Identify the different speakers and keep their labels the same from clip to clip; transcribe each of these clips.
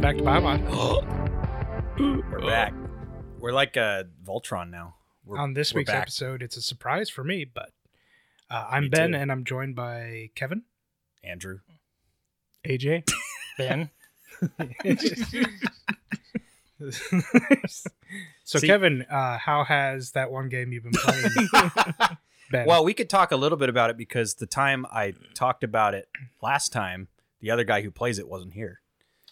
Speaker 1: back to Paimon.
Speaker 2: We're back. We're like uh, Voltron now. We're,
Speaker 1: On this
Speaker 2: we're
Speaker 1: week's
Speaker 2: back.
Speaker 1: episode, it's a surprise for me, but uh, I'm
Speaker 2: Me
Speaker 1: Ben
Speaker 2: too.
Speaker 1: and I'm joined by Kevin,
Speaker 2: Andrew.
Speaker 1: AJ.
Speaker 3: Ben.
Speaker 1: so,
Speaker 2: See-
Speaker 1: Kevin, uh, how has that one game you've been playing been?
Speaker 2: Well, we could talk a little bit about it because the time I talked about it last time, the other guy who plays it wasn't here.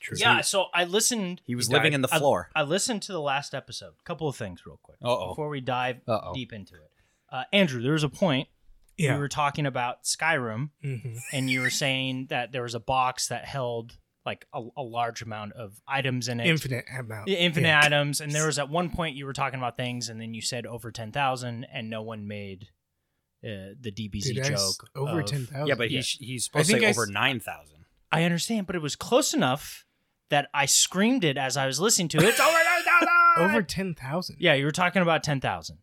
Speaker 2: True.
Speaker 3: yeah, so I listened.
Speaker 2: He was
Speaker 1: He died.
Speaker 2: living in the
Speaker 4: Uh,
Speaker 3: I-
Speaker 2: floor.
Speaker 3: I, listened to the last episode. Couple of things, real quick,
Speaker 2: Uh-oh. Oh.
Speaker 3: before we dive
Speaker 2: Uh-oh.
Speaker 3: deep into it. Uh, Andrew, there was a point
Speaker 1: yeah.
Speaker 3: we were talking about Skyrim,
Speaker 1: Mhm.
Speaker 3: and you were saying that there was a box that held like a, a large amount of items in it,
Speaker 1: Infinite amount.
Speaker 3: Yeah, infinite
Speaker 1: Yeah.
Speaker 3: items. And there was at one point you were talking about things, and then you said over ten thousand, and no one made uh, the DBZ
Speaker 1: Did I
Speaker 3: joke.
Speaker 1: s- over
Speaker 3: of-
Speaker 1: 10,000?
Speaker 2: Yeah, but
Speaker 3: Yeah.
Speaker 2: he's he's supposed to
Speaker 4: think
Speaker 2: say
Speaker 4: I
Speaker 2: over
Speaker 4: s-
Speaker 2: nine thousand.
Speaker 3: I understand, but it was close enough that I screamed it as I was listening to it. It's over 9,000!
Speaker 1: Over 10,000.
Speaker 3: Yeah, you were talking about 10,000. thousand.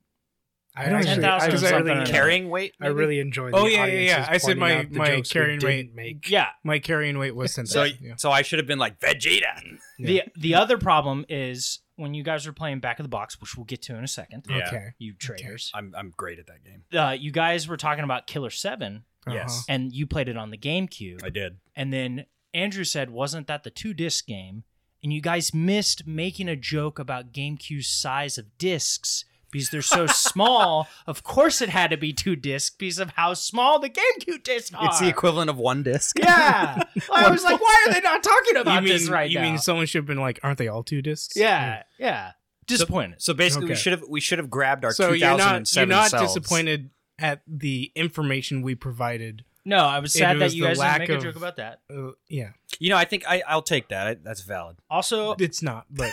Speaker 1: I don't
Speaker 3: 10,000
Speaker 1: actually,
Speaker 4: or
Speaker 1: I
Speaker 4: something.
Speaker 1: really,
Speaker 2: Carrying weight?
Speaker 1: I really enjoy the
Speaker 4: Oh, yeah, yeah, yeah.
Speaker 1: audiences
Speaker 4: I said
Speaker 1: pointing
Speaker 4: my-
Speaker 1: out the
Speaker 4: my
Speaker 1: jokes we
Speaker 4: carrying
Speaker 1: didn't
Speaker 4: rate-
Speaker 1: Make.
Speaker 3: Yeah.
Speaker 4: My carrying weight was 10,000.
Speaker 2: So
Speaker 4: yeah.
Speaker 2: so I should have been like Vegeta.
Speaker 3: The the other problem is when you guys were playing back of the box, which we'll get to in a second.
Speaker 2: Yeah.
Speaker 1: Okay.
Speaker 3: You traitors.
Speaker 2: I'm I'm great at that game.
Speaker 3: Uh, you guys were talking about Killer 7
Speaker 4: Uh-huh.
Speaker 2: Yes.
Speaker 3: and you played it on the GameCube.
Speaker 2: I did.
Speaker 3: And then Andrew said, wasn't that the two disc game? And you guys missed making a joke about GameCube's size of discs because they're so small. Of course, it had to be two discs because of how small the GameCube discs are.
Speaker 2: It's the equivalent of one disc.
Speaker 3: Yeah. I was like, why are they not talking about
Speaker 4: you mean,
Speaker 3: this right
Speaker 4: you
Speaker 3: now?
Speaker 4: mean someone should have been like, aren't they all two discs?
Speaker 2: Hmm.
Speaker 3: yeah. Yeah. Disappointed.
Speaker 2: So basically we
Speaker 1: Okay.
Speaker 2: should have we should have grabbed our
Speaker 4: So you're not,
Speaker 2: 2007
Speaker 4: you're not
Speaker 2: selves.
Speaker 4: disappointed at the information we provided.
Speaker 3: no, I was
Speaker 4: It
Speaker 3: sad that
Speaker 4: was
Speaker 3: you
Speaker 4: the
Speaker 3: guys didn't
Speaker 4: lack
Speaker 3: make a
Speaker 4: of-
Speaker 3: joke about that.
Speaker 4: Uh, yeah.
Speaker 2: You know, I think I I'll take that. I, that's valid.
Speaker 3: Also,
Speaker 4: It's not, but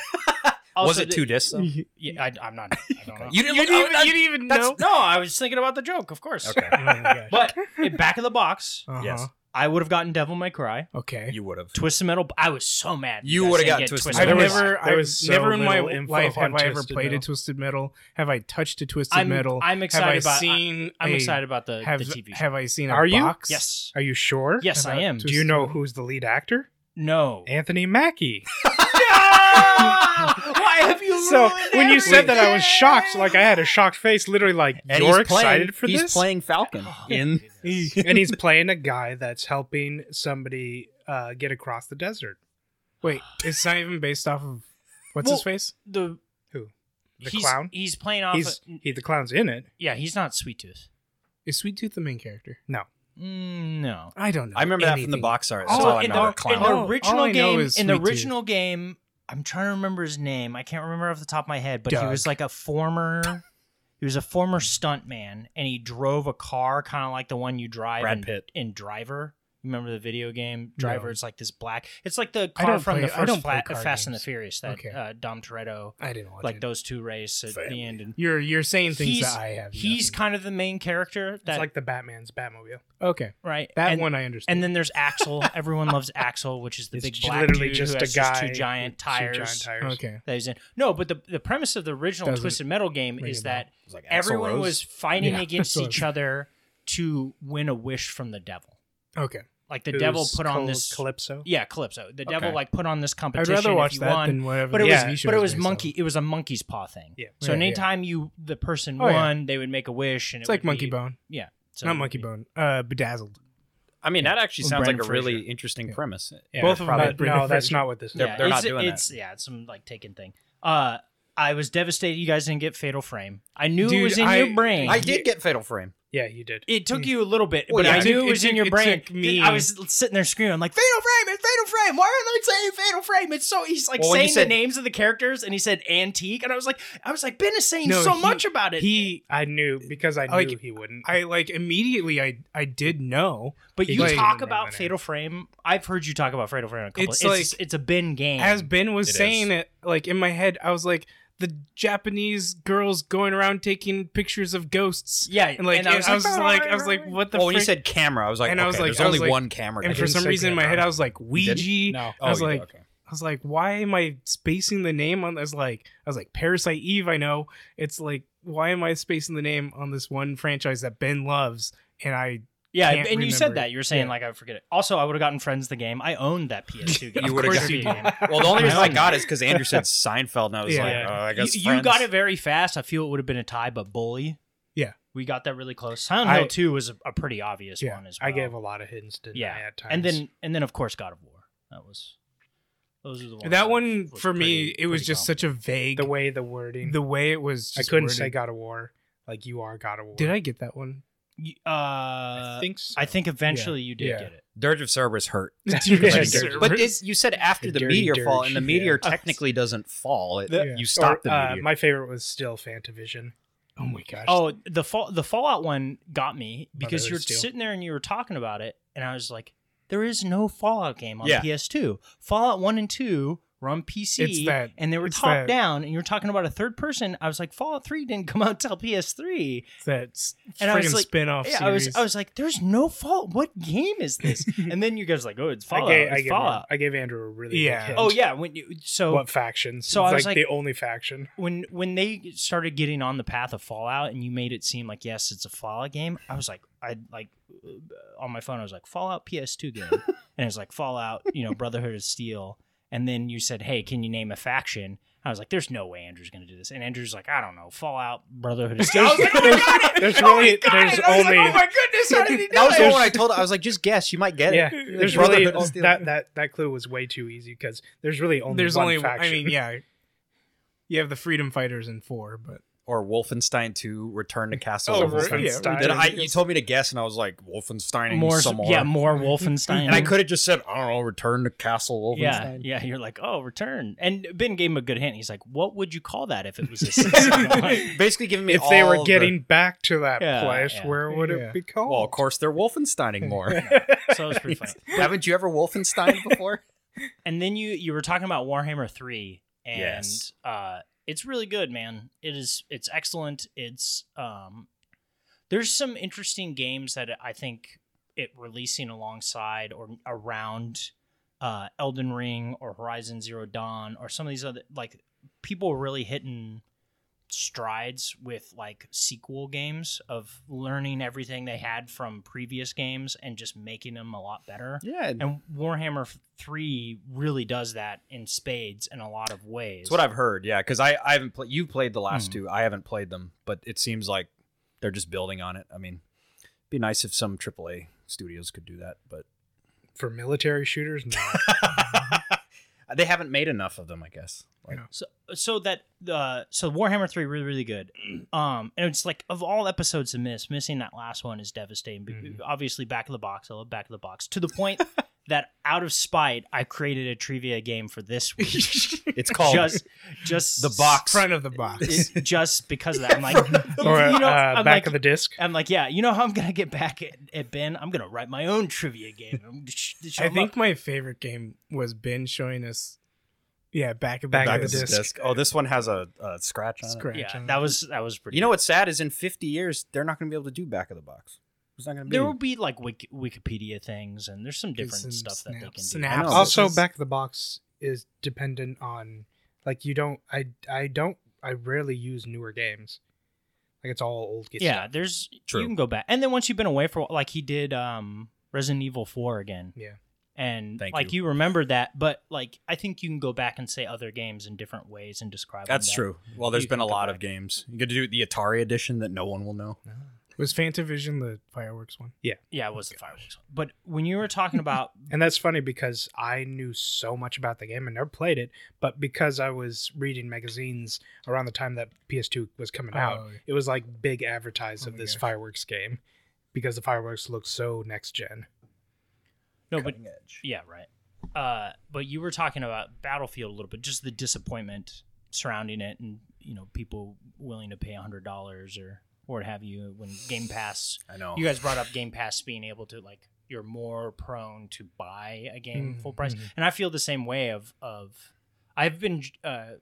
Speaker 3: also
Speaker 2: was it two discs? though?
Speaker 4: you
Speaker 3: Yeah, I, I'm not. I don't know.
Speaker 2: didn't,
Speaker 4: didn't
Speaker 2: look-
Speaker 4: even,
Speaker 2: oh,
Speaker 4: you didn't even
Speaker 3: That's-
Speaker 4: know.
Speaker 3: No, I was thinking about the joke, of course.
Speaker 2: Okay.
Speaker 4: Oh my gosh.
Speaker 3: But in back of the box,
Speaker 4: Uh-huh.
Speaker 2: Yes.
Speaker 3: I would have gotten Devil May Cry,
Speaker 4: Okay.
Speaker 2: You would have.
Speaker 3: Twisted Metal. I was so mad.
Speaker 2: You
Speaker 3: guys
Speaker 2: would've
Speaker 3: didn't
Speaker 2: got
Speaker 3: get
Speaker 2: Twisted
Speaker 3: Twisted
Speaker 4: I've
Speaker 1: There
Speaker 3: Metal.
Speaker 1: was-
Speaker 4: never,
Speaker 1: there
Speaker 4: I
Speaker 1: was
Speaker 4: was
Speaker 1: so
Speaker 4: never in my
Speaker 1: little info
Speaker 4: life have
Speaker 1: on
Speaker 4: I ever
Speaker 1: Twisted
Speaker 4: played
Speaker 1: Metal.
Speaker 4: a Twisted Metal. Have I touched a Twisted
Speaker 3: I'm-
Speaker 4: Metal?
Speaker 3: I'm excited
Speaker 4: have I
Speaker 3: about- I-
Speaker 4: seen
Speaker 3: I'm
Speaker 4: a-
Speaker 3: excited about the,
Speaker 4: have,
Speaker 3: the TV show.
Speaker 4: Have I seen a
Speaker 1: Are you?
Speaker 4: box?
Speaker 3: yes.
Speaker 1: Are you sure?
Speaker 3: Yes, I
Speaker 4: about
Speaker 3: am.
Speaker 4: to-
Speaker 1: Do you know who's the lead actor?
Speaker 3: No.
Speaker 1: Anthony Mackie.
Speaker 3: Why have you
Speaker 1: so
Speaker 4: Oh,
Speaker 3: ruined
Speaker 1: when you said that, I was shocked.
Speaker 3: everything?
Speaker 1: Like I had a shocked face, literally like
Speaker 2: And
Speaker 1: you're
Speaker 2: he's playing,
Speaker 1: excited for
Speaker 2: he's
Speaker 1: this.
Speaker 2: playing Falcon in
Speaker 1: and he's playing a guy that's helping somebody uh, get across the desert.
Speaker 4: Wait, it's not even based off of what's
Speaker 3: Well-
Speaker 4: his face?
Speaker 3: the
Speaker 1: Who? The
Speaker 3: he's,
Speaker 1: clown?
Speaker 3: He's playing off.
Speaker 1: he's
Speaker 3: a-
Speaker 1: he the clown's in it.
Speaker 3: yeah, he's not Sweet Tooth.
Speaker 4: Is Sweet Tooth the main character?
Speaker 1: No.
Speaker 3: Mm, no.
Speaker 4: I don't know.
Speaker 2: I remember that from the
Speaker 4: anything. Oh,
Speaker 2: box art. That's
Speaker 3: So
Speaker 2: all I
Speaker 3: Oh, in,
Speaker 2: remember.
Speaker 3: the, in the
Speaker 4: All- all
Speaker 3: original
Speaker 4: I know
Speaker 3: game,
Speaker 4: is
Speaker 3: in the
Speaker 4: Sweet Tooth.
Speaker 3: original game, I'm trying to remember his name. I can't remember off the top of my head, but he
Speaker 4: Doug.
Speaker 3: was like a former. He was a former stuntman, and he drove a car kind of like the one you drive
Speaker 2: Brad
Speaker 3: in,
Speaker 2: Pitt.
Speaker 3: in Driver. Remember the video game Driver?
Speaker 4: No.
Speaker 3: It's like this black. It's like the
Speaker 4: I
Speaker 3: car
Speaker 4: don't
Speaker 3: from the
Speaker 4: play- I
Speaker 3: first
Speaker 4: don't play
Speaker 3: Fla-
Speaker 4: car
Speaker 3: Fast and the
Speaker 4: games.
Speaker 3: Furious that
Speaker 4: Okay.
Speaker 3: uh, Dom Toretto,
Speaker 4: Oh, I didn't watch
Speaker 3: like
Speaker 4: it.
Speaker 3: those two race at the end. And
Speaker 4: You're you're saying things
Speaker 3: he's
Speaker 4: that I have.
Speaker 3: he's
Speaker 4: nothing.
Speaker 3: kind of the main character. That
Speaker 1: It's like the Batman's Batmobile.
Speaker 4: okay.
Speaker 3: right
Speaker 4: That
Speaker 3: and,
Speaker 4: one I understand.
Speaker 3: And then there's Axel. Everyone loves Axel, which is the
Speaker 1: It's
Speaker 3: big
Speaker 1: ju-
Speaker 3: black
Speaker 1: literally
Speaker 3: dude
Speaker 1: just
Speaker 3: who
Speaker 1: a
Speaker 3: has just
Speaker 1: guy
Speaker 3: two giant
Speaker 1: with two
Speaker 3: tires.
Speaker 1: giant tires.
Speaker 4: okay.
Speaker 3: That he's in. No, but the the premise of the original
Speaker 4: Doesn't
Speaker 3: Twisted Metal game
Speaker 4: ring
Speaker 3: is
Speaker 4: a bell.
Speaker 3: that
Speaker 2: It was like Axl
Speaker 3: everyone
Speaker 2: Rose.
Speaker 3: was fighting
Speaker 4: Yeah,
Speaker 3: against
Speaker 4: that's what I
Speaker 3: each
Speaker 4: was-
Speaker 3: other to win a wish from the devil.
Speaker 4: Okay.
Speaker 3: Like the
Speaker 1: Who's
Speaker 3: devil put on
Speaker 1: called
Speaker 3: this
Speaker 1: Calypso.
Speaker 3: yeah Calypso. The devil
Speaker 2: Okay.
Speaker 3: like put on this
Speaker 4: I'd
Speaker 3: competition.
Speaker 4: rather
Speaker 3: if
Speaker 4: watch
Speaker 3: you
Speaker 4: that
Speaker 3: won,
Speaker 4: than whatever.
Speaker 3: but it
Speaker 4: the
Speaker 1: Yeah.
Speaker 4: TV
Speaker 3: was
Speaker 4: show
Speaker 3: but it
Speaker 4: is
Speaker 3: was
Speaker 4: based
Speaker 3: monkey.
Speaker 4: on.
Speaker 3: It was a monkey's paw thing.
Speaker 1: Yeah.
Speaker 3: So
Speaker 4: Yeah, yeah.
Speaker 3: anytime you the person
Speaker 4: Oh, yeah.
Speaker 3: won, they would make a wish, and it
Speaker 4: It's like
Speaker 3: would
Speaker 4: Monkey
Speaker 3: be-
Speaker 4: Bone.
Speaker 3: Yeah, so
Speaker 4: Not
Speaker 3: it would
Speaker 4: Monkey
Speaker 3: be-
Speaker 4: Bone. Uh, Bedazzled.
Speaker 2: I mean, that actually
Speaker 4: With
Speaker 2: sounds like a
Speaker 4: Brandon
Speaker 2: really
Speaker 4: Oh, Fraser.
Speaker 2: interesting
Speaker 4: Yeah.
Speaker 2: premise.
Speaker 4: Both of them
Speaker 2: probably-
Speaker 4: had
Speaker 1: No,
Speaker 4: Brendan
Speaker 1: that's
Speaker 4: Fraser.
Speaker 1: not what this is.
Speaker 2: They're-
Speaker 3: yeah,
Speaker 2: they're
Speaker 3: it's,
Speaker 2: not doing that.
Speaker 3: it's yeah, it's some like taken thing. Uh, I was devastated you guys didn't get Fatal Frame. I knew it
Speaker 4: Dude,
Speaker 3: was in
Speaker 4: I-
Speaker 3: your brain.
Speaker 2: I did get Fatal Frame.
Speaker 1: Yeah, you did.
Speaker 3: It took you a little bit,
Speaker 2: Well,
Speaker 3: but
Speaker 2: yeah,
Speaker 3: I
Speaker 2: it
Speaker 3: knew
Speaker 4: took-
Speaker 3: it
Speaker 4: it
Speaker 3: was in
Speaker 4: took-
Speaker 3: your
Speaker 4: it
Speaker 3: brain.
Speaker 4: took me-
Speaker 3: I was sitting there screaming like Fatal Frame, it's Fatal Frame. Why are they saying Fatal Frame? It's so he's like
Speaker 2: Well, when you
Speaker 3: saying
Speaker 2: said-
Speaker 3: the names of the characters, and he said antique, and I was like, I was like, Ben is saying
Speaker 4: No,
Speaker 3: so
Speaker 4: he-
Speaker 3: much about it.
Speaker 4: He.
Speaker 1: I knew because I knew
Speaker 4: Like,
Speaker 1: he wouldn't.
Speaker 4: I like immediately. I I did know
Speaker 3: but
Speaker 1: he
Speaker 3: you
Speaker 4: like-
Speaker 3: talk
Speaker 1: remember
Speaker 3: about
Speaker 1: that.
Speaker 3: Fatal Frame. I've heard you talk about Fatal Frame a couple.
Speaker 4: It's
Speaker 3: it's,
Speaker 4: like-
Speaker 3: it's a Ben game.
Speaker 4: as Ben was
Speaker 2: It
Speaker 4: saying
Speaker 2: is.
Speaker 4: it. Like in my head, I was like the Japanese girls going around taking pictures of ghosts.
Speaker 3: yeah,
Speaker 4: And like, I, was like, I was like, what the?
Speaker 2: well, Oh, when you
Speaker 4: frick?
Speaker 2: said camera, I was like,
Speaker 4: And
Speaker 2: okay,
Speaker 4: I was like-
Speaker 2: there's
Speaker 4: I was
Speaker 2: only
Speaker 4: like-
Speaker 2: one camera.
Speaker 4: and
Speaker 2: game.
Speaker 4: for some reason in my head, I was like
Speaker 2: didn't?
Speaker 4: Ouija.
Speaker 1: no.
Speaker 2: Oh,
Speaker 4: I was
Speaker 2: you did,
Speaker 4: like,
Speaker 2: okay.
Speaker 4: I was like, why am I spacing the name on this? Like, I was like, Parasite Eve. I know it's like, why am I spacing the name on this one franchise that Ben loves? And I
Speaker 3: Yeah,
Speaker 1: can't
Speaker 3: and you said
Speaker 1: remember
Speaker 3: that
Speaker 1: it.
Speaker 3: you were saying
Speaker 1: Yeah.
Speaker 3: like I would forget it. Also, I would have gotten Friends the game. I owned that PS2 game.
Speaker 2: You
Speaker 3: Of
Speaker 2: would've
Speaker 3: course
Speaker 2: got-
Speaker 3: you did.
Speaker 2: Well, the only reason I
Speaker 3: No.
Speaker 2: got it is because Andrew said Seinfeld, and I was
Speaker 1: Yeah.
Speaker 2: like, oh, I guess
Speaker 3: you, you
Speaker 2: Friends.
Speaker 3: got it very fast. I feel it would have been a tie, but Bully.
Speaker 1: Yeah.
Speaker 3: we got that really close. Silent Hill
Speaker 1: I-
Speaker 3: Two was a, a pretty obvious
Speaker 1: Yeah,
Speaker 3: one as well.
Speaker 1: I gave a lot of hints to
Speaker 3: Yeah,
Speaker 1: yeah. at times.
Speaker 3: and then and then of course God of War. That was those are the ones.
Speaker 4: that
Speaker 3: I
Speaker 4: one
Speaker 3: was
Speaker 4: for me,
Speaker 3: pretty-
Speaker 4: it was
Speaker 3: pretty
Speaker 4: just such a vague.
Speaker 1: the way the wording,
Speaker 4: the way it was.
Speaker 1: I
Speaker 4: Just
Speaker 1: couldn't
Speaker 4: worded.
Speaker 1: say God of War. Like you are God of War.
Speaker 4: Did I get that one?
Speaker 3: confident. Y- Uh,
Speaker 1: I
Speaker 3: I think
Speaker 1: think so.
Speaker 3: I think eventually you did
Speaker 1: Yeah.
Speaker 3: get it.
Speaker 2: Dirge of Cerberus hurt.
Speaker 1: Yeah,
Speaker 4: Yes,
Speaker 1: dirty.
Speaker 4: sir.
Speaker 2: But it, you said after the
Speaker 1: Dirty
Speaker 2: meteor fall,
Speaker 1: dirge,
Speaker 2: and the
Speaker 1: yeah.
Speaker 2: meteor technically doesn't fall. It,
Speaker 1: Yeah.
Speaker 2: You stop
Speaker 1: Or,
Speaker 2: the
Speaker 1: uh,
Speaker 2: meteor.
Speaker 1: my favorite was still Fantavision.
Speaker 4: oh my gosh!
Speaker 3: Oh, the fall the Fallout one got
Speaker 4: Oh,
Speaker 3: me because
Speaker 1: Brotherhood
Speaker 3: you're
Speaker 1: of Steel.
Speaker 3: sitting there and you were talking about it, and I was like, there is no Fallout game on
Speaker 2: Yeah.
Speaker 3: PS2. Fallout one and two were on PC,
Speaker 4: It's that-
Speaker 3: and they were
Speaker 4: it's
Speaker 3: top
Speaker 4: that-
Speaker 3: down, and you're talking about a third person. I was like, Fallout three didn't come out till PS3.
Speaker 4: that's
Speaker 3: And I was
Speaker 4: friggin'
Speaker 3: like-
Speaker 4: spin-off
Speaker 3: Yeah, I
Speaker 4: series.
Speaker 3: was I was like, there's no Fallout. What game is this? and then you guys are like, oh, it's Fallout.
Speaker 1: I gave,
Speaker 3: it's
Speaker 1: I gave,
Speaker 3: Fallout.
Speaker 1: I gave Andrew a really
Speaker 4: Yeah.
Speaker 1: big hint.
Speaker 3: oh yeah, when you so
Speaker 1: What faction?
Speaker 3: so
Speaker 1: it's
Speaker 3: I was
Speaker 1: like,
Speaker 3: like-
Speaker 1: the only faction.
Speaker 3: when when they started getting on the path of Fallout and you made it seem like yes, it's a Fallout game, I was like, I like uh, on my phone, I was like Fallout PS2 game, and it was like Fallout, you know, Brotherhood of Steel, and then you said, hey, can you name a faction? I was like, there's no way Andrew's gonna do this, and Andrew's like, I don't know, Fallout Brotherhood of Steel. I was
Speaker 4: oh
Speaker 3: like,
Speaker 1: there's, there's really there's only
Speaker 4: goodness! How did he
Speaker 2: that was the one I told. I was like, just guess. You might get
Speaker 1: yeah.
Speaker 2: it.
Speaker 1: There's
Speaker 2: Brotherhood
Speaker 1: really
Speaker 2: of
Speaker 1: o-
Speaker 2: Steel.
Speaker 1: that that that clue was way too easy because there's really only
Speaker 4: There's
Speaker 1: one
Speaker 4: only.
Speaker 1: faction.
Speaker 4: I mean, yeah. You have the Freedom Fighters in four, but
Speaker 2: Or Wolfenstein 2: Return to Castle.
Speaker 1: Oh,
Speaker 2: Wolfenstein.
Speaker 1: yeah, Wolfenstein.
Speaker 2: Then I, you told me to guess, and I was like, Wolfenstein
Speaker 3: more,
Speaker 2: some more.
Speaker 3: yeah, more Wolfenstein.
Speaker 2: And I could have just said, I don't know, Return to Castle Wolfenstein.
Speaker 3: Yeah, yeah, you're like, oh, return. And Ben gave him a good hint. He's like, what would you call that if it was a system?
Speaker 2: Basically, giving me
Speaker 1: if they
Speaker 2: all
Speaker 1: were
Speaker 2: the-
Speaker 1: getting back to that
Speaker 3: Yeah,
Speaker 1: place,
Speaker 3: yeah.
Speaker 1: where would
Speaker 4: Yeah.
Speaker 1: it be called?
Speaker 2: well, of course, they're Wolfensteining more.
Speaker 3: so it was pretty funny.
Speaker 2: Haven't you ever Wolfenstein before?
Speaker 3: And then you you were talking about Warhammer 3 and
Speaker 2: Yes.
Speaker 3: uh it's really good, man. It is it's excellent. It's um there's some interesting games that I think it releasing alongside or around uh Elden Ring or Horizon Zero Dawn or some of these other like people were really hitting strides with like sequel games of learning everything they had from previous games and just making them a lot better.
Speaker 2: yeah,
Speaker 3: And Warhammer f- 3 really does that in spades in a lot of ways.
Speaker 2: That's what I've heard. Yeah, because I, I haven't played. You played the last
Speaker 3: Mhm.
Speaker 2: two. I haven't played them, but it seems like they're just building on it. I mean, it'd be nice if some AAA studios could do that, but
Speaker 1: for military shooters, no.
Speaker 2: they haven't made enough of them, I guess. Like,
Speaker 3: so, so that uh so Warhammer 3 really really good. Um and it's like of all episodes to miss, missing that last one is devastating. Be-
Speaker 1: Mhm.
Speaker 3: Obviously back of the box, I love back of the box to the point that out of spite I created a trivia game for this week.
Speaker 2: It's called
Speaker 3: just just
Speaker 2: the box.
Speaker 4: front of the box.
Speaker 3: it- just because of that. I'm like
Speaker 1: or
Speaker 3: you know,
Speaker 1: uh,
Speaker 3: I'm
Speaker 1: back
Speaker 3: like-
Speaker 1: of the disc.
Speaker 3: I'm like, yeah, you know how I'm gonna get back at, at Ben? I'm gonna write my own trivia game. I'm gonna sh- sh-
Speaker 4: I
Speaker 3: I'm
Speaker 4: think my favorite game was Ben showing us, yeah, back of the
Speaker 1: Back
Speaker 2: Back
Speaker 1: of
Speaker 2: of
Speaker 1: the
Speaker 2: this disc. Oh, this one has a, a scratch on
Speaker 4: scratch.
Speaker 3: yeah,
Speaker 4: on
Speaker 3: that
Speaker 4: it.
Speaker 3: was that was
Speaker 2: it.
Speaker 3: pretty.
Speaker 2: You know what's sad is in 50 years they're not going to be able to do back of the box. It's not going to be.
Speaker 3: there will be like Wik- Wikipedia things, and there's some different
Speaker 4: some
Speaker 3: stuff that they
Speaker 4: snap-
Speaker 3: can do.
Speaker 4: snap
Speaker 2: I know.
Speaker 1: also
Speaker 4: This is-
Speaker 1: back of the box is dependent on like you don't i i don't i rarely use newer games like it's all old games
Speaker 3: Yeah, there's
Speaker 2: True.
Speaker 3: you can go back, and then once you've been away for a while, like he did, um, Resident Evil Four again.
Speaker 1: Yeah.
Speaker 3: and
Speaker 2: Thank
Speaker 3: like you. remembered that, but like I think you can go back and say other games in different ways and describe.
Speaker 2: That's
Speaker 3: them
Speaker 2: true. Well, there's
Speaker 3: You
Speaker 2: been
Speaker 3: can
Speaker 2: a
Speaker 3: go
Speaker 2: lot
Speaker 3: back.
Speaker 2: of games. You could do the Atari edition that no one will know.
Speaker 4: was Fantavision the fireworks one.
Speaker 3: that- Yeah, it was
Speaker 2: Oh,
Speaker 3: the fireworks. one. But when you were talking about
Speaker 1: and that's funny because i knew so much about the game and never played it but because i was reading magazines around the time that ps2 was coming out
Speaker 4: Oh, yeah.
Speaker 1: it was like big advertise
Speaker 4: Oh
Speaker 1: of
Speaker 4: my
Speaker 1: this
Speaker 4: gosh.
Speaker 1: fireworks game because the fireworks look so next gen
Speaker 3: no, but
Speaker 2: edge.
Speaker 3: Yeah, right. Uh, but you were talking about Battlefield a little bit, just the disappointment surrounding it, and you know people willing to pay hundred dollars or or what have you when Game Pass.
Speaker 2: I know.
Speaker 3: You guys brought up Game Pass being able to like you're more prone to buy a game
Speaker 4: Mhm,
Speaker 3: full price,
Speaker 4: mhm.
Speaker 3: and I feel the same way. Of of I've been uh,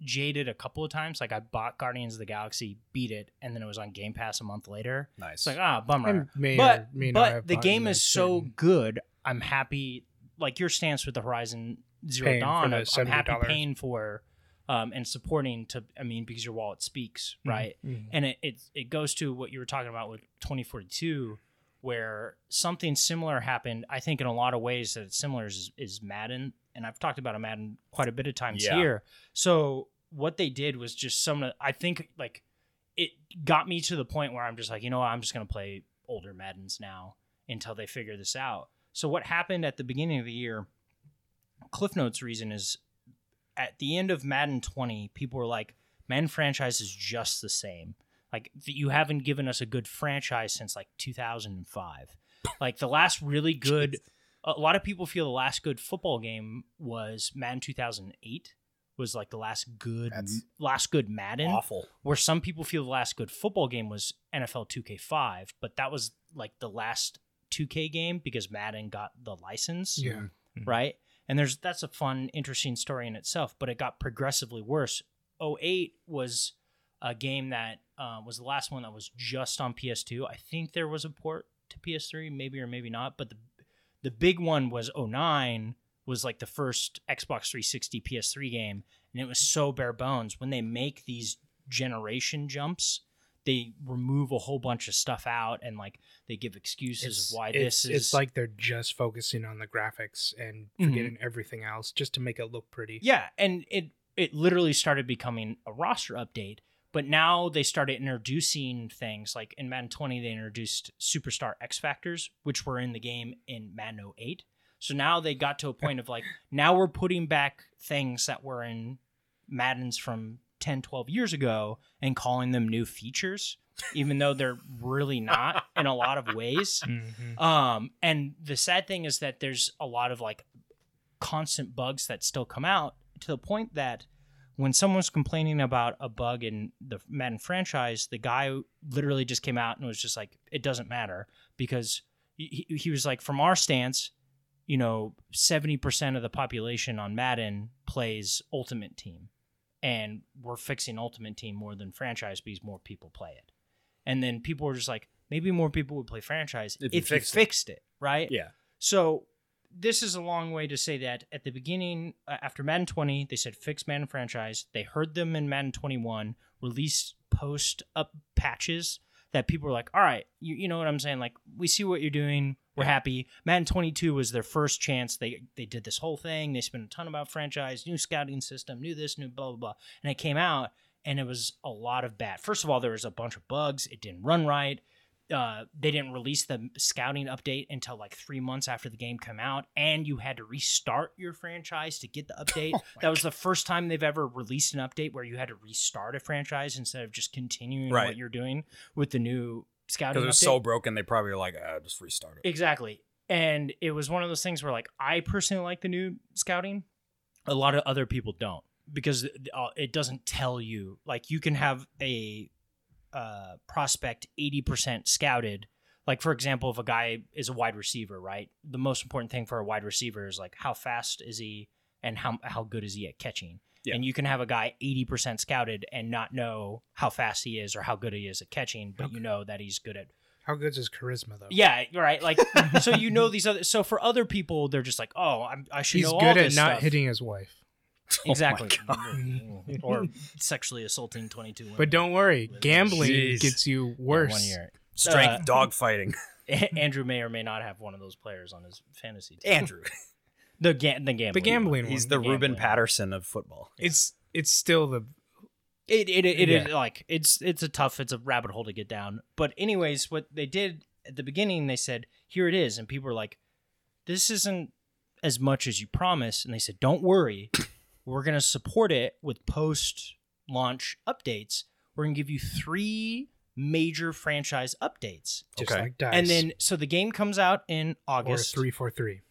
Speaker 3: jaded a couple of times. Like I bought Guardians of the Galaxy, beat it, and then it was on Game Pass a month later.
Speaker 2: nice.
Speaker 3: It's like ah bummer
Speaker 4: And may or
Speaker 3: but
Speaker 4: may not have
Speaker 3: but the
Speaker 4: bought
Speaker 3: game
Speaker 4: you
Speaker 3: is
Speaker 4: that
Speaker 3: so
Speaker 4: certain-
Speaker 3: good. I'm happy. Like your stance with the Horizon Zero
Speaker 1: Paying for
Speaker 3: Dawn,
Speaker 1: the
Speaker 3: I'm, I'm happy
Speaker 1: $70.
Speaker 3: paying for um, and supporting to. I mean, because your wallet speaks, right?
Speaker 4: Mhm.
Speaker 3: And it, it it goes to what you were talking about with 2042, where something similar happened. I think in a lot of ways that it's similar is, is Madden, and I've talked about a Madden quite a bit of times
Speaker 2: Yeah.
Speaker 3: here. So what they did was just some. of- I think like it got me to the point where I'm just like, you know, what, I'm just gonna play older Maddens now until they figure this out. So what happened at the beginning of the year? Cliff Notes reason is at the end of Madden 20, people were like, "Man, franchise is just the same. Like th- you haven't given us a good franchise since like 2005. Like the last really good. A lot of people feel the last good football game was Madden 2008." Was like the last good,
Speaker 2: That's
Speaker 3: last good Madden
Speaker 2: Awful.
Speaker 3: where some people feel the last good football game was NFL 2K5, but that was like the last 2K game because Madden got the license,
Speaker 1: Yeah.
Speaker 3: right? And there's that's a fun, interesting story in itself, but it got progressively worse. 08 was a game that uh, was the last one that was just on PS2. I think there was a port to PS3, maybe or maybe not, but the the big one was 09 was like the first Xbox 360 PS3 game and it was so bare bones when they make these generation jumps they remove a whole bunch of stuff out and like they give excuses of why
Speaker 1: it's,
Speaker 3: this is
Speaker 1: it's like they're just focusing on the graphics and
Speaker 3: Mhm.
Speaker 1: forgetting everything else just to make it look pretty.
Speaker 3: Yeah, and it it literally started becoming a roster update. But now they started introducing things like in Madden 20 they introduced superstar X factors, which were in the game in Madden 08. So now they got to a point of like now we're putting back things that were in Madden's from 10, 12 years ago and calling them new features, even though they're really not in a lot of ways.
Speaker 1: Mhm.
Speaker 3: Um, and the sad thing is that there's a lot of like constant bugs that still come out to the point that when someone's complaining about a bug in the Madden franchise, the guy literally just came out and was just like, it doesn't matter because he, he- he was like, from our stance, you know, 70% of the population on Madden plays Ultimate Team. And we're fixing Ultimate Team more than franchise because more people play it. And then people were just like, maybe more people would play franchise
Speaker 2: If
Speaker 3: if,
Speaker 2: you
Speaker 3: you
Speaker 2: fixed it.
Speaker 3: fixed it, right?
Speaker 2: Yeah.
Speaker 3: So this is a long way to say that at the beginning, uh, after Madden 20, they said fix Madden franchise. They heard them in Madden 21, released post up patches that people were like, all right, you, you know what I'm saying? Like, we see what you're doing. We're happy. Madden 22 was their first chance. They they did this whole thing. They spent a ton about franchise, new scouting system, new this, new blah, blah, blah. And it came out and it was a lot of bad. First of all, there was a bunch of bugs. It didn't run right uh, they didn't release the scouting update until like three months after the game came out, and you had to restart your franchise to get the update. that was the first time they've ever released an update where you had to restart a franchise instead of just continuing
Speaker 2: Right.
Speaker 3: what you're doing with the new scouting
Speaker 2: Because it
Speaker 3: update.
Speaker 2: was so broken, they probably were like, ah, just restart it.
Speaker 3: Exactly. And it was one of those things where, like, I personally like the new scouting. A lot of other people don't because uh, it doesn't tell you. Like, you can have a uh, prospect 80% scouted. Like, for example, if a guy is a wide receiver, right? The most important thing for a wide receiver is, like, how fast is he and how, how good is he at catching?
Speaker 2: Yeah.
Speaker 3: And you can have a guy 80% scouted and not know how fast he is or how good he is at catching, but you know that he's good at
Speaker 1: How good's his charisma though?
Speaker 3: yeah, right. Like, so you know these other. So for other people, they're just like, oh, I'm, I should
Speaker 1: He's
Speaker 3: know all
Speaker 1: good at
Speaker 3: this
Speaker 1: not
Speaker 3: stuff.
Speaker 1: hitting his wife.
Speaker 3: exactly, or sexually assaulting twenty two women.
Speaker 4: But don't worry, gambling
Speaker 2: Jeez.
Speaker 4: gets you
Speaker 3: in
Speaker 4: worse.
Speaker 3: one year.
Speaker 2: Strength
Speaker 3: Uh,
Speaker 2: dogfighting.
Speaker 3: A- Andrew may or may not have one of those players on his fantasy. Team.
Speaker 2: Andrew.
Speaker 3: The ga- the gambling.
Speaker 4: The gambling
Speaker 2: He's
Speaker 4: one.
Speaker 2: the Ruben
Speaker 3: Gambling.
Speaker 2: Patterson of football.
Speaker 4: it's it's still the
Speaker 3: It it it, it is,
Speaker 4: Yeah.
Speaker 3: like it's it's a tough it's a rabbit hole to get down. But anyways, what they did at the beginning, they said here it is, and people were like, this isn't as much as you promised, and they said don't worry, we're gonna support it with post launch updates. We're gonna give you three major franchise updates,
Speaker 1: Just
Speaker 2: Okay.
Speaker 1: like dice.
Speaker 3: and then so the game comes out in
Speaker 1: or
Speaker 3: August
Speaker 1: three four three.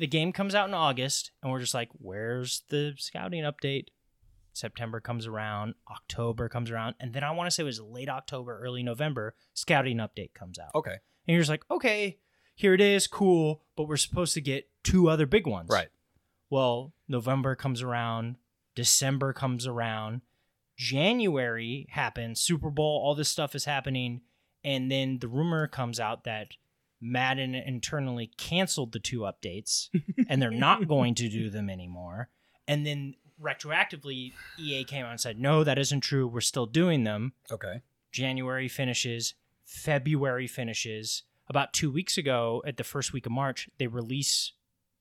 Speaker 3: the game comes out in August, and we're just like, where's the scouting update? September comes around, October comes around, and then I want to say it was late October, early November, scouting update comes out.
Speaker 2: Okay.
Speaker 3: And you're just like, okay, here it is, cool, but we're supposed to get two other big ones.
Speaker 2: Right.
Speaker 3: Well, November comes around, December comes around, January happens, Super Bowl, all this stuff is happening, and then the rumor comes out that Madden internally canceled the two updates and they're not going to do them anymore. And then retroactively, EA came out and said, no, that isn't true. We're still doing them.
Speaker 2: Okay.
Speaker 3: January finishes, February finishes. about two weeks ago at the first week of March, they release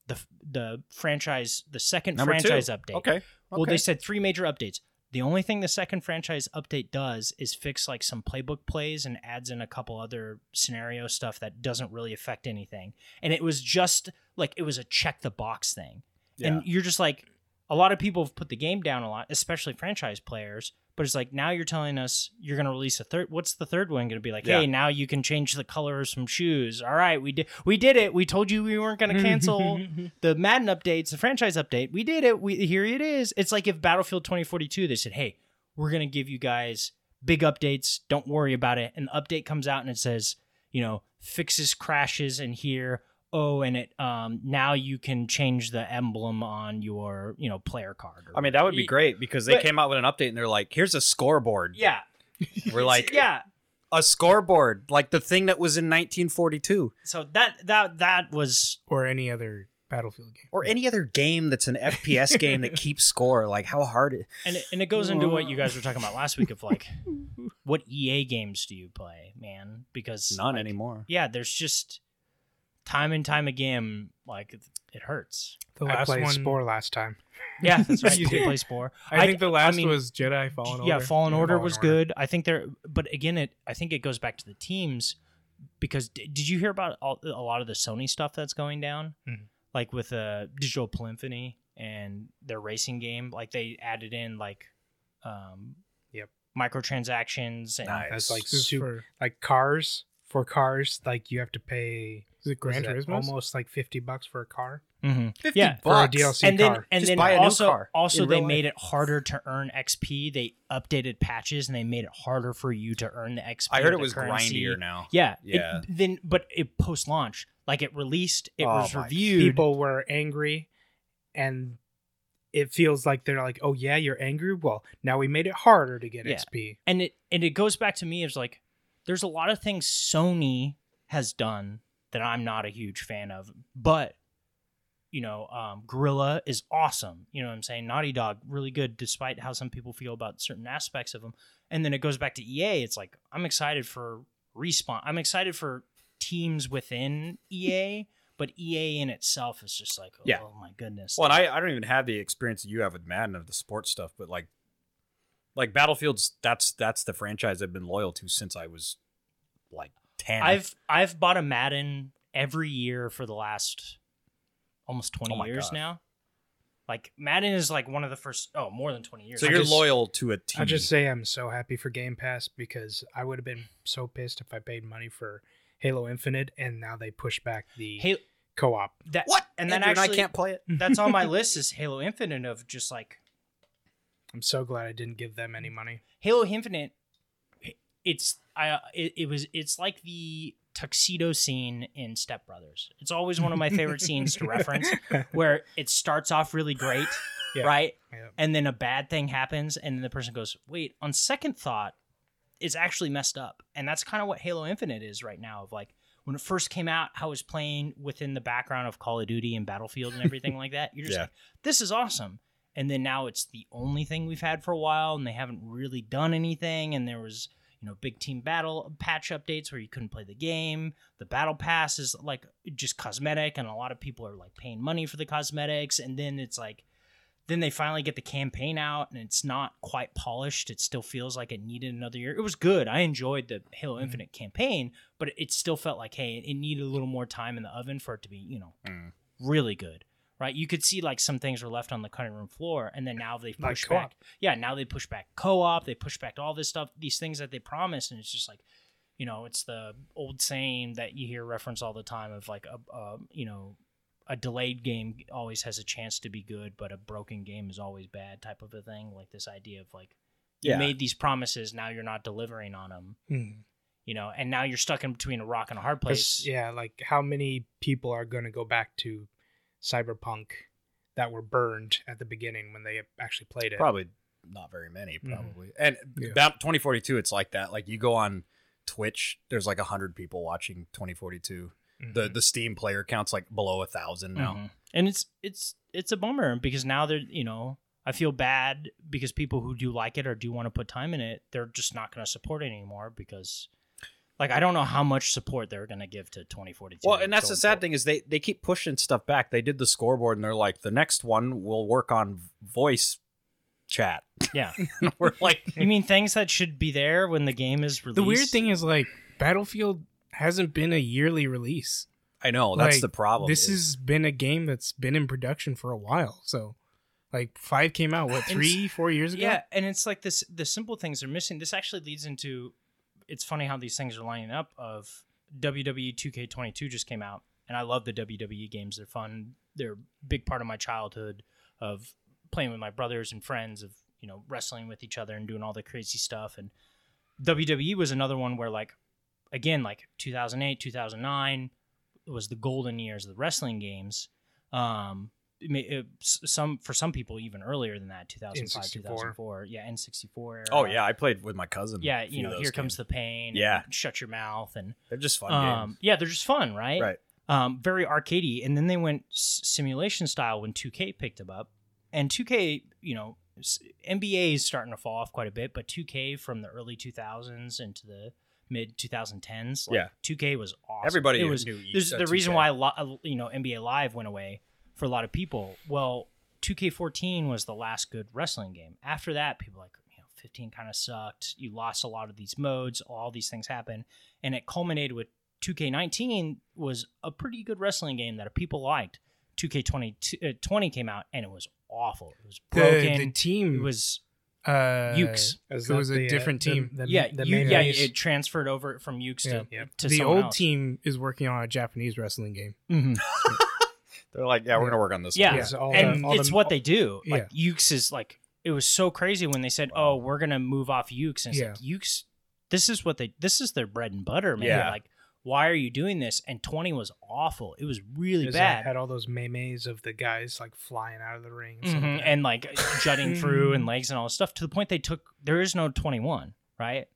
Speaker 3: the the franchise, the second
Speaker 2: Number two.
Speaker 3: franchise update.
Speaker 2: Okay. okay.
Speaker 3: Well, they said three major updates. The only thing the second franchise update does is fix like some playbook plays and adds in a couple other scenario stuff that doesn't really affect anything. And it was just like it was a check the box thing.
Speaker 2: yeah.
Speaker 3: And you're just like, a lot of people have put the game down a lot, especially franchise players. But it's like now you're telling us you're going to release a third. What's the third one going to be like?
Speaker 2: Yeah.
Speaker 3: Hey, now you can change the color of some shoes. All right, we did we did it. We told you we weren't going to cancel the Madden updates, the franchise update. We did it. We here it is. It's like if Battlefield 2042 they said, "Hey, we're going to give you guys big updates. Don't worry about it." And the update comes out and it says, you know, fixes crashes in here. Oh, and it um now you can change the emblem on your, you know, player card. or
Speaker 2: I mean, that would be
Speaker 3: whatever.
Speaker 2: great because they
Speaker 3: But-
Speaker 2: came out with an update and they're like, here's a scoreboard.
Speaker 3: Yeah.
Speaker 2: We're like,
Speaker 3: Yeah.
Speaker 2: a scoreboard, like the thing that was in 1942
Speaker 3: So that that that was
Speaker 1: or any other Battlefield game.
Speaker 2: or any other game that's an FPS game that keeps score. Like, how hard it.
Speaker 3: and it, and it goes into what you guys were talking about last week of like what EA games do you play, man? Because
Speaker 2: None
Speaker 3: like,
Speaker 2: anymore.
Speaker 3: Yeah, there's just time and time again like it, it hurts.
Speaker 1: The
Speaker 4: I
Speaker 1: last
Speaker 4: played
Speaker 1: one,
Speaker 4: Spore
Speaker 1: Spore last time.
Speaker 3: Yeah, that's right.
Speaker 4: You
Speaker 3: you
Speaker 4: did.
Speaker 3: play Spore.
Speaker 4: I, think the last
Speaker 3: mean,
Speaker 4: was Jedi Fallen
Speaker 3: yeah,
Speaker 4: Order.
Speaker 3: Fallen Order
Speaker 1: Fallen
Speaker 3: was
Speaker 1: Order.
Speaker 3: good. I think there, but again, it I think it goes back to the teams because d- did you hear about all, a lot of the Sony stuff that's going down,
Speaker 1: Mhm.
Speaker 3: like with uh, Digital Polyphony and their racing game? Like they added in like, um,
Speaker 1: Yep.
Speaker 3: microtransactions and
Speaker 2: Nice.
Speaker 1: That's like
Speaker 4: This is
Speaker 1: super,
Speaker 4: for-
Speaker 1: like cars for cars. Like you have to pay
Speaker 4: is it
Speaker 1: what
Speaker 4: Gran
Speaker 1: is that,
Speaker 4: Turismo?
Speaker 1: almost like fifty bucks for a car.
Speaker 3: Mm-hmm.
Speaker 2: 50
Speaker 3: Yeah.
Speaker 1: For a
Speaker 2: bucks.
Speaker 1: DLC.
Speaker 3: and then
Speaker 1: car.
Speaker 3: and
Speaker 2: Just
Speaker 3: then
Speaker 2: buy a new
Speaker 3: also
Speaker 2: car
Speaker 3: also
Speaker 2: in
Speaker 3: they
Speaker 2: real
Speaker 3: made it harder to earn XP. They updated patches and they made it harder for you to earn the XP.
Speaker 2: I heard
Speaker 3: or
Speaker 2: it
Speaker 3: the
Speaker 2: was
Speaker 3: currency.
Speaker 2: grindier now.
Speaker 3: Yeah. it-
Speaker 2: Yeah.
Speaker 3: then, but it post launch, like it released, it
Speaker 2: Oh
Speaker 3: was
Speaker 2: my-
Speaker 3: reviewed.
Speaker 1: People were angry, and it feels like they're like, "Oh yeah, you're angry. Well, now we made it harder to get
Speaker 3: Yeah.
Speaker 1: XP."
Speaker 3: and it and it goes back to me as like there's a lot of things Sony has done that I'm not a huge fan of, but you know, um, Gorilla is awesome. You know what I'm saying? Naughty Dog really good, despite how some people feel about certain aspects of them. And then it goes back to EA. It's like I'm excited for respawn. I'm excited for teams within EA, but EA in itself is just like, oh,
Speaker 2: Yeah.
Speaker 3: my goodness.
Speaker 2: Well, and I, I don't even have the experience that you have with Madden of the sports stuff, but like, like Battlefield's that's that's the franchise I've been loyal to since I was like ten.
Speaker 3: I've I've bought a Madden every year for the last almost twenty
Speaker 2: Oh my
Speaker 3: years
Speaker 2: gosh.
Speaker 3: now. Like Madden is like one of the first oh more than twenty years.
Speaker 2: so
Speaker 3: I
Speaker 2: you're
Speaker 3: just-
Speaker 2: loyal to a team.
Speaker 1: I just say I'm so happy for Game Pass because I would have been so pissed if I paid money for Halo Infinite, and now they push back the
Speaker 3: Halo
Speaker 1: co-op.
Speaker 3: that
Speaker 2: what?
Speaker 3: and then
Speaker 2: Andrew I
Speaker 3: actually
Speaker 2: can't play it.
Speaker 3: that's on my list is Halo Infinite of just like
Speaker 1: I'm so glad I didn't give them any money.
Speaker 3: Halo Infinite. It's I it, it was it's like the tuxedo scene in Step Brothers. It's always one of my favorite scenes to reference where it starts off really great,
Speaker 1: Yeah.
Speaker 3: right?
Speaker 1: Yep.
Speaker 3: and then a bad thing happens and then the person goes wait on second thought it's actually messed up and that's kind of what halo infinite is right now of like when it first came out i was playing within the background of call of duty and battlefield and everything like that you're just
Speaker 2: Yeah.
Speaker 3: like this is awesome and then now it's the only thing we've had for a while and they haven't really done anything and there was you know big team battle patch updates where you couldn't play the game the battle pass is like just cosmetic and a lot of people are like paying money for the cosmetics and then it's like then they finally get the campaign out and it's not quite polished it still feels like it needed another year it was good i enjoyed the halo infinite campaign but it still felt like hey it needed a little more time in the oven for it to be you know
Speaker 2: Mm.
Speaker 3: really good right you could see like some things were left on the cutting room floor and then now they've
Speaker 1: Like
Speaker 3: pushed
Speaker 1: co-op.
Speaker 3: back yeah now they push back co-op they push back all this stuff these things that they promised and it's just like you know it's the old saying that you hear reference all the time of like a, a you know a delayed game always has a chance to be good, but a broken game is always bad type of a thing. Like this idea of like
Speaker 2: Yeah.
Speaker 3: you made these promises, now you're not delivering on them, you know, and now you're stuck in between a rock and a hard
Speaker 1: 'Cause,
Speaker 3: place.
Speaker 1: Yeah, like how many people are going to go back to Cyberpunk that were burned at the beginning when they actually played it?
Speaker 2: Probably not very many,
Speaker 3: Mm-hmm.
Speaker 1: Mhm.
Speaker 2: probably. And
Speaker 1: Yeah.
Speaker 2: about 2042, it's like that. Like you go on Twitch, there's like hundred people watching 2042.
Speaker 1: Mhm.
Speaker 3: Mm-hmm.
Speaker 2: The the Steam player count's like below a thousand now.
Speaker 3: Mhm. and it's it's it's a bummer because now they're you know I feel bad because people who do like it or do want to put time in it, they're just not going to support it anymore because Like I don't know how much support they're going to give to 2042.
Speaker 2: Well, and that's the
Speaker 3: going
Speaker 2: sad
Speaker 3: forward.
Speaker 2: thing is they they keep pushing stuff back. They did the scoreboard, and they're like, the next one will work on voice chat.
Speaker 3: Yeah.
Speaker 2: And we're like,
Speaker 3: You mean things that should be there when the game is released?
Speaker 4: The weird thing is like Battlefield hasn't been a yearly release.
Speaker 2: I know that's
Speaker 4: Like,
Speaker 2: the problem.
Speaker 4: This has been a game that's been in production for a while. So, like five came out what
Speaker 3: It's-
Speaker 4: three, four years ago.
Speaker 3: Yeah, and it's like this the simple things are missing. This actually leads into it's funny how these things are lining up of E WWE 2K22 just came out and I love the WWE games. They're fun. They're a big part of my childhood of playing with my brothers and friends of, you know, wrestling with each other and doing all the crazy stuff and WWE was another one where like again like 2008, 2009 was the golden years of the wrestling games. Um it may- it- s- some for some people even earlier than that 2005
Speaker 1: N64.
Speaker 3: 2004 yeah n64
Speaker 2: oh yeah, I played with my cousin.
Speaker 3: yeah
Speaker 2: a few
Speaker 3: you
Speaker 2: of
Speaker 3: know
Speaker 2: those
Speaker 3: here comes
Speaker 2: games.
Speaker 3: the pain and
Speaker 2: Yeah.
Speaker 3: shut your mouth and
Speaker 2: They're just fun
Speaker 3: um, yeah they're just fun right
Speaker 2: games, right?
Speaker 3: um, very arcadey. And then they went s- simulation style when 2K picked them up. And 2K, you know, s- NBA is starting to fall off quite a bit, but 2K from the early 2000s into the mid 2010s, like,
Speaker 2: Yeah.
Speaker 3: 2K was awesome.
Speaker 2: Everybody
Speaker 3: it was.
Speaker 2: knew
Speaker 3: There's
Speaker 2: uh,
Speaker 3: the reason
Speaker 2: 2K.
Speaker 3: why a lot, a- you know, NBA Live went away for a lot of people. Well, 2K14 was the last good wrestling game. After that, people were like, you know, 15 kind of sucked. You lost a lot of these modes. All these things happen, and it culminated with 2K19 was a pretty good wrestling game that people liked. 2K20 uh, 20 came out and it was awful. It was
Speaker 4: the,
Speaker 3: broken.
Speaker 4: the team
Speaker 3: it was
Speaker 4: uh,
Speaker 3: Ukes.
Speaker 1: Is
Speaker 4: It was
Speaker 1: that
Speaker 4: a
Speaker 1: the, uh,
Speaker 4: different
Speaker 1: the-
Speaker 4: team.
Speaker 1: the-
Speaker 3: yeah,
Speaker 1: the
Speaker 3: you-
Speaker 1: main
Speaker 3: yeah,
Speaker 1: race?
Speaker 3: it transferred over from Ukes to,
Speaker 1: Yeah.
Speaker 3: to
Speaker 4: The
Speaker 3: someone
Speaker 4: old
Speaker 3: else.
Speaker 4: team is working on a Japanese wrestling game.
Speaker 3: Mhm.
Speaker 2: They're like, yeah, we're gonna work on this.
Speaker 3: Yeah.
Speaker 2: one.
Speaker 1: It's all
Speaker 3: and
Speaker 1: the- all
Speaker 3: it's
Speaker 1: the-
Speaker 3: what they do. Like Ukes is like it was so crazy when they said,
Speaker 2: Wow.
Speaker 3: "Oh, we're gonna move off Ukes," and it's like Ukes. This is what they. This is their bread and butter, man.
Speaker 2: Yeah.
Speaker 3: Like, why are you doing this? And twenty was awful. It was really
Speaker 1: Is that
Speaker 3: bad.
Speaker 1: Had all those memes of the guys like flying out of the ring.
Speaker 2: Mm-hmm.
Speaker 1: and stuff
Speaker 3: Mhm,
Speaker 1: like that.
Speaker 3: and like jutting through and legs and all this stuff to the point they took. There is no twenty one, right?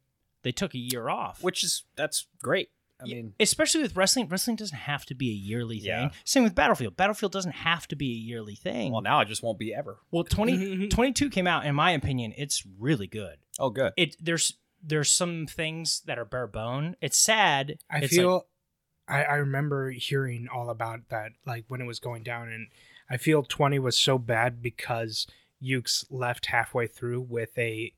Speaker 3: They took a year off,
Speaker 2: which is that's great. I mean,
Speaker 3: especially with wrestling. Wrestling doesn't have to be a yearly thing.
Speaker 2: Yeah.
Speaker 3: Same with Battlefield. Battlefield doesn't have to be a yearly thing.
Speaker 2: well, now it just won't be ever.
Speaker 3: Well, 20, 22 came out. In my opinion, it's really good.
Speaker 2: Oh, good.
Speaker 3: It there's there's some things that are bare bone. It's sad.
Speaker 1: I
Speaker 3: It's like-
Speaker 1: feel I, I remember hearing all about that, like when it was going down, and I feel twenty was so bad because Ukes left halfway through with a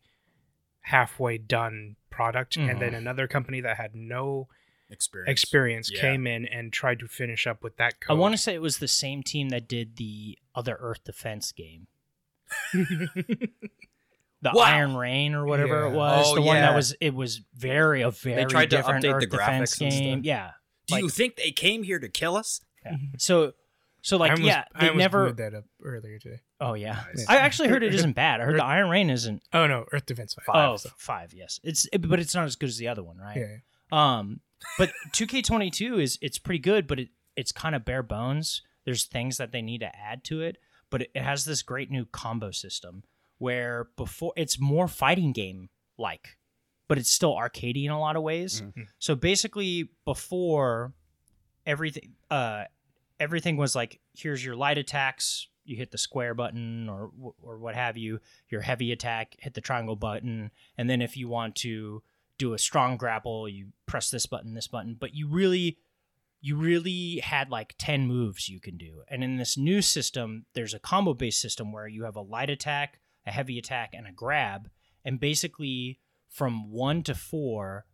Speaker 1: halfway done product,
Speaker 3: Mhm.
Speaker 1: and then another company that had no
Speaker 2: Experience.
Speaker 1: experience
Speaker 2: Yeah.
Speaker 1: came in and tried to finish up with that.
Speaker 3: I
Speaker 1: Code.
Speaker 3: want to say it was the same team that did the other Earth defense game. The
Speaker 2: Wow.
Speaker 3: Iron Rain or whatever it
Speaker 1: Yeah.
Speaker 3: was,
Speaker 2: Oh,
Speaker 3: the one that
Speaker 2: yeah.
Speaker 3: was it was very a very
Speaker 2: tried to
Speaker 3: different
Speaker 2: update
Speaker 3: Earth
Speaker 2: the
Speaker 3: defense
Speaker 2: graphics and
Speaker 3: game.
Speaker 2: stuff.
Speaker 3: Yeah.
Speaker 2: Do you
Speaker 3: Like-
Speaker 2: think they came here to kill us?
Speaker 3: So so like
Speaker 4: I almost,
Speaker 3: yeah,
Speaker 4: I
Speaker 3: they
Speaker 4: almost
Speaker 3: never
Speaker 4: brewed that up earlier today.
Speaker 3: Oh yeah.
Speaker 2: Nice.
Speaker 3: I actually heard it isn't bad. I heard the Iron Rain isn't
Speaker 4: Oh no, Earth Defense Five.
Speaker 3: oh,
Speaker 4: so-
Speaker 3: five, Oh, yes. It's it, but it's not as good as the other one, right?
Speaker 4: yeah,
Speaker 3: Um, but 2K22 is it's pretty good, but it it's kind of bare bones. There's things that they need to add to it, but it, it has this great new combo system where before it's more fighting game like, but it's still arcadey in a lot of ways.
Speaker 2: Mhm.
Speaker 3: So basically, before everything, uh, everything was like here's your light attacks. You hit the square button or wh- or what have you. Your heavy attack, hit the triangle button, and then if you want to do a strong grapple you press this button this button but you really you really had like 10 moves you can do and in this new system there's a combo based system where you have a light attack a heavy attack and a grab and basically from 1 to 4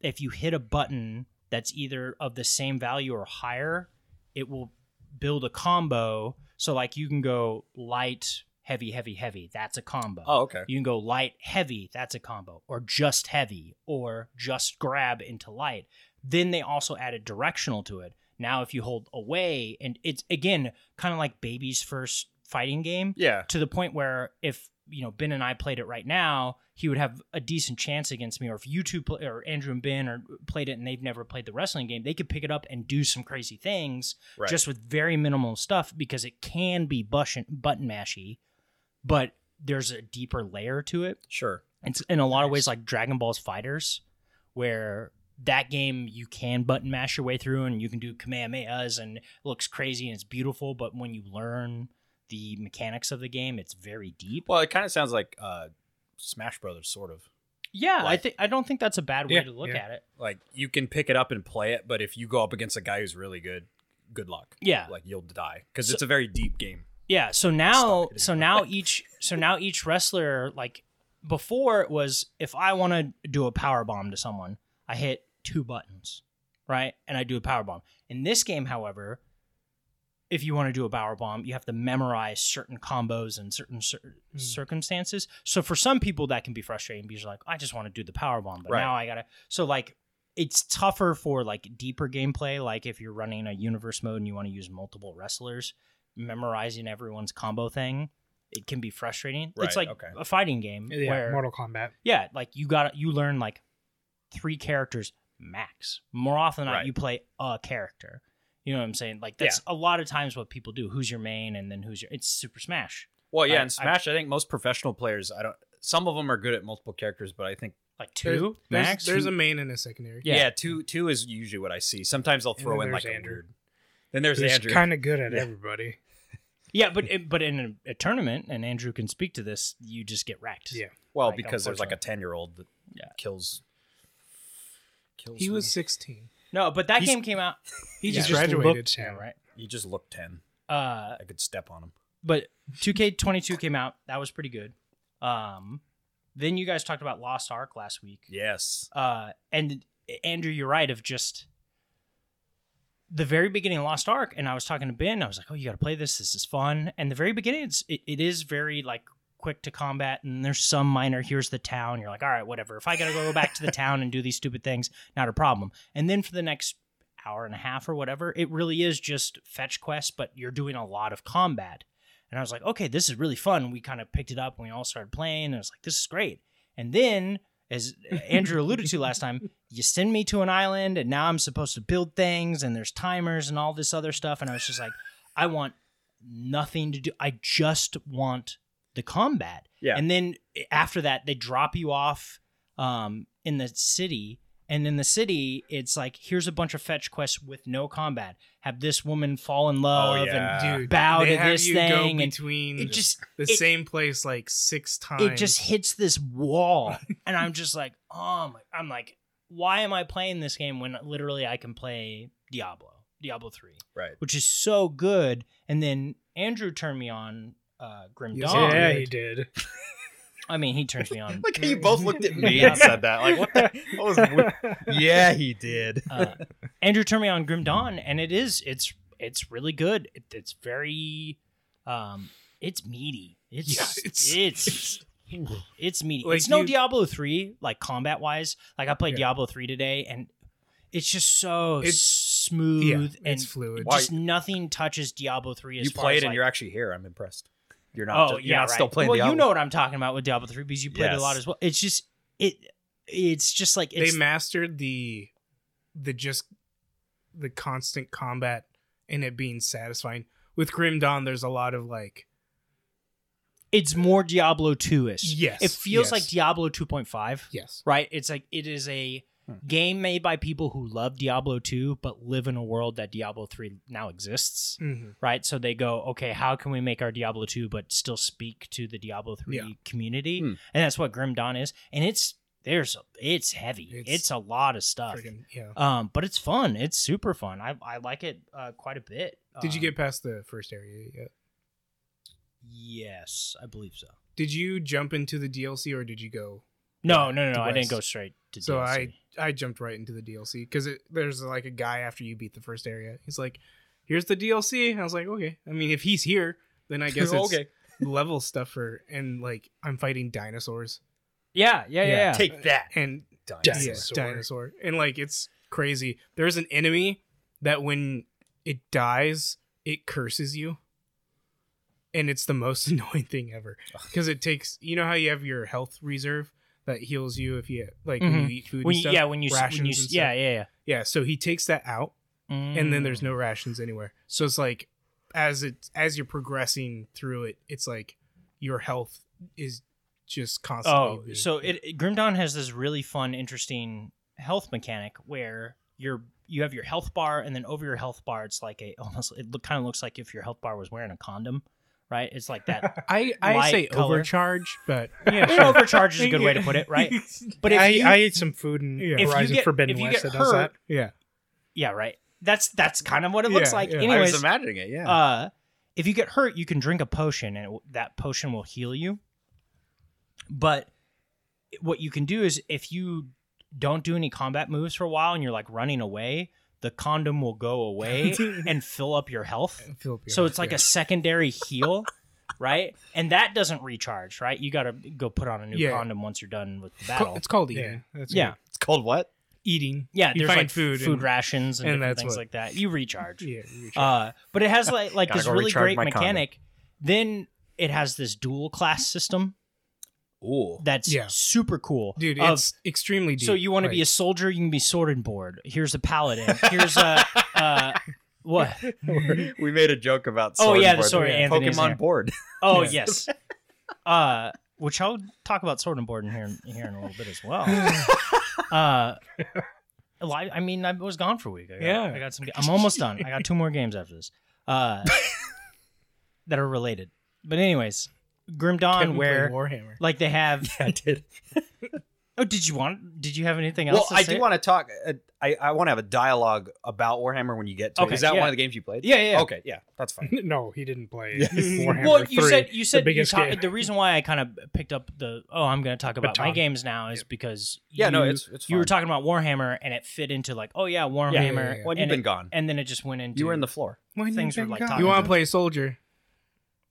Speaker 3: if you hit a button that's either of the same value or higher it will build a combo so like you can go light heavy heavy heavy that's a combo
Speaker 2: Oh, okay.
Speaker 3: you can go light, heavy, that's a combo, or just heavy, or just grab into light. Then they also added directional to it. Now, if you hold away, and it's again kind of like baby's first fighting game
Speaker 2: Yeah.
Speaker 3: to the point where if you know Ben and I played it right now, he would have a decent chance against me. Or if you two play, or Andrew and Ben or played it and they've never played the wrestling game, they could pick it up and do some crazy things
Speaker 2: Right.
Speaker 3: just with very minimal stuff because it can be button button mashy, but there's a deeper layer to it.
Speaker 2: sure.
Speaker 3: It's in a lot of ways like Dragon Ball's Fighters, where that game you can button mash your way through and you can do Kamehamehas and it looks crazy and it's beautiful, but when you learn the mechanics of the game, it's very deep.
Speaker 2: Well, it kind of sounds like uh, Smash Brothers, sort of.
Speaker 3: Yeah, I
Speaker 2: Like-
Speaker 3: think I don't think that's a bad way
Speaker 1: Yeah,
Speaker 3: to look
Speaker 1: yeah.
Speaker 3: at it.
Speaker 2: Like you can pick it up and play it, but if you go up against a guy who's really good, good luck.
Speaker 3: Yeah.
Speaker 2: like you'll die because it's a very deep game.
Speaker 3: Yeah. So now,
Speaker 2: Stop it.
Speaker 3: so now each, so now each wrestler, like before, it was if I want to do a power bomb to someone, I hit two buttons, right, and I do a power bomb. In this game, however, if you want to do a power bomb, you have to memorize certain combos and certain cir-
Speaker 2: Hmm.
Speaker 1: Mm.
Speaker 3: circumstances. So for some people, that can be frustrating because you're like, I just want to do the power bomb, but
Speaker 2: Right.
Speaker 3: now I gotta. So like. It's tougher for like deeper gameplay, like if you're running a universe mode and you want to use multiple wrestlers, memorizing everyone's combo thing it can be frustrating
Speaker 2: Right,
Speaker 3: it's like
Speaker 2: okay.
Speaker 3: a fighting game
Speaker 1: Yeah,
Speaker 3: where
Speaker 1: Mortal Kombat.
Speaker 3: yeah like you got you learn like three characters max more often than not
Speaker 2: Right.
Speaker 3: you play a character you know what i'm saying like that's a lot of times what people do who's your main and then who's your it's super smash
Speaker 2: Well, yeah,
Speaker 3: I-
Speaker 2: in Smash, I, think most professional players, I don't. Some of them are good at multiple characters, but I think
Speaker 3: like
Speaker 4: There's-
Speaker 3: two
Speaker 4: There's,
Speaker 3: max
Speaker 4: there's a main and a secondary.
Speaker 3: Yeah.
Speaker 2: yeah. two two is usually what I see. Sometimes they'll
Speaker 1: And
Speaker 2: throw
Speaker 1: then
Speaker 2: in like
Speaker 1: there's
Speaker 2: a
Speaker 1: Andrew.
Speaker 2: weird. Then there's
Speaker 1: He's
Speaker 2: Andrew.
Speaker 1: kind of good at
Speaker 2: Yeah.
Speaker 1: everybody.
Speaker 3: yeah but but in a, a tournament and andrew can speak to this you just get wrecked
Speaker 1: Yeah.
Speaker 2: well,
Speaker 3: like,
Speaker 2: because there's like a ten year old that
Speaker 3: Yeah.
Speaker 2: kills. Kills.
Speaker 4: He was
Speaker 2: me.
Speaker 4: 16.
Speaker 3: no but that
Speaker 2: He's-
Speaker 3: game came out
Speaker 4: He
Speaker 3: Yeah.
Speaker 4: just
Speaker 3: He just
Speaker 4: graduated.
Speaker 1: looked-
Speaker 3: yeah
Speaker 1: Yeah.
Speaker 3: right
Speaker 2: He just looked ten.
Speaker 3: uh
Speaker 2: I could step on him.
Speaker 3: but 2K22 came out. That was pretty good. Um, then you guys talked about Lost Ark last week.
Speaker 2: Yes.
Speaker 3: Uh, and Andrew, you're right. Of just the very beginning of Lost Ark, and I was talking to Ben. I was like, "Oh, you got to play this. This is fun." And the very beginning, it's it, it is very like quick to combat, and there's some minor. Here's the town. You're like, "All right, whatever." If I got to go back to the town and do these stupid things, not a problem. And then for the next hour and a half or whatever, it really is just fetch quests, but you're doing a lot of combat. And I was like, okay, this is really fun. We kind of picked it up and we all started playing. And I was like, this is great. And then, as Andrew alluded to last time, you send me to an island and now I'm supposed to build things and there's timers and all this other stuff. And I was just like, I want nothing to do. I just want the combat.
Speaker 2: Yeah.
Speaker 3: And then after that, they drop you off um, in the city. And in the city, it's like, here's a bunch of fetch quests with no combat. Have this woman fall in love and
Speaker 4: Dude,
Speaker 3: bow
Speaker 4: they
Speaker 3: to
Speaker 4: have
Speaker 3: this
Speaker 4: you
Speaker 3: thing
Speaker 4: go
Speaker 3: and
Speaker 4: between
Speaker 3: it just
Speaker 4: the
Speaker 3: it-
Speaker 4: same place like six times.
Speaker 3: it just hits this wall and i'm just like oh my i'm like why am i playing this game when literally i can play diablo diablo 3
Speaker 2: Right.
Speaker 3: which is so good and then andrew turned me on uh grim
Speaker 4: Yes,
Speaker 3: dawn
Speaker 1: yeah, he did.
Speaker 3: i mean he turned me on
Speaker 2: Like you both looked at me
Speaker 3: Yeah.
Speaker 2: and said that. Like what the? What was with- yeah, he did.
Speaker 3: uh, Andrew turned me on Grim Dawn, and it is it's it's really good. It, it's very, um, it's meaty. It's
Speaker 4: Yeah,
Speaker 3: it's
Speaker 4: it's-
Speaker 3: it's, it's meaty.
Speaker 4: Like
Speaker 3: it's no
Speaker 4: you-
Speaker 3: Diablo three like combat wise. Like I played
Speaker 1: Yeah.
Speaker 3: Diablo three today, and it's just so
Speaker 4: It's- yeah,
Speaker 3: smooth and
Speaker 4: it's fluid.
Speaker 2: Why-
Speaker 3: just nothing touches Diablo three. As
Speaker 2: You
Speaker 3: far
Speaker 2: played
Speaker 3: as,
Speaker 2: and
Speaker 3: like-
Speaker 2: you're actually here. I'm impressed. You're not.
Speaker 3: Oh
Speaker 2: just-
Speaker 3: yeah,
Speaker 2: you're not
Speaker 3: right.
Speaker 2: still playing.
Speaker 3: Well,
Speaker 2: Diablo.
Speaker 3: you know what I'm talking about with Diablo three because you played a lot
Speaker 2: Yes.
Speaker 3: as well. It's just it. It's just like
Speaker 4: they
Speaker 3: it's
Speaker 4: mastered the the just the constant combat and it being satisfying. With Grim Dawn, there's a lot of like
Speaker 3: it's more Diablo 2 ish.
Speaker 4: Yes,
Speaker 3: It feels
Speaker 4: yes.
Speaker 3: like Diablo 2.5,
Speaker 4: yes,
Speaker 3: right? It's like it is a
Speaker 2: Hmm.
Speaker 3: game made by people who love Diablo 2 but live in a world that Diablo 3 now exists,
Speaker 4: hmm
Speaker 3: right? So they go, okay, how can we make our Diablo 2 but still speak to the Diablo 3
Speaker 4: Yeah.
Speaker 3: community?
Speaker 2: Hmm.
Speaker 3: And that's what Grim Dawn is. And it's there's it's heavy. It's,
Speaker 4: It's
Speaker 3: a lot of stuff.
Speaker 4: Friggin', yeah.
Speaker 3: Um, but it's fun. It's super fun. I I like it uh, quite a bit.
Speaker 4: Did you
Speaker 3: Um,
Speaker 4: get past the first area yet?
Speaker 3: Yes, I believe so.
Speaker 4: Did you jump into the DLC or did you go?
Speaker 3: No, no, no, no.
Speaker 4: to
Speaker 3: I didn't
Speaker 4: West.
Speaker 3: go straight to
Speaker 4: So
Speaker 3: DLC.
Speaker 4: I I jumped right into the DLC because there's like a guy after you beat the first area. He's like, "Here's the DLC." And I was like, "Okay." I mean, if he's here, then I guess it's
Speaker 2: okay.
Speaker 4: level stuffer and like I'm fighting dinosaurs
Speaker 3: Yeah, yeah, yeah.
Speaker 4: Yeah.
Speaker 3: yeah.
Speaker 2: Take that.
Speaker 4: and
Speaker 1: Dinosaur.
Speaker 4: yeah, dinosaur and like it's crazy. There's an enemy that when it dies, it curses you. And it's the most annoying thing ever because it takes you know how you have your health reserve that heals you if you like when
Speaker 3: Mhm.
Speaker 4: you eat food
Speaker 3: When
Speaker 4: and
Speaker 3: you-
Speaker 4: stuff.
Speaker 3: yeah, when you, s- when you
Speaker 4: rations
Speaker 3: s-
Speaker 4: and
Speaker 3: yeah,
Speaker 4: stuff.
Speaker 3: yeah, Mm.
Speaker 4: Yeah, so he takes that out
Speaker 3: yeah.
Speaker 4: and then there's no rations anywhere. So it's like as it as you're progressing through it, it's like your health is just constantly.
Speaker 3: Oh,
Speaker 4: being-
Speaker 3: so it, it Grim Dawn has this really fun, interesting health mechanic where you're you have your health bar, and then over your health bar, it's like a almost it look, kind of looks like if your health bar was wearing a condom, right? It's like that.
Speaker 4: I I
Speaker 3: Light
Speaker 4: say
Speaker 3: color.
Speaker 4: overcharge, but
Speaker 3: You know, overcharge is a good way to put it, right? But if
Speaker 1: I,
Speaker 3: you,
Speaker 1: I ate some food in
Speaker 4: Yeah. If
Speaker 3: you
Speaker 1: Horizon
Speaker 3: get- if
Speaker 1: Forbidden
Speaker 3: you
Speaker 1: West
Speaker 3: get
Speaker 1: that does that.
Speaker 3: hurt-
Speaker 4: yeah,
Speaker 3: yeah, right. That's that's kind of what it looks
Speaker 4: Yeah,
Speaker 3: like.
Speaker 4: yeah. I was
Speaker 2: I was
Speaker 3: Anyways,
Speaker 2: imagining it. Yeah.
Speaker 3: uh, if you get hurt, you can drink a potion, and it, w- that potion will heal you. But what you can do is, if you don't do any combat moves for a while, and you're like running away, the condom will go away and fill up your health.
Speaker 4: Philippines.
Speaker 3: So it's like a secondary heal, right? And that doesn't recharge, right? You got to go put on a new
Speaker 4: Yeah.
Speaker 3: condom once you're done with the
Speaker 4: Ca-
Speaker 3: battle.
Speaker 4: It's called eating.
Speaker 1: Yeah, that's
Speaker 3: yeah,
Speaker 2: it's called what?
Speaker 4: Eating.
Speaker 3: yeah.
Speaker 4: You
Speaker 3: There's
Speaker 4: find
Speaker 3: like
Speaker 4: food
Speaker 3: food,
Speaker 4: and-
Speaker 3: rations and,
Speaker 4: and
Speaker 3: different
Speaker 4: that's
Speaker 3: things
Speaker 4: what-
Speaker 3: like that. You recharge.
Speaker 4: Yeah. you're sure.
Speaker 3: Uh, but it has like like
Speaker 2: Gotta
Speaker 3: this
Speaker 2: go
Speaker 3: really
Speaker 2: recharge
Speaker 3: great
Speaker 2: my condom.
Speaker 3: mechanic. Then it has this dual class system
Speaker 2: Ooh.
Speaker 3: that's
Speaker 4: Yeah.
Speaker 3: super cool.
Speaker 4: Dude,
Speaker 3: of-
Speaker 4: it's extremely deep.
Speaker 3: so you want to be a soldier? You can be sword and board. Here's a paladin. Here's a uh, what?
Speaker 2: we made a joke about.
Speaker 3: Oh,
Speaker 2: sword
Speaker 3: yeah,
Speaker 2: and
Speaker 3: the
Speaker 2: board.
Speaker 3: sword, Anthony's
Speaker 2: Pokemon
Speaker 3: there.
Speaker 2: board.
Speaker 3: Oh
Speaker 4: Yeah.
Speaker 3: yes. Uh, which I'll talk about sword and board in here in- here in a little bit as well. Uh, well, I I mean, I was gone for a week. I got,
Speaker 4: Yeah.
Speaker 3: I got some. ga- I'm almost done. I got two more games after this. Uh, that are related. But anyways, Grim Dawn,
Speaker 4: Kevin played
Speaker 3: where
Speaker 4: Warhammer.
Speaker 3: like they have.
Speaker 2: I did.
Speaker 3: Oh, did you want? Did you have anything
Speaker 2: Well,
Speaker 3: else? to
Speaker 2: I
Speaker 3: say?
Speaker 2: do want to talk. Uh, I I want to have a dialogue about Warhammer when you get to. it.
Speaker 3: Okay,
Speaker 2: Is that
Speaker 3: yeah.
Speaker 2: one of the games you played?
Speaker 3: Yeah, yeah. yeah.
Speaker 2: Okay. Yeah. That's fine.
Speaker 1: No, he didn't play
Speaker 2: Yes.
Speaker 1: Warhammer
Speaker 3: Well, you
Speaker 1: 3,
Speaker 3: said you said
Speaker 1: the
Speaker 3: you
Speaker 1: biggest
Speaker 3: talk,
Speaker 1: game.
Speaker 3: the reason why I kind of picked up the oh I'm going to talk about my
Speaker 1: Baton.
Speaker 3: games now is because
Speaker 2: Yeah, no,
Speaker 3: you-
Speaker 2: it's- it's
Speaker 3: you were
Speaker 2: fine.
Speaker 3: talking about Warhammer and it fit into like oh yeah Warhammer
Speaker 2: yeah,
Speaker 4: yeah.
Speaker 2: When
Speaker 3: and
Speaker 2: you've been
Speaker 3: it-
Speaker 2: gone,
Speaker 3: and then it just went into
Speaker 2: you were in the floor.
Speaker 1: When
Speaker 3: things were,
Speaker 1: you've been
Speaker 3: like,
Speaker 1: gone.
Speaker 3: talking
Speaker 4: You want to play a soldier?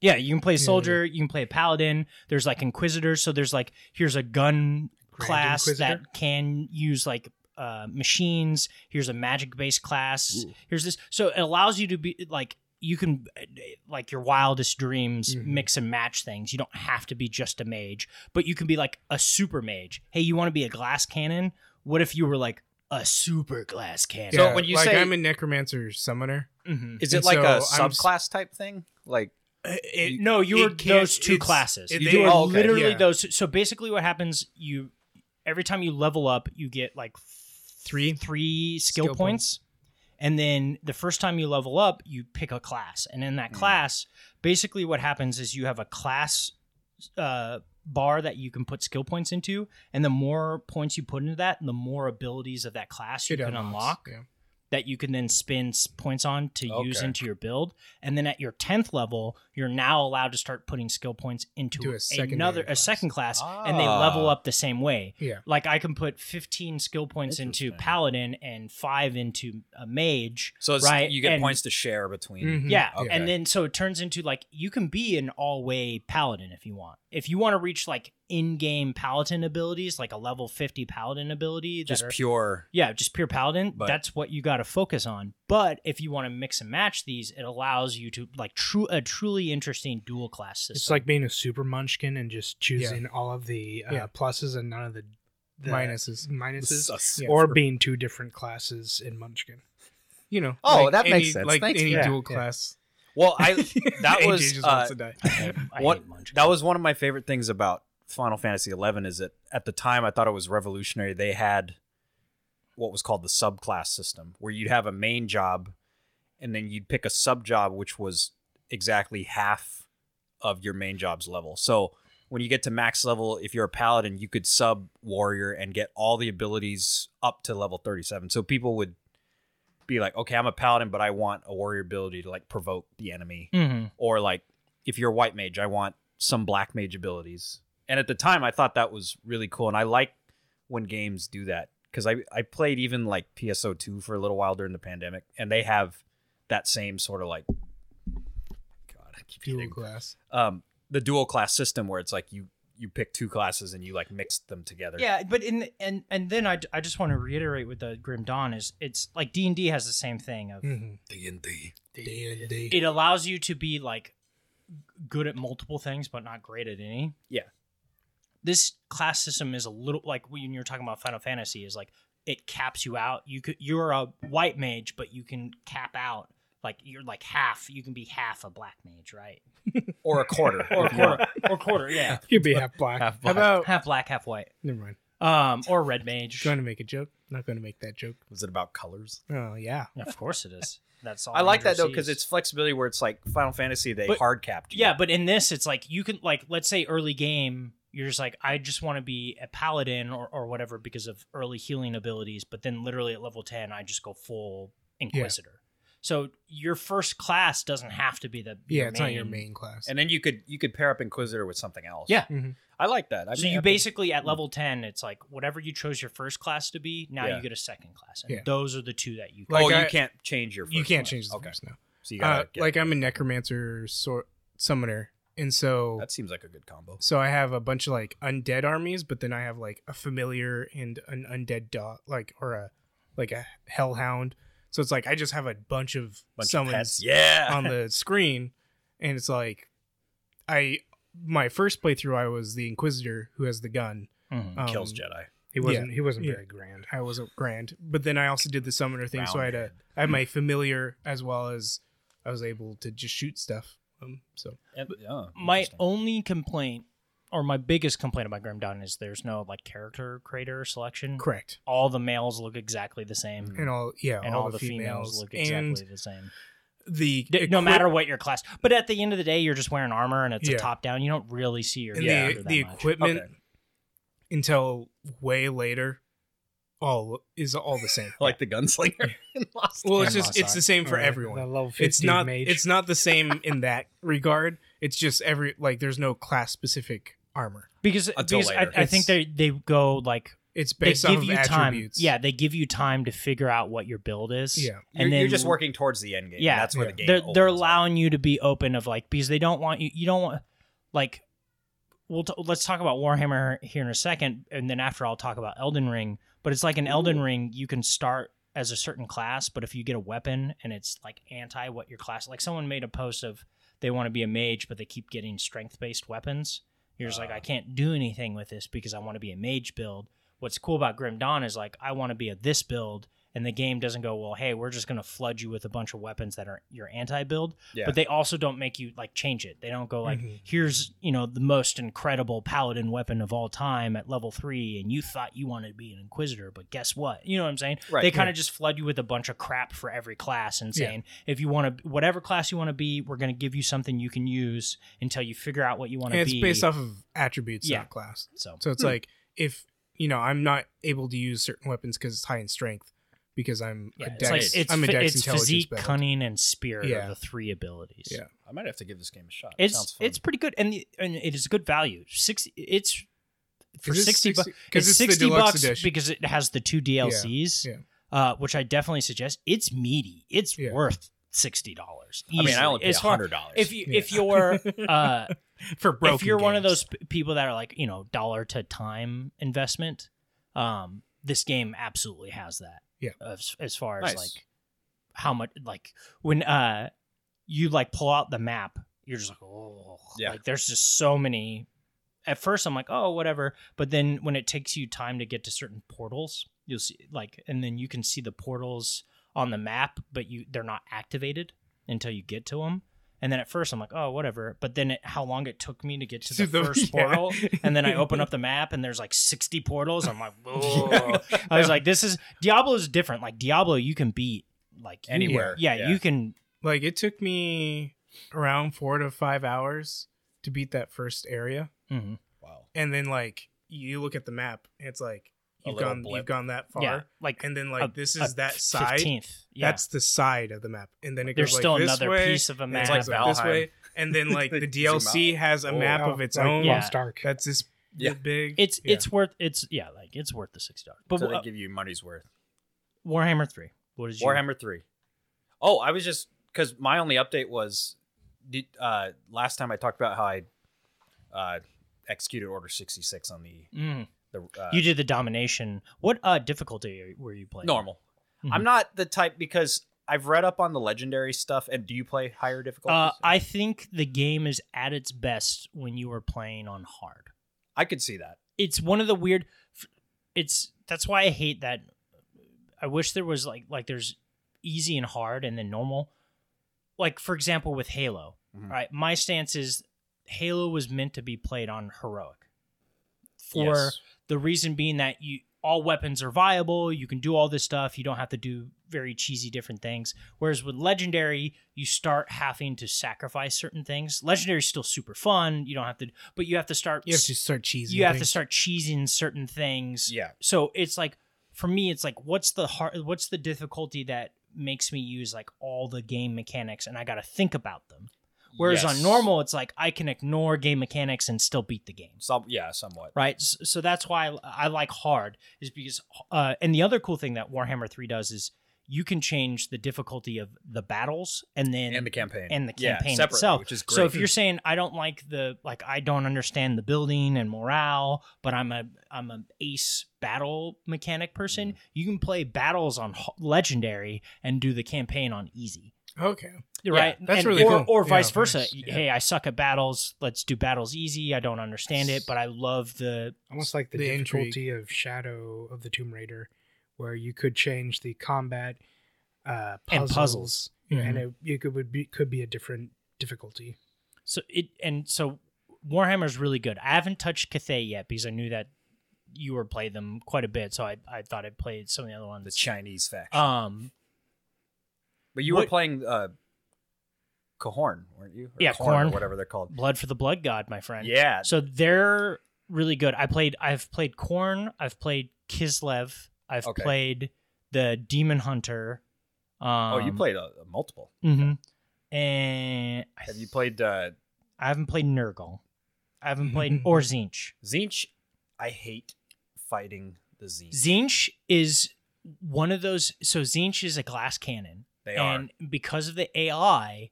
Speaker 3: yeah you can play
Speaker 4: yeah.
Speaker 3: soldier you can play a paladin there's like inquisitors so there's like here's a gun
Speaker 1: Grand
Speaker 3: class that
Speaker 1: Inquisitor?
Speaker 3: can use like uh, machines here's a magic based class
Speaker 2: Ooh.
Speaker 3: here's this so it allows you to be like you can uh, like your wildest dreams
Speaker 2: Mm-hmm.
Speaker 1: Mhm.
Speaker 3: mix and match things you don't have to be just a mage but you can be like a super mage hey you want to be a glass cannon what if you were like a super glass cannon
Speaker 2: So
Speaker 4: Yeah,
Speaker 2: when you
Speaker 4: like,
Speaker 2: say-
Speaker 4: I'm a necromancer summoner.
Speaker 3: Mhm.
Speaker 2: Is
Speaker 4: And
Speaker 2: it like a
Speaker 4: so I'm s-
Speaker 2: subclass type thing? Like
Speaker 4: It,
Speaker 3: Uh, no, you
Speaker 4: it
Speaker 3: were
Speaker 4: can't-
Speaker 3: those two
Speaker 4: it's-
Speaker 3: classes.
Speaker 4: it-
Speaker 3: you
Speaker 4: they-
Speaker 3: were
Speaker 2: Oh, okay.
Speaker 3: literally
Speaker 4: Yeah.
Speaker 3: those. two- So basically, what happens? You every time you level up, you get like
Speaker 4: Three?
Speaker 3: three skill,
Speaker 4: Skill
Speaker 3: points, and then the first time you level up, you pick a class, and in
Speaker 4: Mm.
Speaker 3: that class, basically what happens is you have a class uh, bar that you can put skill points into, and the more points you put into that, the more abilities of that class you
Speaker 4: It
Speaker 3: can
Speaker 4: unlocks,
Speaker 3: unlock Mm-hmm.
Speaker 4: yeah.
Speaker 3: that you can then spend s- points on to use
Speaker 2: Okay.
Speaker 3: into your build. And then at your 10th level, you're now allowed to start putting skill points
Speaker 4: To
Speaker 3: into
Speaker 4: a secondary
Speaker 3: another a
Speaker 4: class.
Speaker 3: second class and they level
Speaker 2: Ah.
Speaker 3: up the same way.
Speaker 4: Yeah.
Speaker 3: Like I can put 15 skill points into
Speaker 2: Interesting.
Speaker 3: paladin and 5 into a mage.
Speaker 2: so, it's,
Speaker 3: right?
Speaker 2: you get
Speaker 3: And-
Speaker 2: points to share between.
Speaker 4: Mhm.
Speaker 3: yeah.
Speaker 2: Okay.
Speaker 3: And then so it turns into like you can be an all way paladin if you want. If you want to reach like in game paladin abilities, like a level 50 paladin ability, that
Speaker 2: Just
Speaker 3: are,
Speaker 2: pure.
Speaker 3: yeah, just pure paladin.
Speaker 2: But-
Speaker 3: that's what you got to focus on. But if you want to mix and match these, it allows you to like true a truly interesting dual class system.
Speaker 1: It's like being a super munchkin and just choosing all of the uh,
Speaker 4: Yeah.
Speaker 1: pluses and none of the, the
Speaker 4: Minuses.
Speaker 1: minuses,
Speaker 2: Sus-
Speaker 1: or being two different classes in Munchkin.
Speaker 4: You know.
Speaker 2: Oh,
Speaker 4: like
Speaker 2: that makes
Speaker 4: any-
Speaker 2: sense.
Speaker 4: Like
Speaker 2: Thanks
Speaker 4: any
Speaker 1: for that.
Speaker 4: dual
Speaker 1: Yeah.
Speaker 4: class.
Speaker 2: Well, I that
Speaker 4: AJ
Speaker 2: was
Speaker 4: just
Speaker 2: uh,
Speaker 4: wants to die.
Speaker 3: I hate- I
Speaker 2: What-
Speaker 3: hate Munchkin.
Speaker 2: that was one of my favorite things about Final Fantasy XI is that at the time I thought it was revolutionary. They had what was called the subclass system, where you'd have a main job, and then you'd pick a sub job, which was exactly half of your main job's level. So when you get to max level, if you're a paladin, you could sub warrior and get all the abilities up to level 37. So people would be like, okay, I'm a paladin, but I want a warrior ability to like provoke the enemy
Speaker 3: Mhm.
Speaker 2: or like if you're a white mage, I want some black mage abilities. And at the time, I thought that was really cool, and I like when games do that because I I played even like PSO2 for a little while during the pandemic, and they have that same sort of like God, I keep
Speaker 4: Dual
Speaker 2: hitting-
Speaker 4: class.
Speaker 2: um the dual class system where it's like you you pick two classes and you like mix them together.
Speaker 3: Yeah, but in the, and and then I, I just want to reiterate with the Grim Dawn is it's like D and D has the same thing of
Speaker 1: Mm-hmm.
Speaker 2: D&D.
Speaker 3: it allows you to be like good at multiple things but not great at any.
Speaker 2: Yeah.
Speaker 3: This class system is a little like when you're talking about Final Fantasy is like it caps you out. You could you're a white mage but you can cap out like you're like half you can be half a black mage, right?
Speaker 2: or a quarter
Speaker 3: Or a quarter or quarter, yeah.
Speaker 1: You'd be half black.
Speaker 2: Half
Speaker 4: How about?
Speaker 3: Half black, half white.
Speaker 4: Never mind.
Speaker 3: Um or red mage.
Speaker 4: Trying to make a joke. Not going to make that joke.
Speaker 2: Was it about colors?
Speaker 4: Oh yeah.
Speaker 3: Of course it is. That's all.
Speaker 2: I like
Speaker 3: Andrew
Speaker 2: that though because
Speaker 3: sees.
Speaker 2: it's flexibility where it's like Final Fantasy they
Speaker 3: But-
Speaker 2: hard capped. you.
Speaker 3: yeah, but in this, it's like you can like let's say early game, you're just like I just want to be a paladin or or whatever because of early healing abilities, but then literally at level ten, I just go full inquisitor. So your first class doesn't have to be the
Speaker 4: Yeah, it's not your main class.
Speaker 2: and then you could you could pair up Inquisitor with something else.
Speaker 3: Yeah.
Speaker 4: Mhm.
Speaker 2: I like that. I
Speaker 3: so
Speaker 2: mean,
Speaker 3: you
Speaker 2: I think- Mm.
Speaker 3: basically at level ten, it's like whatever you chose your first class to be, now
Speaker 2: Yeah.
Speaker 3: you get a second class, and
Speaker 4: Yeah.
Speaker 3: those are the two that you.
Speaker 4: Like
Speaker 2: oh,
Speaker 4: I-
Speaker 2: you can't change your. First
Speaker 4: you can't
Speaker 2: class.
Speaker 4: change the
Speaker 2: okay.
Speaker 4: first now.
Speaker 2: So you
Speaker 4: Uh,
Speaker 2: gotta get,
Speaker 4: like I'm a necromancer sort summoner, and so
Speaker 2: that seems like a good combo.
Speaker 4: so I have a bunch of like undead armies, but then I have like a familiar and an undead dog, like or a like a hellhound. So it's like I just have a bunch of
Speaker 2: Bunch of
Speaker 4: summons
Speaker 2: pets. Yeah.
Speaker 4: on the screen, and it's like I my first playthrough I was the Inquisitor who has the gun
Speaker 3: Mhm.
Speaker 4: um,
Speaker 2: Mm, Kills Jedi.
Speaker 1: He wasn't. He wasn't
Speaker 4: Yeah.
Speaker 1: very grand.
Speaker 4: I was a grand, but then I also did the summoner thing, so I had a
Speaker 2: Roundhead.
Speaker 4: I had my familiar as well as I was able to just shoot stuff. Um, so
Speaker 2: And- yeah,
Speaker 3: Mm-hmm. my
Speaker 2: interesting.
Speaker 3: only complaint or my biggest complaint about Grim Dawn is there's no like character creator selection.
Speaker 4: correct,
Speaker 3: All the males look exactly the
Speaker 2: Mm.
Speaker 3: same,
Speaker 4: and all yeah,
Speaker 3: Mm-hmm. and all, the, females, look exactly
Speaker 4: and
Speaker 3: the same.
Speaker 4: the
Speaker 3: D- no
Speaker 4: equip-
Speaker 3: matter what your class, but at the end of the day, you're just wearing armor and it's
Speaker 4: Yeah.
Speaker 3: a top down. You don't really see your
Speaker 4: and
Speaker 2: Yeah.
Speaker 4: the
Speaker 3: character that
Speaker 4: the
Speaker 3: much.
Speaker 4: equipment
Speaker 2: Okay.
Speaker 4: until way later, all is all the same.
Speaker 2: like the gunslinger in Lost.
Speaker 4: well, it's
Speaker 3: Yeah.
Speaker 4: just it's the same for
Speaker 1: Or
Speaker 4: everyone.
Speaker 1: the level 50
Speaker 4: it's not
Speaker 1: mage.
Speaker 4: it's not the same in that regard. It's just every like there's no class specific armor.
Speaker 3: because
Speaker 2: Until
Speaker 3: because I,
Speaker 2: later.
Speaker 3: I think they they go like
Speaker 4: It's
Speaker 3: they
Speaker 4: based off
Speaker 3: give
Speaker 4: of
Speaker 3: you time.
Speaker 4: attributes.
Speaker 3: Yeah, they give you time to figure out what your build is.
Speaker 4: Yeah.
Speaker 2: You're,
Speaker 3: and then
Speaker 2: you're just working towards the end game.
Speaker 3: Yeah.
Speaker 2: that's where
Speaker 4: Yeah.
Speaker 2: the game.
Speaker 3: they're they're
Speaker 2: opens up.
Speaker 3: allowing you to be open of like because they don't want you you don't want like we'll t- let's talk about Warhammer here in a second and then after I'll talk about Elden Ring but it's like in Elden Ring you can start as a certain class but if you get a weapon and it's like anti what your class like someone made a post of they want to be a mage but they keep getting strength based weapons you're just like
Speaker 2: Ah.
Speaker 3: I can't do anything with this because I want to be a mage build what's cool about Grim Dawn is like I want to be a this build and the game doesn't go well hey we're just going to flood you with a bunch of weapons that are your anti build
Speaker 2: Yeah.
Speaker 3: but they also don't make you like change it they don't go like
Speaker 4: Mhm.
Speaker 3: here's you know the most incredible paladin weapon of all time at level 3 and you thought you wanted to be an inquisitor but guess what you know what I'm saying
Speaker 2: Right,
Speaker 3: they kind of just flood you with a bunch of crap for every class and
Speaker 4: Yeah.
Speaker 3: saying if you want to whatever class you want to be we're going to give you something you can use until you figure out what you want
Speaker 4: And
Speaker 3: to
Speaker 4: it's
Speaker 3: be
Speaker 4: based off of attributes,
Speaker 3: Yeah.
Speaker 4: not class.
Speaker 3: so
Speaker 4: So it's like if you know I'm not able to use certain weapons because it's high in strength because I'm
Speaker 3: yeah,
Speaker 4: a
Speaker 3: it's
Speaker 4: dex.
Speaker 3: like it's,
Speaker 4: I'm a
Speaker 3: phy-
Speaker 4: dex
Speaker 3: it's
Speaker 4: intelligence
Speaker 3: physique,
Speaker 4: build.
Speaker 3: cunning, and spirit
Speaker 4: Yeah.
Speaker 3: are the three abilities.
Speaker 4: Yeah.
Speaker 2: I might have to give this game a shot. Sounds
Speaker 3: it's
Speaker 2: fun.
Speaker 3: it's pretty good, and the, and it is a good value. Sixty, it's for
Speaker 4: Is this
Speaker 3: sixty bucks.
Speaker 4: 60? 'Cause it's
Speaker 3: It's
Speaker 4: the
Speaker 3: sixty
Speaker 4: deluxe
Speaker 3: bucks
Speaker 4: edition.
Speaker 3: because it has the two DLCs,
Speaker 4: yeah.
Speaker 3: Uh, which I definitely suggest. It's meaty. It's
Speaker 4: Yeah.
Speaker 3: worth sixty dollars.
Speaker 2: I mean, I only paid
Speaker 3: it's hard.
Speaker 2: hundred dollars.
Speaker 3: If you
Speaker 4: Yeah.
Speaker 3: if you're uh,
Speaker 4: for broken.
Speaker 3: if you're one of
Speaker 4: games.
Speaker 3: those p- people that are like you know dollar to time investment, um, this game absolutely has that.
Speaker 4: Yeah.
Speaker 3: As, as far as
Speaker 2: Nice.
Speaker 3: like how much like when uh you like pull out the map, you're just like oh
Speaker 2: Yeah.
Speaker 3: Like there's just so many. At first, I'm like oh whatever, but then when it takes you time to get to certain portals, you'll see like and then you can see the portals on the map, but you they're not activated until you get to them. And then at first I'm like, oh, whatever. But then it, how long it took me to get to the,
Speaker 4: To the-
Speaker 3: first
Speaker 4: yeah.
Speaker 3: portal, and then I open up the map and there's like 60 portals. I'm like, whoa. I was like, this is Diablo is different. Like Diablo, you can beat like you-
Speaker 2: Anywhere,
Speaker 3: yeah,
Speaker 2: yeah.
Speaker 3: you can.
Speaker 4: like it took me around four to five hours to beat that first area,
Speaker 3: mhm.
Speaker 2: wow,
Speaker 4: and then like you look at the map, it's like
Speaker 2: A
Speaker 4: you've
Speaker 2: little
Speaker 4: gone
Speaker 2: blip.
Speaker 4: you've gone that far,
Speaker 3: Yeah, like
Speaker 4: and then like
Speaker 3: a-
Speaker 4: this
Speaker 3: a
Speaker 4: is that side.
Speaker 3: 15th. Yeah,
Speaker 4: That's the side of the map, and then it
Speaker 3: there's
Speaker 4: goes
Speaker 3: still
Speaker 4: like this
Speaker 3: another
Speaker 4: way,
Speaker 3: piece of a
Speaker 4: and it's
Speaker 3: map.
Speaker 4: like this
Speaker 2: Valheim.
Speaker 4: way, and then like the
Speaker 2: Zoom
Speaker 4: DLC
Speaker 2: out.
Speaker 4: has a
Speaker 2: Whoa.
Speaker 4: map
Speaker 1: Wow,
Speaker 4: of its
Speaker 1: like
Speaker 4: own.
Speaker 3: Yeah.
Speaker 1: Lost Ark.
Speaker 4: That's this
Speaker 2: Oh, Yeah.
Speaker 4: big.
Speaker 3: it's
Speaker 4: yeah.
Speaker 3: it's worth it's yeah, like it's worth the sixty dollars. But
Speaker 2: so
Speaker 3: uh,
Speaker 2: they give you money's worth.
Speaker 3: Warhammer three. What did you?
Speaker 2: Warhammer Three. Oh, I was just because my only update was did, uh, last time I talked about how I uh, executed Order sixty six on the
Speaker 3: Mm.
Speaker 2: the uh,
Speaker 3: you did the domination. What uh difficulty are- were you playing?
Speaker 2: normal.
Speaker 3: Mhm.
Speaker 2: I'm not the type because I've read up on the legendary stuff. And do you play higher
Speaker 3: Uh,
Speaker 2: difficulties?
Speaker 3: I think the game is at its best when you are playing on hard.
Speaker 2: I could see that.
Speaker 3: It's one of the weird. f- It's that's why I hate that. I wish there was like like there's easy and hard and then normal. Like for example with Halo,
Speaker 2: Mhm.
Speaker 3: right? My stance is Halo was meant to be played on heroic. For
Speaker 2: Yes.
Speaker 3: the reason being that you all weapons are viable. You can do all this stuff. You don't have to do very cheesy different things. Whereas with Legendary, you start having to sacrifice certain things. Legendary is still super fun. You don't have to, but you have to start.
Speaker 4: You have to start cheesy.
Speaker 3: you have to
Speaker 4: things.
Speaker 3: start cheesing certain things.
Speaker 2: Yeah.
Speaker 3: So it's like for me, it's like what's the hard, what's the difficulty that makes me use like all the game mechanics, and I got to think about them. Whereas on
Speaker 2: Yes.
Speaker 3: normal, it's like I can ignore game mechanics and still beat the game
Speaker 2: Some, yeah, somewhat.
Speaker 3: right? S- So, that's why I- I like hard is because uh, and the other cool thing that Warhammer 3 does is you can change the difficulty of the battles and then
Speaker 2: And the campaign.
Speaker 3: and the
Speaker 2: Yeah,
Speaker 3: campaign
Speaker 2: separately,
Speaker 3: itself.
Speaker 2: which is
Speaker 3: So
Speaker 2: great.
Speaker 3: if you're saying I don't like the like I don't understand the building and morale, but I'm a I'm an ace battle mechanic person,
Speaker 4: Mm.
Speaker 3: you can play battles on h- legendary and do the campaign on easy.
Speaker 4: Okay.
Speaker 3: Right,
Speaker 4: that's
Speaker 3: And-
Speaker 4: really
Speaker 3: or,
Speaker 4: cool.
Speaker 3: or
Speaker 4: Yeah,
Speaker 3: vice
Speaker 4: nice.
Speaker 3: versa.
Speaker 4: Yeah.
Speaker 3: Hey, I suck at battles. Let's do battles easy. I don't understand it, but I love the
Speaker 1: almost like the,
Speaker 4: The intrigue.
Speaker 1: difficulty of Shadow of the Tomb Raider, where you could change the combat uh, puzzles,
Speaker 3: And puzzles.
Speaker 1: and it, you could would be could be a different difficulty.
Speaker 3: So it and so Warhammer's really good. I haven't touched Cathay yet because I knew that you were played them quite a bit, so I, I thought I'd played some of the other
Speaker 2: The
Speaker 3: ones.
Speaker 2: Chinese faction.
Speaker 3: um
Speaker 2: but you
Speaker 3: what-
Speaker 2: were playing uh, Cahorn, weren't you? Or
Speaker 3: Yeah,
Speaker 2: Khorne,
Speaker 3: Khorne.
Speaker 2: or whatever they're called.
Speaker 3: Blood for the Blood God, my friend.
Speaker 2: Yeah.
Speaker 3: So they're really good. I played I've played Korn, I've played Kislev, I've
Speaker 2: Okay.
Speaker 3: played the Demon Hunter. Um
Speaker 2: oh, you played uh, multiple.
Speaker 3: hmm And I
Speaker 2: Have you played uh,
Speaker 3: I haven't played Nurgle. I haven't played or Zinch.
Speaker 2: Zinch? I hate fighting the Zinch.
Speaker 3: Zinch is one of those. So Zinch is a glass cannon,
Speaker 2: they
Speaker 3: and because of the AI,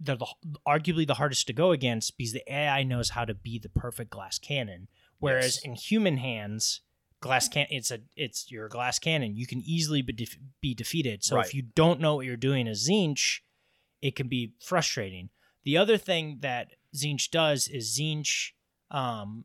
Speaker 3: they're the, arguably the hardest to go against because the AI knows how to be the perfect glass cannon. Whereas
Speaker 2: Yes.
Speaker 3: in human hands, glass can it's a it's your glass cannon. You can easily be, def- be defeated. So if
Speaker 2: Right.
Speaker 3: you don't know what you're doing as Zinch, it can be frustrating. The other thing that Zinch does is Zinch, um,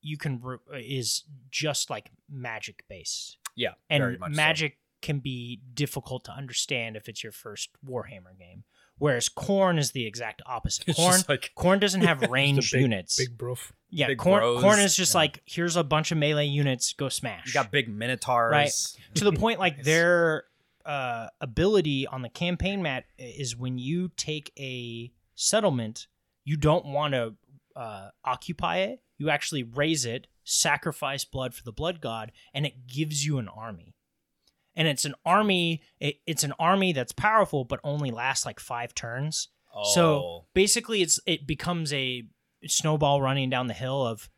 Speaker 3: you can re- is just like magic based
Speaker 2: are. Yeah.
Speaker 3: and
Speaker 2: very much so.
Speaker 3: magic can be difficult to understand if it's your first warhammer game whereas corn is the exact opposite
Speaker 2: It's
Speaker 3: corn
Speaker 2: just like
Speaker 3: corn doesn't have range
Speaker 1: big-
Speaker 3: units
Speaker 1: Big broof.
Speaker 3: yeah
Speaker 2: big
Speaker 3: corn,
Speaker 2: bros,
Speaker 3: corn is just
Speaker 2: yeah.
Speaker 3: like here's a bunch of melee units go smash
Speaker 2: you got big minotaurs.
Speaker 3: Right. to the point like
Speaker 2: Nice.
Speaker 3: their uh, ability on the campaign mat is when you take a settlement you don't want to uh, occupy it you actually raise it sacrifice blood for the blood god and it gives you an army and it's an army it, it's an army that's powerful but only lasts like five turns
Speaker 2: Oh,
Speaker 3: so basically, it's it becomes a snowball running down the hill of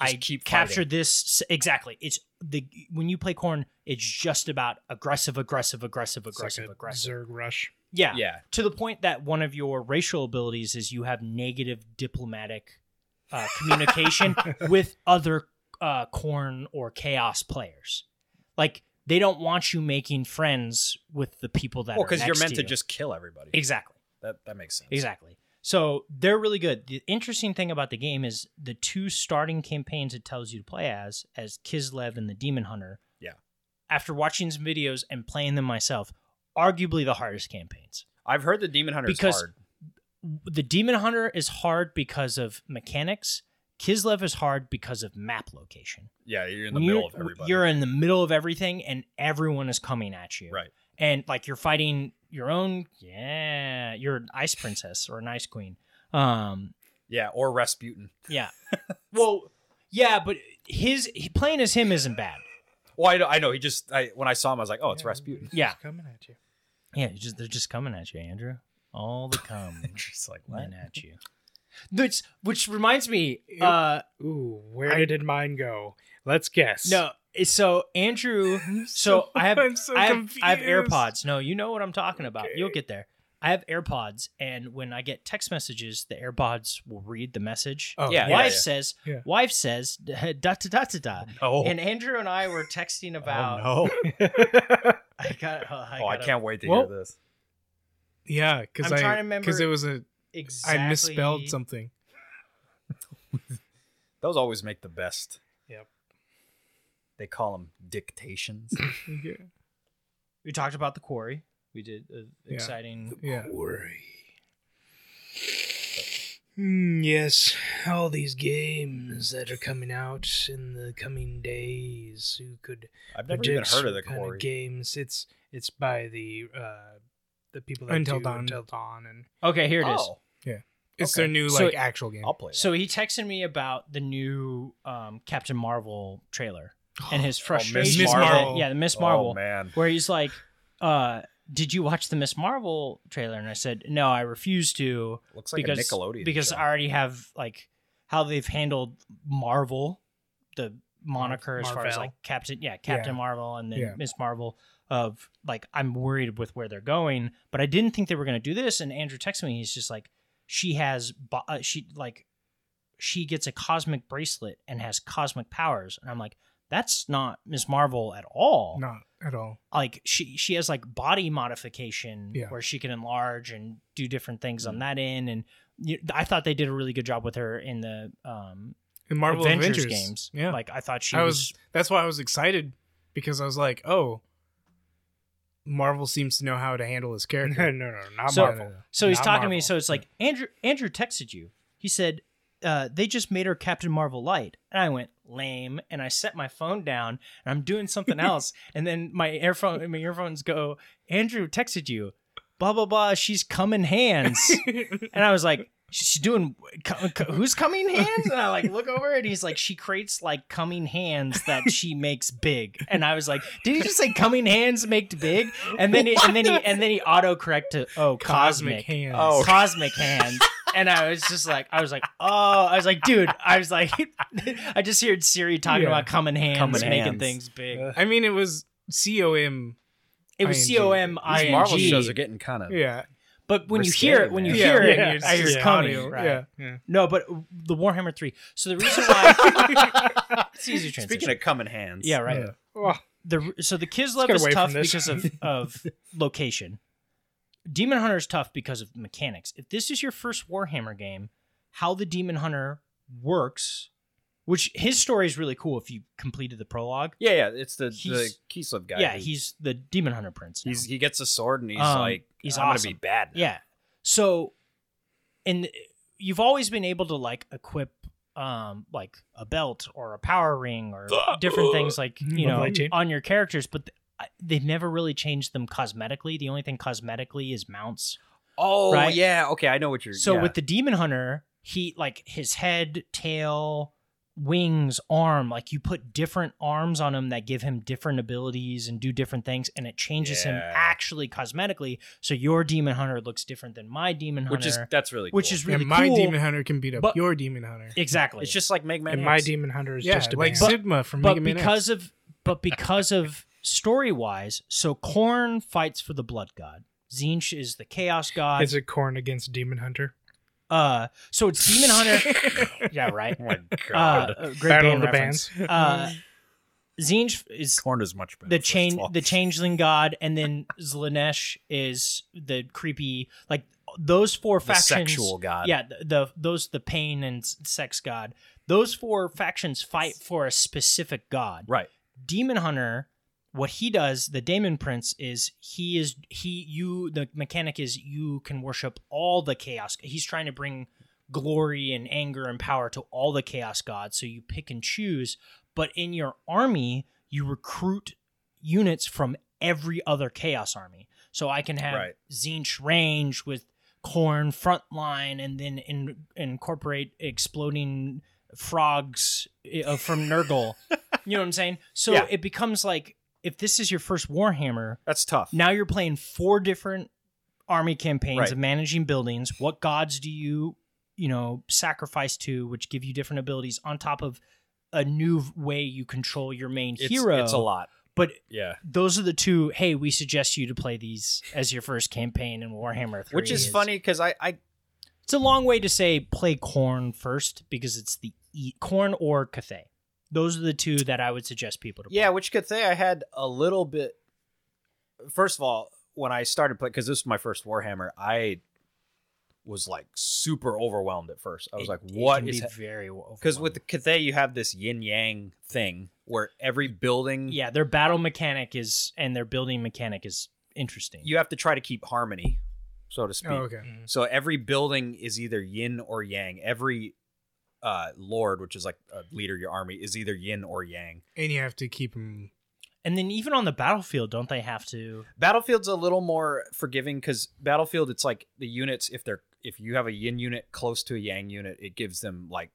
Speaker 2: Just
Speaker 3: I
Speaker 2: keep
Speaker 3: captured
Speaker 2: fighting.
Speaker 3: this exactly. It's the when you play corn, it's just about aggressive, aggressive, aggressive,
Speaker 1: It's like
Speaker 3: aggressive,
Speaker 1: a
Speaker 3: aggressive.
Speaker 1: Zerg rush.
Speaker 3: Yeah.
Speaker 2: yeah.
Speaker 3: to the point that one of your racial abilities is you have negative diplomatic uh, communication with other uh, corn or chaos players, like. They don't want you making friends with the people that
Speaker 2: Well,
Speaker 3: are
Speaker 2: because you're
Speaker 3: next
Speaker 2: meant to
Speaker 3: you.
Speaker 2: just kill everybody.
Speaker 3: exactly.
Speaker 2: that that makes sense.
Speaker 3: Exactly. So they're really good. The interesting thing about the game is the two starting campaigns it tells you to play as, as Kislev and the Demon Hunter.
Speaker 2: Yeah.
Speaker 3: After watching some videos and playing them myself, arguably the hardest campaigns.
Speaker 2: I've heard the Demon Hunter
Speaker 3: Because-
Speaker 2: is hard.
Speaker 3: The Demon Hunter is hard because of mechanics. Kislev is hard because of map location.
Speaker 2: Yeah, you're in the
Speaker 3: When you're-
Speaker 2: middle of everybody.
Speaker 3: You're in the middle of everything, and everyone is coming at you.
Speaker 2: Right.
Speaker 3: And like you're fighting your own, yeah, you're an ice princess or an ice queen. Um,
Speaker 2: yeah, or Rasputin.
Speaker 3: Yeah. well, yeah, but his he, playing as him isn't bad.
Speaker 2: Well, I know, I know. He just I, when I saw him, I was like, oh, it's Rasputin.
Speaker 1: It's
Speaker 3: Yeah.
Speaker 1: coming at you.
Speaker 3: Yeah, it's just, they're just coming at you, Andrew. All the come
Speaker 2: Just like what?
Speaker 3: coming at you. Which which reminds me,
Speaker 4: Ew.
Speaker 3: uh,
Speaker 1: Ooh, where
Speaker 4: I-
Speaker 1: did mine go? Let's guess.
Speaker 3: no, so Andrew, so I have
Speaker 4: I'm so
Speaker 3: I have, I have
Speaker 4: confused.
Speaker 3: AirPods. No, you know what I'm talking about. You'll
Speaker 4: Okay.
Speaker 3: get there. I have AirPods, and when I get text messages, the AirPods will read the message.
Speaker 4: Oh,
Speaker 2: Yeah,
Speaker 4: yeah.
Speaker 2: yeah.
Speaker 3: wife says,
Speaker 1: Yeah.
Speaker 3: wife says, da da da da da.
Speaker 2: Oh,
Speaker 3: And Andrew and I were texting about.
Speaker 2: oh no!
Speaker 3: I got. Oh, I,
Speaker 2: Oh, I
Speaker 3: gotta-
Speaker 2: can't wait to
Speaker 4: Well-
Speaker 2: hear this.
Speaker 4: Yeah, because
Speaker 3: I'm
Speaker 4: I
Speaker 3: trying to remember
Speaker 4: because it was a
Speaker 3: exactly.
Speaker 4: I misspelled something.
Speaker 2: Those always make the best.
Speaker 1: Yep.
Speaker 2: They call them dictations.
Speaker 4: Yeah.
Speaker 3: We talked about the quarry. We did uh, exciting.
Speaker 4: yeah.
Speaker 1: Worry. Hmm, yes, all these games that are coming out in the coming days, who could
Speaker 2: I've never even
Speaker 1: predicts
Speaker 2: heard of the
Speaker 1: what kind
Speaker 2: Quarry.
Speaker 1: games? It's it's by the uh, the people that
Speaker 4: Until
Speaker 1: do
Speaker 4: Dawn.
Speaker 1: Until Dawn, and
Speaker 3: Okay, here it is.
Speaker 2: Oh,
Speaker 4: It's
Speaker 2: Okay.
Speaker 4: their new
Speaker 3: So-
Speaker 4: like actual game.
Speaker 2: I'll play. that.
Speaker 3: So he texted me about the new um, Captain Marvel trailer and his frustration.
Speaker 4: Oh, Miss
Speaker 3: that-
Speaker 4: Marvel.
Speaker 3: yeah, the Miss
Speaker 2: Oh,
Speaker 3: Marvel,
Speaker 2: man.
Speaker 3: where he's like, uh, "Did you watch the Miss Marvel trailer?" And I said, "No, I refuse to
Speaker 2: Looks like
Speaker 3: because
Speaker 2: a Nickelodeon.
Speaker 3: because
Speaker 2: show.
Speaker 3: I already have like how they've handled Marvel, the moniker as far as
Speaker 1: Marvel.
Speaker 3: like Captain, yeah, Captain
Speaker 4: Yeah.
Speaker 3: Marvel, and then
Speaker 4: Yeah.
Speaker 3: Miss Marvel. Of like, I'm worried with where they're going, but I didn't think they were going to do this. And Andrew texted me, he's just like, she has, bo- uh, she like, she gets a cosmic bracelet and has cosmic powers, and I'm like, that's not Miss Marvel at all
Speaker 4: Not at all.
Speaker 3: like she she has like body modification
Speaker 4: Yeah.
Speaker 3: where she can enlarge and do different things on that end and you, I thought they did a really good job with her in the um
Speaker 4: In Marvel
Speaker 3: Avengers,
Speaker 4: Adventures,
Speaker 3: games.
Speaker 4: Yeah.
Speaker 3: Like I thought she
Speaker 4: I
Speaker 3: was,
Speaker 4: was that's why I was excited because I was like, oh, Marvel seems to know how to handle this
Speaker 1: no,
Speaker 4: character.
Speaker 1: no, no, not
Speaker 3: So-
Speaker 1: Marvel.
Speaker 3: so he's
Speaker 1: not
Speaker 3: talking to me
Speaker 1: Marvel.
Speaker 3: so it's like Andrew Andrew texted you. He said uh, they just made her Captain Marvel light. And I went, lame. And I set my phone down and I'm doing something else. and then my earphone my earphones go, Andrew texted you. Blah blah blah. She's coming hands. And I was like, she's doing co- co- who's coming hands? And I like look over and he's like, she creates like coming hands that she makes big. And I was like, did he just say coming hands make big? And then he, and then he and then he autocorrect to oh
Speaker 4: Cosmic
Speaker 3: cosmic,
Speaker 4: hands.
Speaker 2: Oh.
Speaker 3: cosmic hands. And I was just like, I was like, oh, I was like, dude, I was like, I just heard Siri talking
Speaker 4: Yeah.
Speaker 3: about coming hands,
Speaker 2: Coming
Speaker 3: making
Speaker 2: hands.
Speaker 3: things big.
Speaker 1: Uh,
Speaker 4: I mean, it was C O M.
Speaker 3: it was
Speaker 4: ING.
Speaker 3: C O M I
Speaker 2: These
Speaker 3: N
Speaker 2: Marvel
Speaker 3: G.
Speaker 2: shows are getting kind of.
Speaker 4: Yeah.
Speaker 3: But when you
Speaker 2: risque,
Speaker 3: hear it, when you
Speaker 2: man.
Speaker 3: hear
Speaker 4: yeah,
Speaker 3: it,
Speaker 4: it's
Speaker 3: I hear
Speaker 4: just
Speaker 3: coming.
Speaker 4: audio.
Speaker 3: Right?
Speaker 4: Yeah, yeah.
Speaker 3: No, but the Warhammer 3. So the reason why it's easy transition.
Speaker 2: Speaking of coming hands,
Speaker 3: yeah, right.
Speaker 4: Yeah.
Speaker 1: Well,
Speaker 3: The so the
Speaker 1: Let's
Speaker 3: Kislev
Speaker 1: get
Speaker 3: is
Speaker 1: away
Speaker 3: tough
Speaker 1: from this.
Speaker 3: because of of location. Demon Hunter is tough because of mechanics. If this is your first Warhammer game, how the Demon Hunter works, which his story is really cool if you completed the prologue.
Speaker 2: yeah, yeah. It's the the
Speaker 3: He's-
Speaker 2: Kislev guy.
Speaker 3: yeah,
Speaker 2: who-
Speaker 3: he's the Demon Hunter prince. now.
Speaker 2: he's he gets a sword and he's
Speaker 3: Um,
Speaker 2: like,
Speaker 3: he's
Speaker 2: I'm
Speaker 3: awesome.
Speaker 2: gonna be bad. now."
Speaker 3: Yeah. So, and you've always been able to like equip um like a belt or a power ring or different things like you know
Speaker 1: Lovely team.
Speaker 3: on your characters, but th- I- they've never really changed them cosmetically. The only thing cosmetically is mounts.
Speaker 2: Oh
Speaker 3: Right?
Speaker 2: yeah. Okay, I know what you're.
Speaker 3: So
Speaker 2: yeah.
Speaker 3: with the demon hunter, he like his head, tail, wings, arm, like you put different arms on him that give him different abilities and do different things and it changes him
Speaker 2: Yeah.
Speaker 3: actually cosmetically. So your demon hunter looks different than my demon hunter
Speaker 2: which is that's really
Speaker 3: which
Speaker 2: cool.
Speaker 3: is really
Speaker 4: and my
Speaker 3: cool.
Speaker 4: demon hunter can beat up
Speaker 3: But-
Speaker 4: your demon hunter.
Speaker 3: exactly.
Speaker 2: it's just like Mega Man.
Speaker 1: and my
Speaker 2: X.
Speaker 1: Demon Hunter is
Speaker 4: yeah,
Speaker 1: just a
Speaker 4: like
Speaker 1: band.
Speaker 4: Sigma from
Speaker 3: but
Speaker 4: Mega Man
Speaker 3: because of but because of story wise, so Korn fights for the blood god. Zinch is the chaos god.
Speaker 1: Is it Corn against Demon Hunter?
Speaker 3: uh, so it's Demon Hunter. yeah, right.
Speaker 2: Oh my
Speaker 3: Uh,
Speaker 2: god,
Speaker 3: uh, great
Speaker 1: Battle
Speaker 3: band
Speaker 1: of the
Speaker 3: reference.
Speaker 1: Bands.
Speaker 3: Uh, Zinch is
Speaker 2: corn is much better.
Speaker 3: the
Speaker 2: first
Speaker 3: chain
Speaker 2: of all.
Speaker 3: the changeling god and then Zlanesh is the creepy like those four
Speaker 2: The
Speaker 3: factions
Speaker 2: sexual god.
Speaker 3: yeah the, the those the pain and s- sex god those four factions fight for a specific god
Speaker 2: Right.
Speaker 3: demon hunter what he does the daemon prince is he is he you the mechanic is you can worship all the chaos he's trying to bring glory and anger and power to all the chaos gods so you pick and choose but in your army you recruit units from every other chaos army so i can have
Speaker 2: Right.
Speaker 3: zinch range with corn frontline and then in, incorporate exploding frogs uh, from nurgle you know what i'm saying so
Speaker 2: Yeah.
Speaker 3: it becomes like if this is your first warhammer
Speaker 2: That's tough.
Speaker 3: now you're playing four different army campaigns
Speaker 2: Right.
Speaker 3: of managing buildings. What gods do you, you know, sacrifice to, which give you different abilities on top of a new v- way you control your main
Speaker 2: it's,
Speaker 3: hero?
Speaker 2: It's a lot.
Speaker 3: But
Speaker 2: Yeah.
Speaker 3: those are the two. Hey, we suggest you to play these as your first campaign in Warhammer 3.
Speaker 2: Which is funny because I, I
Speaker 3: It's a long way to say play Corn first because it's the e- Corn or Cathay. Those are the two that I would suggest people to play.
Speaker 2: yeah, which could say I had a little bit. First of all, when I started playing, because this was my first Warhammer, I was like super overwhelmed at first. I was
Speaker 3: It-
Speaker 2: like,
Speaker 3: it
Speaker 2: "What
Speaker 3: can
Speaker 2: is?"
Speaker 3: be very
Speaker 2: Because with the Cathay, you have this yin yang thing where every building,
Speaker 3: yeah their battle mechanic is and their building mechanic is interesting
Speaker 2: you have to try to keep harmony. so to speak.
Speaker 4: Oh, okay.
Speaker 1: Mm.
Speaker 2: So every building is either yin or yang. Every uh, lord, which is like a leader of your army, is either yin or yang.
Speaker 4: And you have to keep them.
Speaker 3: And then even on the battlefield, don't they have to?
Speaker 2: Battlefield's a little more forgiving because Battlefield, it's like the units. If they're if you have a yin unit close to a yang unit, it gives them like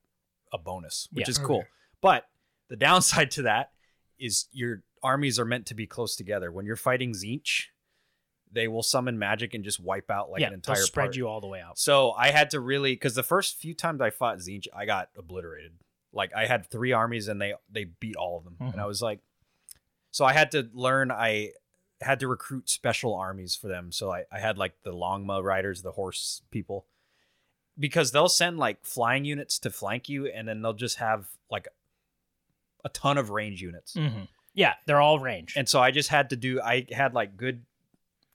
Speaker 2: a bonus, which
Speaker 3: Yeah.
Speaker 2: is cool.
Speaker 4: Okay.
Speaker 2: But the downside to that is your armies are meant to be close together. When you're fighting Zeech, they will summon magic and just wipe out like
Speaker 3: yeah,
Speaker 2: an entire
Speaker 3: they'll spread
Speaker 2: part.
Speaker 3: you all the way out.
Speaker 2: So I had to really because the first few times I fought Zeech, I got obliterated. Like I had three armies and they they beat all of them,
Speaker 3: Mhm.
Speaker 2: and I was like, so I had to learn. I had to recruit special armies for them. So I I had like the Longma riders, the horse people, because they'll send like flying units to flank you, and then they'll just have like a ton of range units.
Speaker 3: hmm Yeah, they're all range.
Speaker 2: And so I just had to do. I had like good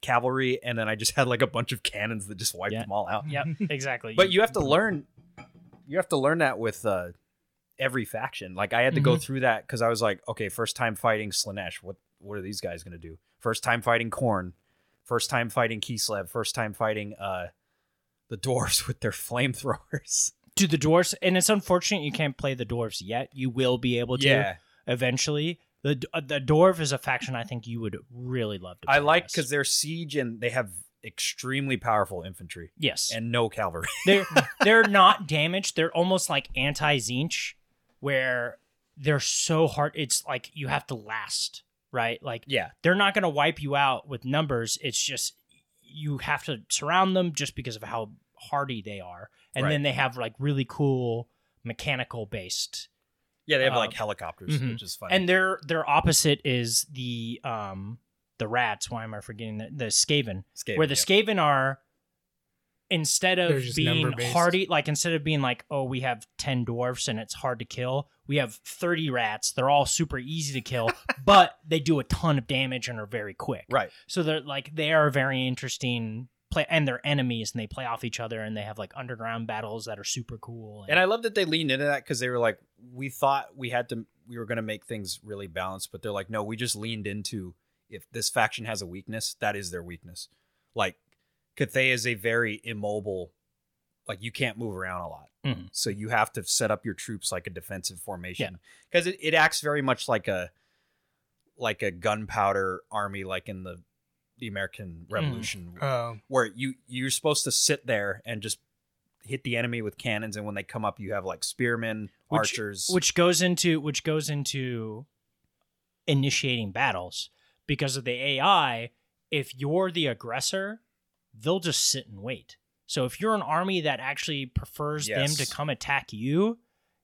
Speaker 2: cavalry, and then I just had like a bunch of cannons that just wiped
Speaker 3: Yeah.
Speaker 2: them all out
Speaker 3: yep, exactly.
Speaker 2: but you have to learn you have to learn that with uh every faction like i had to go
Speaker 3: Mhm.
Speaker 2: through that because i was like okay first time fighting slanesh what what are these guys gonna do first time fighting corn first time fighting kislev first time fighting uh the dwarves with their flamethrowers
Speaker 3: do the dwarves, and it's unfortunate you can't play the dwarves yet. You will be able to eventually. The d- uh, the dwarf is a faction I think you would really love to.
Speaker 2: i
Speaker 3: play
Speaker 2: like
Speaker 3: as.
Speaker 2: because they're siege and they have extremely powerful infantry
Speaker 3: yes,
Speaker 2: and no cavalry
Speaker 3: they're they're not damaged. They're almost like anti Zinch, where they're so hard. It's like you have to last, right? Like
Speaker 2: yeah
Speaker 3: they're not going to wipe you out with numbers. It's just you have to surround them just because of how hardy they are, and
Speaker 2: Right.
Speaker 3: then they have like really cool mechanical based,
Speaker 2: yeah they have
Speaker 3: Uh,
Speaker 2: like helicopters
Speaker 3: mhm.
Speaker 2: which is fun
Speaker 3: and their their opposite is the um the rats. Why am I forgetting the, the Skaven? where the Skaven are instead
Speaker 4: They're
Speaker 3: of
Speaker 4: just
Speaker 3: being
Speaker 4: number-based.
Speaker 3: hardy, like instead of being like, oh, we have ten dwarfs and it's hard to kill, we have thirty rats. They're all super easy to kill, but they do a ton of damage and are very quick.
Speaker 2: right
Speaker 3: So they're like they are very interesting play, and they're enemies and they play off each other and they have like underground battles that are super cool.
Speaker 2: And I love that they leaned into that because they were like, we thought we had to, we were going to make things really balanced, but they're like, no, we just leaned into if this faction has a weakness, that is their weakness. Like, Cathay is a very immobile, like, you can't move around a lot.
Speaker 3: Mhm.
Speaker 2: So you have to set up your troops like a defensive formation because it, it acts very much like a, like a gunpowder army, like in the, the American Revolution,
Speaker 4: Uh,
Speaker 2: where you you're supposed to sit there and just hit the enemy with cannons and when they come up you have like spearmen
Speaker 3: Which-
Speaker 2: archers
Speaker 3: which goes into which goes into initiating battles because of the AI. If you're the aggressor, they'll just sit and wait. So if you're an army that actually prefers them
Speaker 2: Yes.
Speaker 3: to come attack you,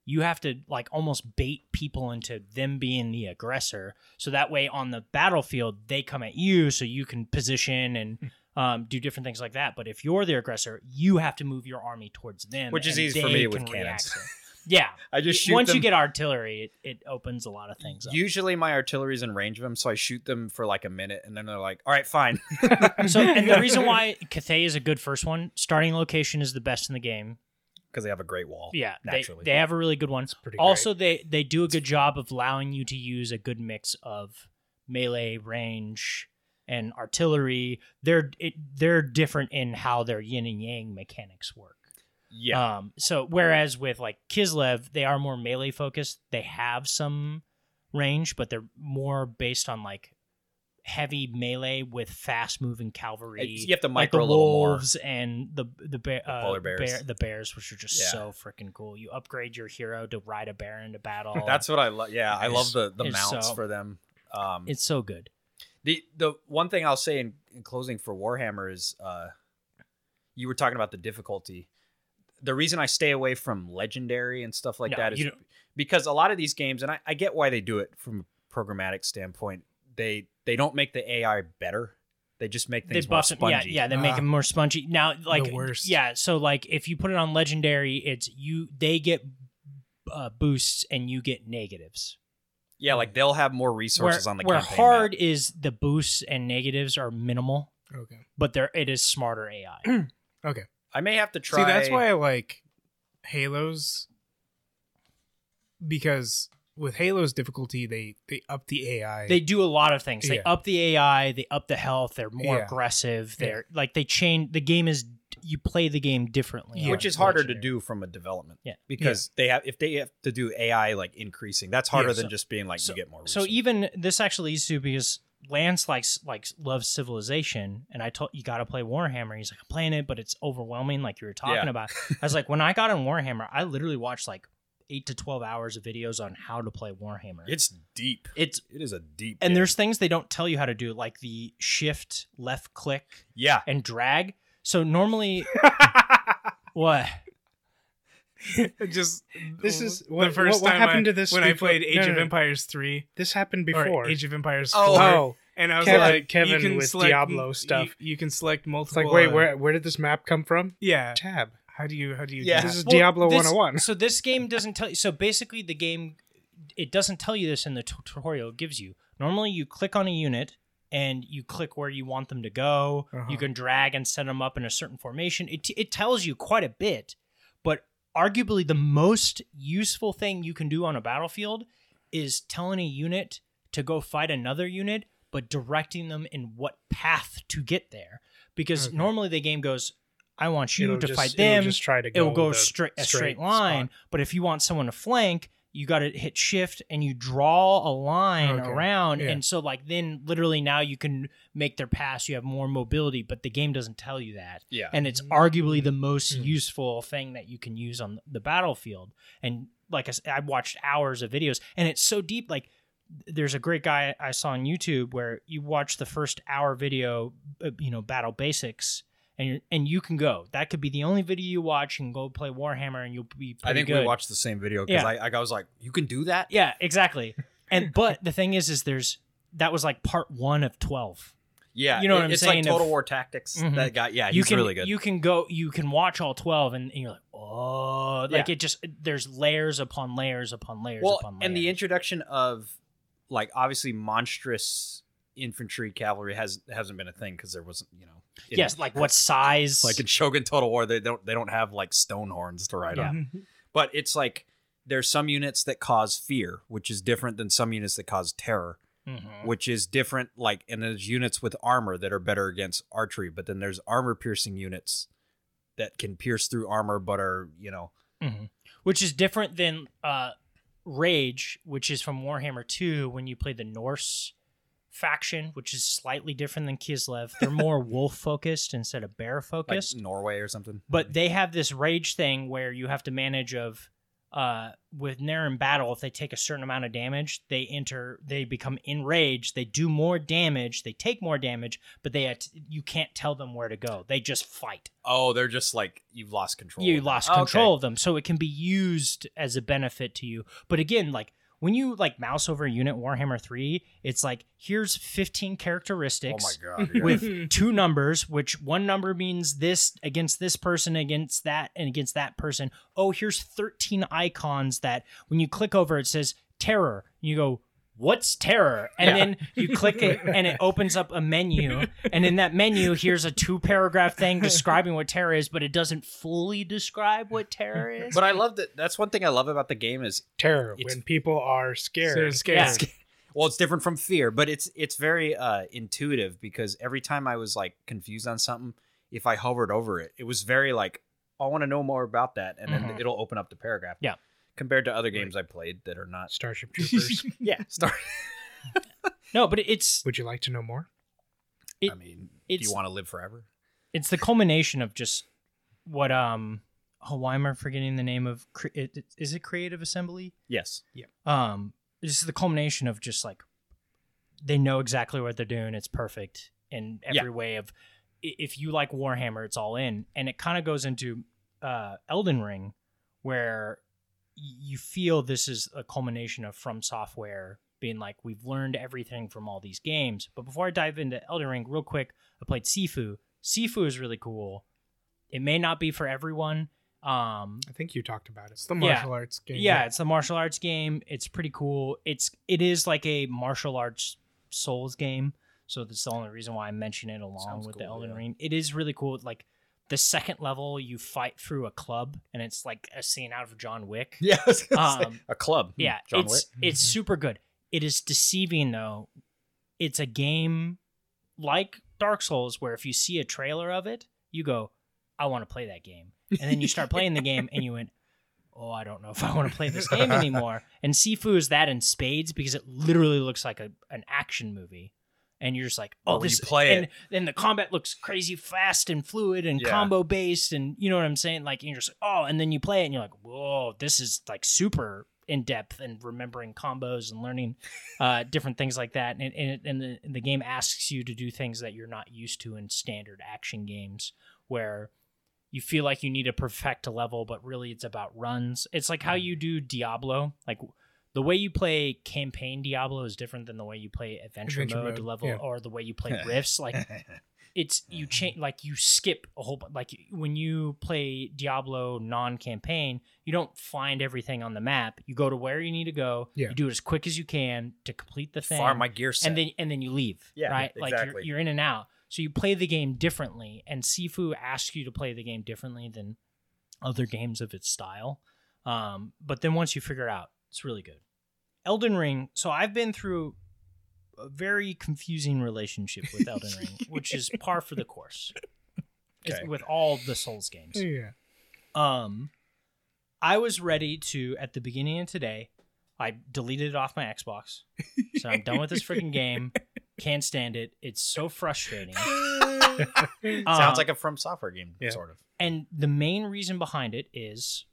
Speaker 3: you have to like almost bait people into them being the aggressor. So that way on the battlefield they come at you, so you can position and
Speaker 2: Hmm.
Speaker 3: um, do different things like that. But if you're the aggressor, you have to move your army towards them,
Speaker 2: Which is
Speaker 3: and
Speaker 2: easy for
Speaker 3: they
Speaker 2: me with
Speaker 3: can
Speaker 2: cannons.
Speaker 3: react to it. Yeah,
Speaker 2: i just shoot
Speaker 3: once
Speaker 2: them.
Speaker 3: you get artillery, it, it opens a lot of things up.
Speaker 2: usually my artillery's in range of them so i shoot them for like a minute and then they're like all right fine
Speaker 3: so, and the reason why Cathay is a good first one, starting location is the best in the game.
Speaker 2: because they have a great wall
Speaker 3: Yeah, they,
Speaker 2: Oh, naturally
Speaker 3: they have a really good one.
Speaker 4: pretty
Speaker 3: Also, they they do a good job of allowing you to use a good mix of melee range and artillery. They're it, they're different in how their yin and yang mechanics work.
Speaker 2: yeah
Speaker 3: Um, so whereas with like Kislev, they are more melee focused. They have some range, but they're more based on like heavy melee with fast moving cavalry.
Speaker 2: It's- you have to
Speaker 3: like the
Speaker 2: micro a little more.
Speaker 3: wolves and the the, bear, uh,
Speaker 2: polar bears.
Speaker 3: bear- the bears, which are just
Speaker 2: Yeah.
Speaker 3: so freaking cool. You upgrade your hero to ride a bear into battle.
Speaker 2: that's what i love yeah i love
Speaker 3: It's-
Speaker 2: the the
Speaker 3: it's
Speaker 2: mounts
Speaker 3: so-
Speaker 2: for them um
Speaker 3: it's so good.
Speaker 2: The the one thing I'll say in, in closing for Warhammer is uh you were talking about the difficulty. The reason I stay away from legendary and stuff like
Speaker 3: No,
Speaker 2: that is
Speaker 3: you don't-
Speaker 2: because a lot of these games, and I, I get why they do it from a programmatic standpoint, they they don't make the AI better. They just make
Speaker 3: they
Speaker 2: things more
Speaker 3: buff it. Yeah,
Speaker 2: spongy.
Speaker 3: yeah, they make
Speaker 4: Ah.
Speaker 3: them more spongy. Now, like,
Speaker 4: worst.
Speaker 3: yeah, so like if you put it on legendary, it's you they get uh, boosts and you get negatives.
Speaker 2: Yeah, like they'll have more
Speaker 3: Where,
Speaker 2: resources on the
Speaker 3: where
Speaker 2: campaign
Speaker 3: hard
Speaker 2: map.
Speaker 3: is the boosts and negatives are minimal,
Speaker 4: okay.
Speaker 3: but there it is smarter AI.
Speaker 2: I may have to try.
Speaker 4: See, that's why I like Halos because with Halo's difficulty, they they up the AI.
Speaker 3: They do a lot of things. They
Speaker 4: Yeah.
Speaker 3: up the AI, they up the health, they're more
Speaker 4: Yeah.
Speaker 3: aggressive.
Speaker 4: Yeah.
Speaker 3: They're like they change the game is you play the game differently.
Speaker 4: Yeah.
Speaker 2: which is harder to do from a development.
Speaker 3: Yeah.
Speaker 2: Because they have if they have to do AI like increasing, that's harder
Speaker 4: Yeah,
Speaker 2: than
Speaker 3: so-
Speaker 2: just being like you get more.
Speaker 3: So
Speaker 2: resources.
Speaker 3: even this actually leads to because Lance likes like loves Civilization, and I told you got to play Warhammer. He's like, I'm playing it, but it's overwhelming. Like you were talking
Speaker 2: Yeah.
Speaker 3: about. I was like, when I got on Warhammer, I literally watched like eight to twelve hours of videos on how to play Warhammer.
Speaker 2: it's deep.
Speaker 3: it's
Speaker 2: It is a deep.
Speaker 3: and
Speaker 2: game.
Speaker 3: there's things they don't tell you how to do, like the shift left click
Speaker 2: yeah.
Speaker 3: and drag. So normally, what?
Speaker 4: just
Speaker 1: This is-
Speaker 4: the
Speaker 1: what-
Speaker 4: first
Speaker 1: what- what
Speaker 4: time
Speaker 1: happened
Speaker 4: I,
Speaker 1: to this
Speaker 4: when I
Speaker 1: before-
Speaker 4: played Age
Speaker 1: no, no,
Speaker 4: of
Speaker 1: no.
Speaker 4: Empires three
Speaker 1: This happened
Speaker 4: or
Speaker 1: before.
Speaker 4: Age of Empires
Speaker 2: Oh.
Speaker 4: four.
Speaker 1: oh,
Speaker 4: and I was
Speaker 1: Kevin-
Speaker 4: like, you
Speaker 1: Kevin
Speaker 4: can
Speaker 1: with
Speaker 4: select,
Speaker 1: Diablo
Speaker 4: you-
Speaker 1: stuff.
Speaker 4: You, you can select
Speaker 1: it's
Speaker 4: multiple.
Speaker 1: like wait,
Speaker 4: uh,
Speaker 1: where where did this map come from?
Speaker 4: Yeah.
Speaker 1: Tab.
Speaker 4: How do you? How do you?
Speaker 2: Yeah.
Speaker 4: do
Speaker 1: This
Speaker 4: that?
Speaker 1: is Diablo
Speaker 3: this-
Speaker 1: 101.
Speaker 3: So this game doesn't tell you. So basically, the game it doesn't tell you this in the tutorial it gives you. Normally, you click on a unit and you click where you want them to go.
Speaker 4: Uh-huh.
Speaker 3: You can drag and set them up in a certain formation. It it tells you quite a bit, but arguably the most useful thing you can do on a battlefield is telling a unit to go fight another unit, but directing them in what path to get there. Because
Speaker 4: Okay.
Speaker 3: normally the game goes, I want you
Speaker 1: It'll
Speaker 3: to
Speaker 1: just-
Speaker 3: fight
Speaker 1: it'll
Speaker 3: them
Speaker 1: just try to
Speaker 3: it will go
Speaker 1: with a
Speaker 3: straight a straight
Speaker 1: spot.
Speaker 3: line. But if you want someone to flank, you got to hit shift and you draw a line
Speaker 4: Okay.
Speaker 3: around,
Speaker 4: Yeah.
Speaker 3: and so like then literally now you can make their pass. You have more mobility, but the game doesn't tell you that,
Speaker 2: Yeah.
Speaker 3: and it's arguably the most
Speaker 4: Mm.
Speaker 3: useful thing that you can use on the battlefield. And like I said, I watched hours of videos, and it's so deep. Like there's a great guy I saw on YouTube where you watch the first hour video, uh, you know, battle basics, and you're, and you can go. That could be the only video you watch. You can go play Warhammer, and you'll be.
Speaker 2: I
Speaker 3: pretty
Speaker 2: think we
Speaker 3: good.
Speaker 2: watched the same video because
Speaker 3: Yeah.
Speaker 2: I, I was like, you can do that.
Speaker 3: Yeah, exactly. And but the thing is, is there's that was like part one of twelve.
Speaker 2: Yeah.
Speaker 3: You know what
Speaker 2: it-
Speaker 3: I'm
Speaker 2: it's
Speaker 3: saying?
Speaker 2: Like Total
Speaker 3: If-
Speaker 2: War Tactics.
Speaker 3: Mhm.
Speaker 2: That guy. Yeah. He's
Speaker 3: you can
Speaker 2: really good.
Speaker 3: you can go you can watch all twelve, and, and you're like, oh, like it just there's layers upon layers upon layers
Speaker 2: well,
Speaker 3: upon layers.
Speaker 2: and the introduction of like obviously monstrous infantry cavalry has hasn't been a thing because there wasn't you know in-
Speaker 3: yes, like what size?
Speaker 2: like in Shogun Total War they don't they don't have like stone horns to ride on. but it's like there's some units that cause fear, which is different than some units that cause terror,
Speaker 3: Mhm.
Speaker 2: which is different. Like, and there's units with armor that are better against archery, but then there's armor piercing units that can pierce through armor, but are you know,
Speaker 3: Mm-hmm. which is different than uh, Rage, which is from Warhammer 2 when you play the Norse faction, which is slightly different than Kislev. They're more wolf focused instead of bear
Speaker 2: like
Speaker 3: focused.
Speaker 2: Norway or something.
Speaker 3: but they have this Rage thing where you have to manage of uh with they're in battle if they take a certain amount of damage they enter they become enraged they do more damage they take more damage but they at- you can't tell them where to go they just fight
Speaker 2: oh, they're just like you've lost control.
Speaker 3: you
Speaker 2: of it.
Speaker 3: lost
Speaker 2: Oh, Okay.
Speaker 3: control of them so it can be used as a benefit to you but again like when you like mouse over a unit in warhammer 3 it's like here's
Speaker 2: Oh
Speaker 3: 15
Speaker 2: my
Speaker 3: characteristics
Speaker 2: god! yeah.
Speaker 3: with two numbers which one number means this against this person against that and against that person oh here's 13 icons that when you click over it says terror and you go what's terror and
Speaker 2: Yeah.
Speaker 3: then you click it and it opens up a menu and in that menu here's a two paragraph thing describing what terror is but it doesn't fully describe what terror is
Speaker 2: but I love that. That's one thing I love about the game is
Speaker 1: Terror
Speaker 2: It's-
Speaker 1: when people are
Speaker 4: So
Speaker 1: scared.
Speaker 4: they're
Speaker 3: Yeah.
Speaker 4: scared.
Speaker 2: well it's different from fear but it's it's very uh intuitive because every time i was like confused on something if i hovered over it it was very like "Oh, i want to know more about that and then
Speaker 3: Mhm.
Speaker 2: it'll open up the paragraph
Speaker 3: Yeah.
Speaker 2: compared to other games i played that are not
Speaker 1: Starship Troopers.
Speaker 2: star
Speaker 3: no but it's
Speaker 1: Would you like to know more?
Speaker 3: It-
Speaker 2: i mean do
Speaker 3: it's
Speaker 2: you want to live forever
Speaker 3: it's the culmination of just what um oh why am i forgetting the name of cre- it- it- is it creative assembly
Speaker 2: yes
Speaker 3: um this is the culmination of just like they know exactly what they're doing it's perfect in
Speaker 2: Yeah.
Speaker 3: every way of i- if you like warhammer it's all in and it kind of goes into uh elden ring where y- you feel this is a culmination of from software being like we've learned everything from all these games but before i dive into elden ring real quick i played sifu sifu is really cool it may not be for everyone um
Speaker 1: I think you talked about it.
Speaker 4: It's the martial arts game.
Speaker 3: yeah, it's a martial arts game. It's pretty cool. It's it is like a martial arts Souls game. So that's the only reason why I mention it along
Speaker 2: Sounds
Speaker 3: with the
Speaker 2: cool,
Speaker 3: Elden
Speaker 2: yeah.
Speaker 3: Ring. It is really cool. Like the second level you fight through a club and it's like a scene out of John Wick.
Speaker 2: Yeah, I was gonna say,
Speaker 3: Um,
Speaker 2: a club.
Speaker 3: Yeah,
Speaker 2: Hmm, John
Speaker 3: it's
Speaker 2: Wick.
Speaker 3: it's super good. It is deceiving though. It's a game like Dark Souls where if you see a trailer of it, you go, "I want to play that game," and then you start playing the game and you went, "Oh, I don't know if I want to play this game anymore." And Sifu is that in spades because it literally looks like a, an action movie. And you're just like, oh,
Speaker 2: Or you
Speaker 3: this
Speaker 2: play
Speaker 3: and, and the combat looks crazy fast and fluid and
Speaker 2: Yeah.
Speaker 3: combo based, and you know what I'm saying? Like, and you're just like, oh, and then you play it and you're like, whoa, this is like super in depth and remembering combos and learning uh, different things like that. And and, it- and, the, and the game asks you to do things that you're not used to in standard action games, where you feel like you need to perfect a level, but really it's about runs. It's like
Speaker 2: Mm.
Speaker 3: how you do Diablo, like. The way you play campaign Diablo is different than the way you play adventure,
Speaker 4: Adventure mode,
Speaker 3: mode, level
Speaker 4: yeah.
Speaker 3: or the way you play riffs. Like it's you change like you skip a whole bu- like when you play Diablo non-campaign, you don't find everything on the map. You go to where you need to go.
Speaker 4: Yeah.
Speaker 3: You do it as quick as you can to complete the thing.
Speaker 2: farm my gear set.
Speaker 3: and then and then you leave.
Speaker 2: Yeah,
Speaker 3: right. Like you're,
Speaker 2: exactly.
Speaker 3: you're in and out. So you play the game differently, and Sifu asks you to play the game differently than other games of its style. Um, but then once you figure it out, it's really good. Elden Ring. So I've been through a very confusing relationship with Elden Ring, which is par for the course It's
Speaker 2: Okay.
Speaker 3: with all the Souls games.
Speaker 4: Yeah.
Speaker 3: Um, I was ready to at the beginning of today. I deleted it off my Xbox, so I'm done with this freaking game. Can't stand it. It's so frustrating.
Speaker 2: Sounds
Speaker 3: Um,
Speaker 2: like a From Software game,
Speaker 4: Yeah.
Speaker 2: sort of.
Speaker 3: and the main reason behind it is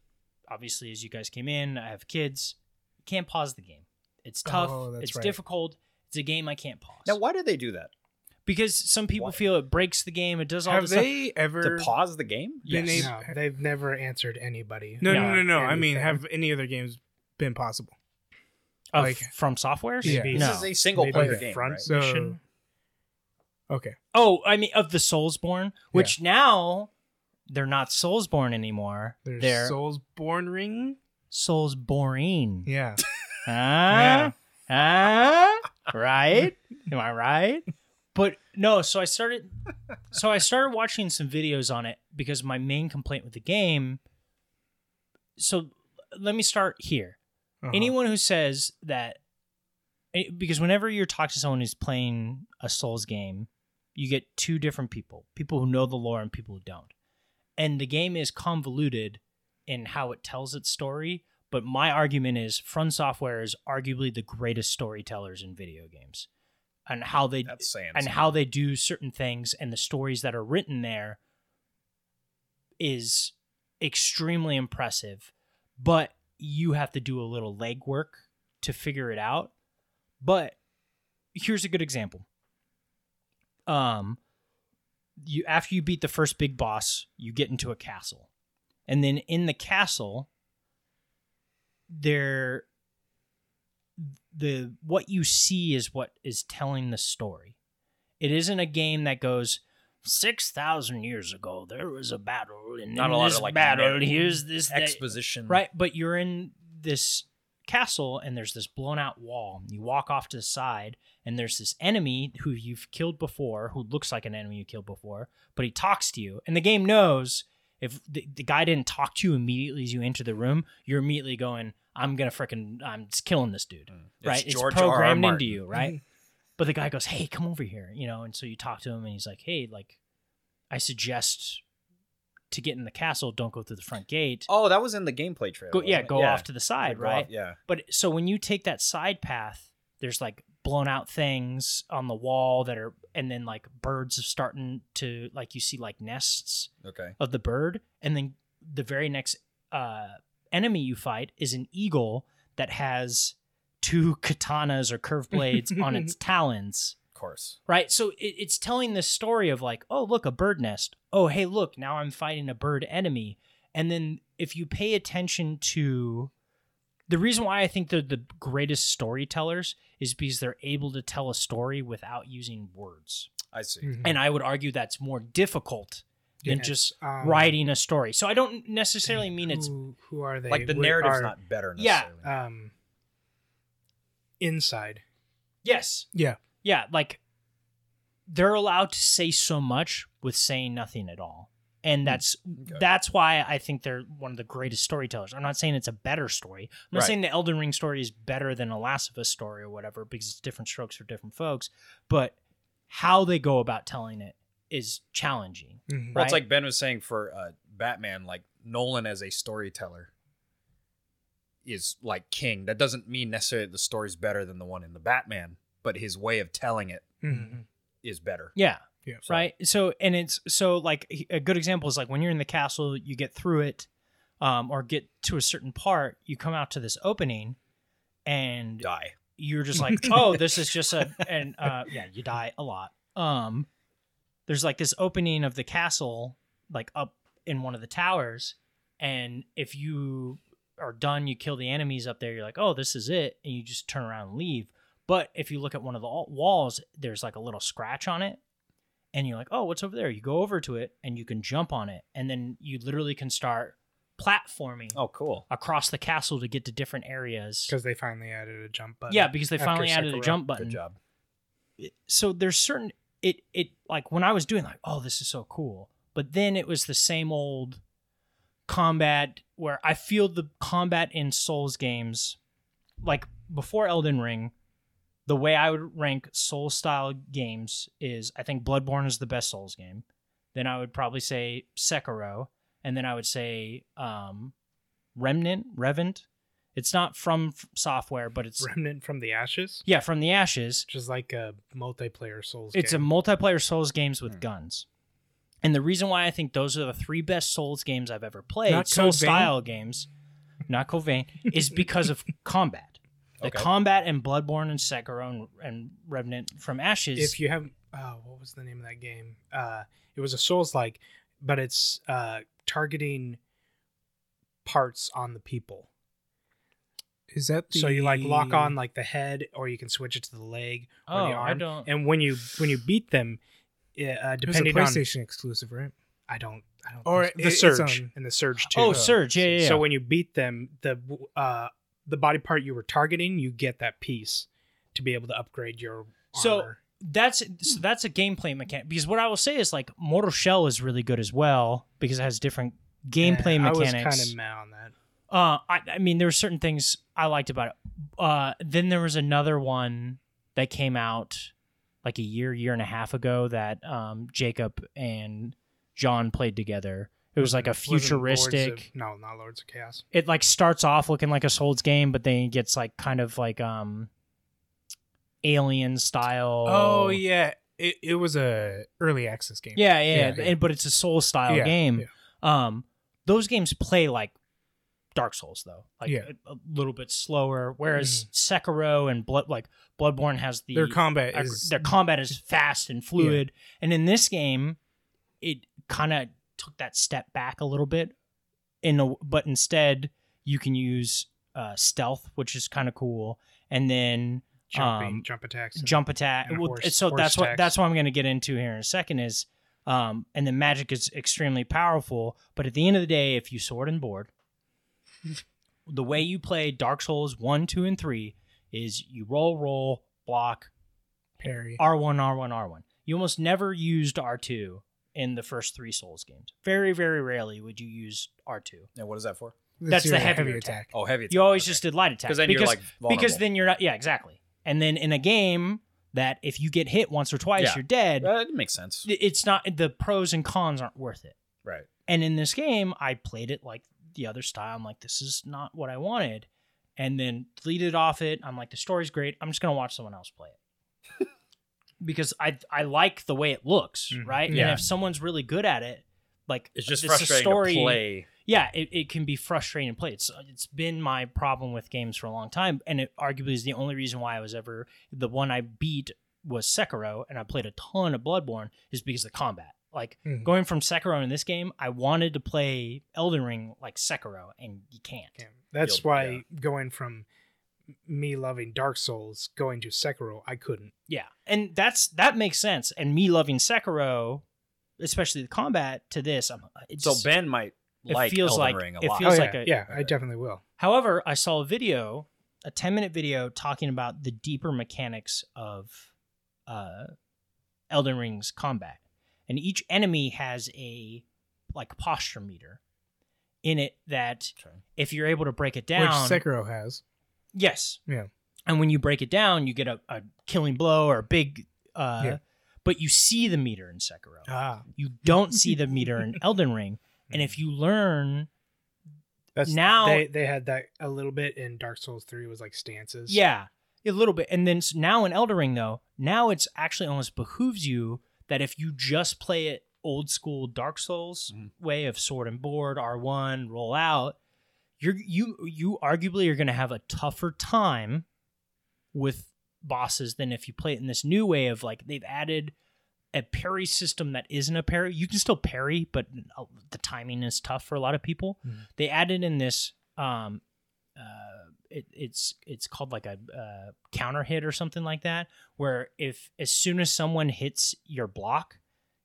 Speaker 3: obviously as you guys came in i have kids you can't pause the game it's tough
Speaker 4: Oh, that's
Speaker 3: it's
Speaker 4: right.
Speaker 3: difficult it's a game i can't pause
Speaker 2: Now, why do they do that?
Speaker 3: because some people
Speaker 2: Why?
Speaker 3: feel it breaks the game it does all
Speaker 4: Have
Speaker 3: this stuff
Speaker 4: they ever?
Speaker 2: To pause the game?
Speaker 3: Yes.
Speaker 4: been able-
Speaker 1: No, they've never answered anybody.
Speaker 4: no,
Speaker 1: about
Speaker 4: no, no, no. I mean,
Speaker 1: anything.
Speaker 4: have any other games been possible?
Speaker 3: Of-
Speaker 4: like-
Speaker 3: from software
Speaker 4: Yeah.
Speaker 1: Maybe-
Speaker 3: no
Speaker 2: This is a single
Speaker 1: maybe
Speaker 2: player
Speaker 1: the
Speaker 2: game.
Speaker 1: front
Speaker 2: right?
Speaker 4: So-
Speaker 1: mission.
Speaker 4: Okay.
Speaker 3: oh i mean of the soulsborne which now they're not soulsborne anymore
Speaker 4: There's
Speaker 3: they're
Speaker 4: Souls Born Ring.
Speaker 3: soulsborne
Speaker 4: Yeah.
Speaker 3: Ah, ah, right? Am I right? But no, so I started, so I started watching some videos on it because my main complaint with the game. So let me start here.
Speaker 4: Uh-huh.
Speaker 3: Anyone who says that, eh, because whenever you talk to someone who's playing a Souls game, you get two different people: people who know the lore and people who don't. And the game is convoluted in how it tells its story. But my argument is, Front Software is arguably the greatest storytellers in video games, and how they
Speaker 2: That's saying
Speaker 3: and how they do certain things and the stories that are written there is extremely impressive but you have to do a little legwork to figure it out but here's a good example um you after you beat the first big boss you get into a castle and then in the castle there the what you see is what is telling the story it isn't a game that goes six thousand years ago. There was a battle, and
Speaker 2: Not
Speaker 3: in
Speaker 2: a lot
Speaker 3: this
Speaker 2: of, like,
Speaker 3: battle.
Speaker 2: narrative.
Speaker 3: Here's this that-
Speaker 2: exposition.
Speaker 3: right? But you're in this castle, and there's this blown out wall. You walk off to the side, and there's this enemy who you've killed before, who looks like an enemy you killed before, but he talks to you, and the game knows if the, the guy didn't talk to you immediately as you enter the room, you're immediately going, "I'm gonna frickin' I'm just killing this dude."
Speaker 2: It's
Speaker 3: right?
Speaker 2: George
Speaker 3: it's
Speaker 2: R. R.
Speaker 3: programmed into
Speaker 2: Martin.
Speaker 3: you, right? but the guy goes, "Hey, come over here," you know, and so you talk to him, and he's like, "Hey, like, I suggest to get in the castle, don't go through the front gate.
Speaker 2: Oh, that was in the gameplay trailer.
Speaker 3: go, yeah,
Speaker 2: wasn't it?
Speaker 3: go off to the side,
Speaker 2: Go
Speaker 3: right?"
Speaker 2: off- yeah.
Speaker 3: But so when you take that side path, there's like blown out things on the wall that are, and then like birds are starting to like you see like nests
Speaker 2: Okay.
Speaker 3: of the bird, and then the very next uh, enemy you fight is an eagle that has two katanas or curved blades on its talons
Speaker 2: Of course.
Speaker 3: right so it, it's telling this story of like oh look a bird nest oh hey look now i'm fighting a bird enemy and then if you pay attention to the reason why i think they're the greatest storytellers is because they're able to tell a story without using words
Speaker 2: I see.
Speaker 1: Mm-hmm. Hmm.
Speaker 4: Mhm.
Speaker 3: and i would argue that's more difficult than
Speaker 1: Yeah,
Speaker 3: just
Speaker 1: um,
Speaker 3: writing a story so i don't necessarily mean it's
Speaker 1: who, who are they?
Speaker 2: Like the
Speaker 1: We
Speaker 2: narrative's
Speaker 1: are,
Speaker 2: not better
Speaker 3: Yeah.
Speaker 2: necessarily.
Speaker 1: um inside.
Speaker 3: yes
Speaker 4: Yeah.
Speaker 3: yeah like they're allowed to say so much with saying nothing at all and that's that's why I think they're one of the greatest storytellers. I'm not saying it's a better story. I'm not
Speaker 2: Right.
Speaker 3: saying the Elden Ring story is better than a Last of Us story or whatever because it's different strokes for different folks. But how they go about telling it is challenging.
Speaker 4: Mhm.
Speaker 2: Well, it's
Speaker 3: right?
Speaker 2: like Ben was saying for uh, Batman, like Nolan as a storyteller is like king. That doesn't mean necessarily the story's better than the one in the Batman, but his way of telling it
Speaker 1: Mm-hmm.
Speaker 3: Mm-hmm.
Speaker 4: Mhm.
Speaker 2: is better.
Speaker 3: yeah,
Speaker 4: Yeah.
Speaker 2: So-
Speaker 3: right. So and it's so like a good example is like when you're in the castle, you get through it, um, or get to a certain part, you come out to this opening, and
Speaker 2: Die.
Speaker 3: you're just like, oh, this is just a and uh, yeah, you die a lot. Um, there's like this opening of the castle, like up in one of the towers, and if you are done, you kill the enemies up there. You're like, oh, this is it, and you just turn around and leave. But if you look at one of the al- walls, there's like a little scratch on it, and you're like, oh, what's over there? You go over to it, and you can jump on it, and then you literally can start platforming
Speaker 2: Oh, cool.
Speaker 3: across the castle to get to different areas.
Speaker 1: because they finally added a jump button.
Speaker 3: Yeah, because they
Speaker 1: after
Speaker 3: finally added a
Speaker 1: Sekiro.
Speaker 3: jump
Speaker 2: Good
Speaker 3: button.
Speaker 2: job.
Speaker 3: So there's certain it it like when I was doing like, oh, this is so cool. But then it was the same old combat where I feel the combat in Souls games like before Elden Ring, the way I would rank Soul style games is I think Bloodborne is the best Souls game. Then I would probably say Sekiro, and then I would say um, Remnant, Revenant. It's not from f- software, but it's
Speaker 1: Remnant from the Ashes,
Speaker 3: yeah, from the ashes.
Speaker 1: which is like a multiplayer Souls.
Speaker 3: It's
Speaker 1: game. Hmm.
Speaker 3: a multiplayer Souls games with guns. And the reason why I think those are the three best Souls games I've ever played,
Speaker 4: Not
Speaker 3: Soul
Speaker 4: Code Vein?
Speaker 3: style games, not Covain, is because of combat. The
Speaker 2: Okay.
Speaker 3: combat in Bloodborne and Sekiro and, and Revenant from Ashes.
Speaker 1: if you have uh, what was the name of that game? Uh, it was a Souls like, but it's uh, targeting parts on the people.
Speaker 4: Is that
Speaker 1: So you like lock
Speaker 4: the-
Speaker 1: on like the head, or you can switch it to the leg or
Speaker 3: oh,
Speaker 1: the
Speaker 3: I
Speaker 1: arm.
Speaker 3: don't.
Speaker 1: And when you when you beat them, uh,
Speaker 4: It was a
Speaker 1: depending on
Speaker 4: PlayStation exclusive, right?
Speaker 1: I don't I don't
Speaker 4: Or
Speaker 1: think so.
Speaker 4: it-
Speaker 1: the
Speaker 4: it's
Speaker 1: surge
Speaker 4: on-
Speaker 1: and the surge too. Uh,
Speaker 3: Oh, Surge. Yeah, yeah. yeah.
Speaker 1: So when you beat them, the uh the body part you were targeting, you get that piece to be able to upgrade your
Speaker 3: So-
Speaker 1: armor.
Speaker 3: that's so that's a gameplay mechanic because what I will say is like Mortal Shell is really good as well because it has different gameplay
Speaker 1: And
Speaker 3: mechanics.
Speaker 1: I was kind of mad on that.
Speaker 3: Uh, I, I mean, there were certain things I liked about it. Uh, then there was another one that came out like a year, year and a half ago that um, Jacob and John played together. It was like a
Speaker 1: Wasn't Lords of-
Speaker 3: futuristic.
Speaker 1: no, not Lords of Chaos.
Speaker 3: It like starts off looking like a Souls game, but then it gets like kind of like um, alien style.
Speaker 4: Oh yeah, it, it was a early access game.
Speaker 3: Yeah, yeah,
Speaker 4: Yeah,
Speaker 3: yeah.
Speaker 4: yeah.
Speaker 3: And- but it's a soul style
Speaker 4: Yeah,
Speaker 3: game.
Speaker 4: yeah.
Speaker 3: Um, those games play like Dark Souls though, like
Speaker 4: Yeah. Mm-hmm.
Speaker 3: a, a little bit slower. Whereas Sekiro and Blood, like Bloodborne, has the
Speaker 4: their combat
Speaker 3: uh,
Speaker 4: is
Speaker 3: their combat is fast and fluid. And in this game, it kind of took that step back a little bit. In a, but instead, you can use uh, stealth, which is kind of cool, and then
Speaker 1: Jumping,
Speaker 3: Um,
Speaker 1: jump attacks. and-
Speaker 3: jump attack.
Speaker 1: and
Speaker 3: Well,
Speaker 1: horse-
Speaker 3: so
Speaker 1: horse
Speaker 3: that's what
Speaker 1: attacks.
Speaker 3: that's what I'm going to get into here in a second is, um, and the magic is extremely powerful. But at the end of the day, if you sword and board, the way you play Dark Souls one, two, and three is you roll, roll, block,
Speaker 4: parry.
Speaker 3: R one, R one, R one. You almost never used R two in the first three Souls games. Very, very rarely would you use R two.
Speaker 2: And what is that for?
Speaker 3: that's the
Speaker 4: your
Speaker 3: heavier attack.
Speaker 2: Oh, heavy.
Speaker 3: You always just did light attack
Speaker 2: because then you're like vulnerable.
Speaker 3: because then you're not yeah exactly and then in a game that if you get hit once or twice
Speaker 2: Yeah.
Speaker 3: you're dead
Speaker 2: Uh, it makes sense.
Speaker 3: i- it's not the pros and cons aren't worth it
Speaker 2: Right.
Speaker 3: and in this game i played it like the other style i'm like this is not what i wanted and then deleted off it i'm like the story's great i'm just gonna watch someone else play it because i i like the way it looks
Speaker 1: Mhm.
Speaker 3: right
Speaker 4: Yeah.
Speaker 3: and if someone's really good at it like
Speaker 2: Mm-hmm. It's just
Speaker 3: a
Speaker 2: frustrating
Speaker 3: story-
Speaker 2: to play.
Speaker 3: yeah, it, it can be frustrating to play. It's it's been my problem with games for a long time, and it arguably is the only reason why I was ever the one I beat was Sekiro, and I played a ton of Bloodborne is because of the combat. Like
Speaker 4: Mhm.
Speaker 3: going from Sekiro in this game, I wanted to play Elden Ring like Sekiro, and you can't.
Speaker 1: Yeah. That's
Speaker 2: Field,
Speaker 1: why
Speaker 2: yeah.
Speaker 1: going from me loving Dark Souls going to Sekiro, I couldn't.
Speaker 3: Yeah, and that's that makes sense. And me loving Sekiro, especially the combat to this, I'm it's
Speaker 2: So Ben might
Speaker 3: It
Speaker 2: like
Speaker 3: feels
Speaker 2: Elden
Speaker 3: like-
Speaker 2: Ring a
Speaker 3: it
Speaker 2: lot.
Speaker 3: feels-
Speaker 1: oh, yeah,
Speaker 3: like a-
Speaker 1: yeah, I definitely will.
Speaker 3: However, I saw a video, a 10 minute video talking about the deeper mechanics of uh, Elden Ring's combat. And each enemy has a like posture meter in it that
Speaker 2: Okay.
Speaker 3: if you're able to break it
Speaker 4: which
Speaker 3: down,
Speaker 4: Sekiro has.
Speaker 3: yes,
Speaker 4: Yeah.
Speaker 3: and when you break it down, you get a, a killing blow or a big. Uh,
Speaker 4: Yeah.
Speaker 3: But you see the meter in Sekiro.
Speaker 4: Ah,
Speaker 3: You don't see the meter in Elden Ring. And
Speaker 4: Mm-hmm.
Speaker 3: if you learn,
Speaker 1: That's
Speaker 3: Now-
Speaker 1: they they had that a little bit in Dark Souls three was like stances.
Speaker 3: yeah, a little bit. And then s now in Elden Ring, though, now it's actually almost behooves you that if you just play it old school Dark Souls
Speaker 2: Mhm.
Speaker 3: way of sword and board, R1, roll out, you're, you, you arguably are going to have a tougher time with bosses than if you play it in this new way of like they've added a parry system that isn't a parry. You can still parry, but uh, the timing is tough for a lot of people.
Speaker 4: Mhm.
Speaker 3: They added in this um uh it, it's it's called like a uh, counter hit or something like that where if as soon as someone hits your block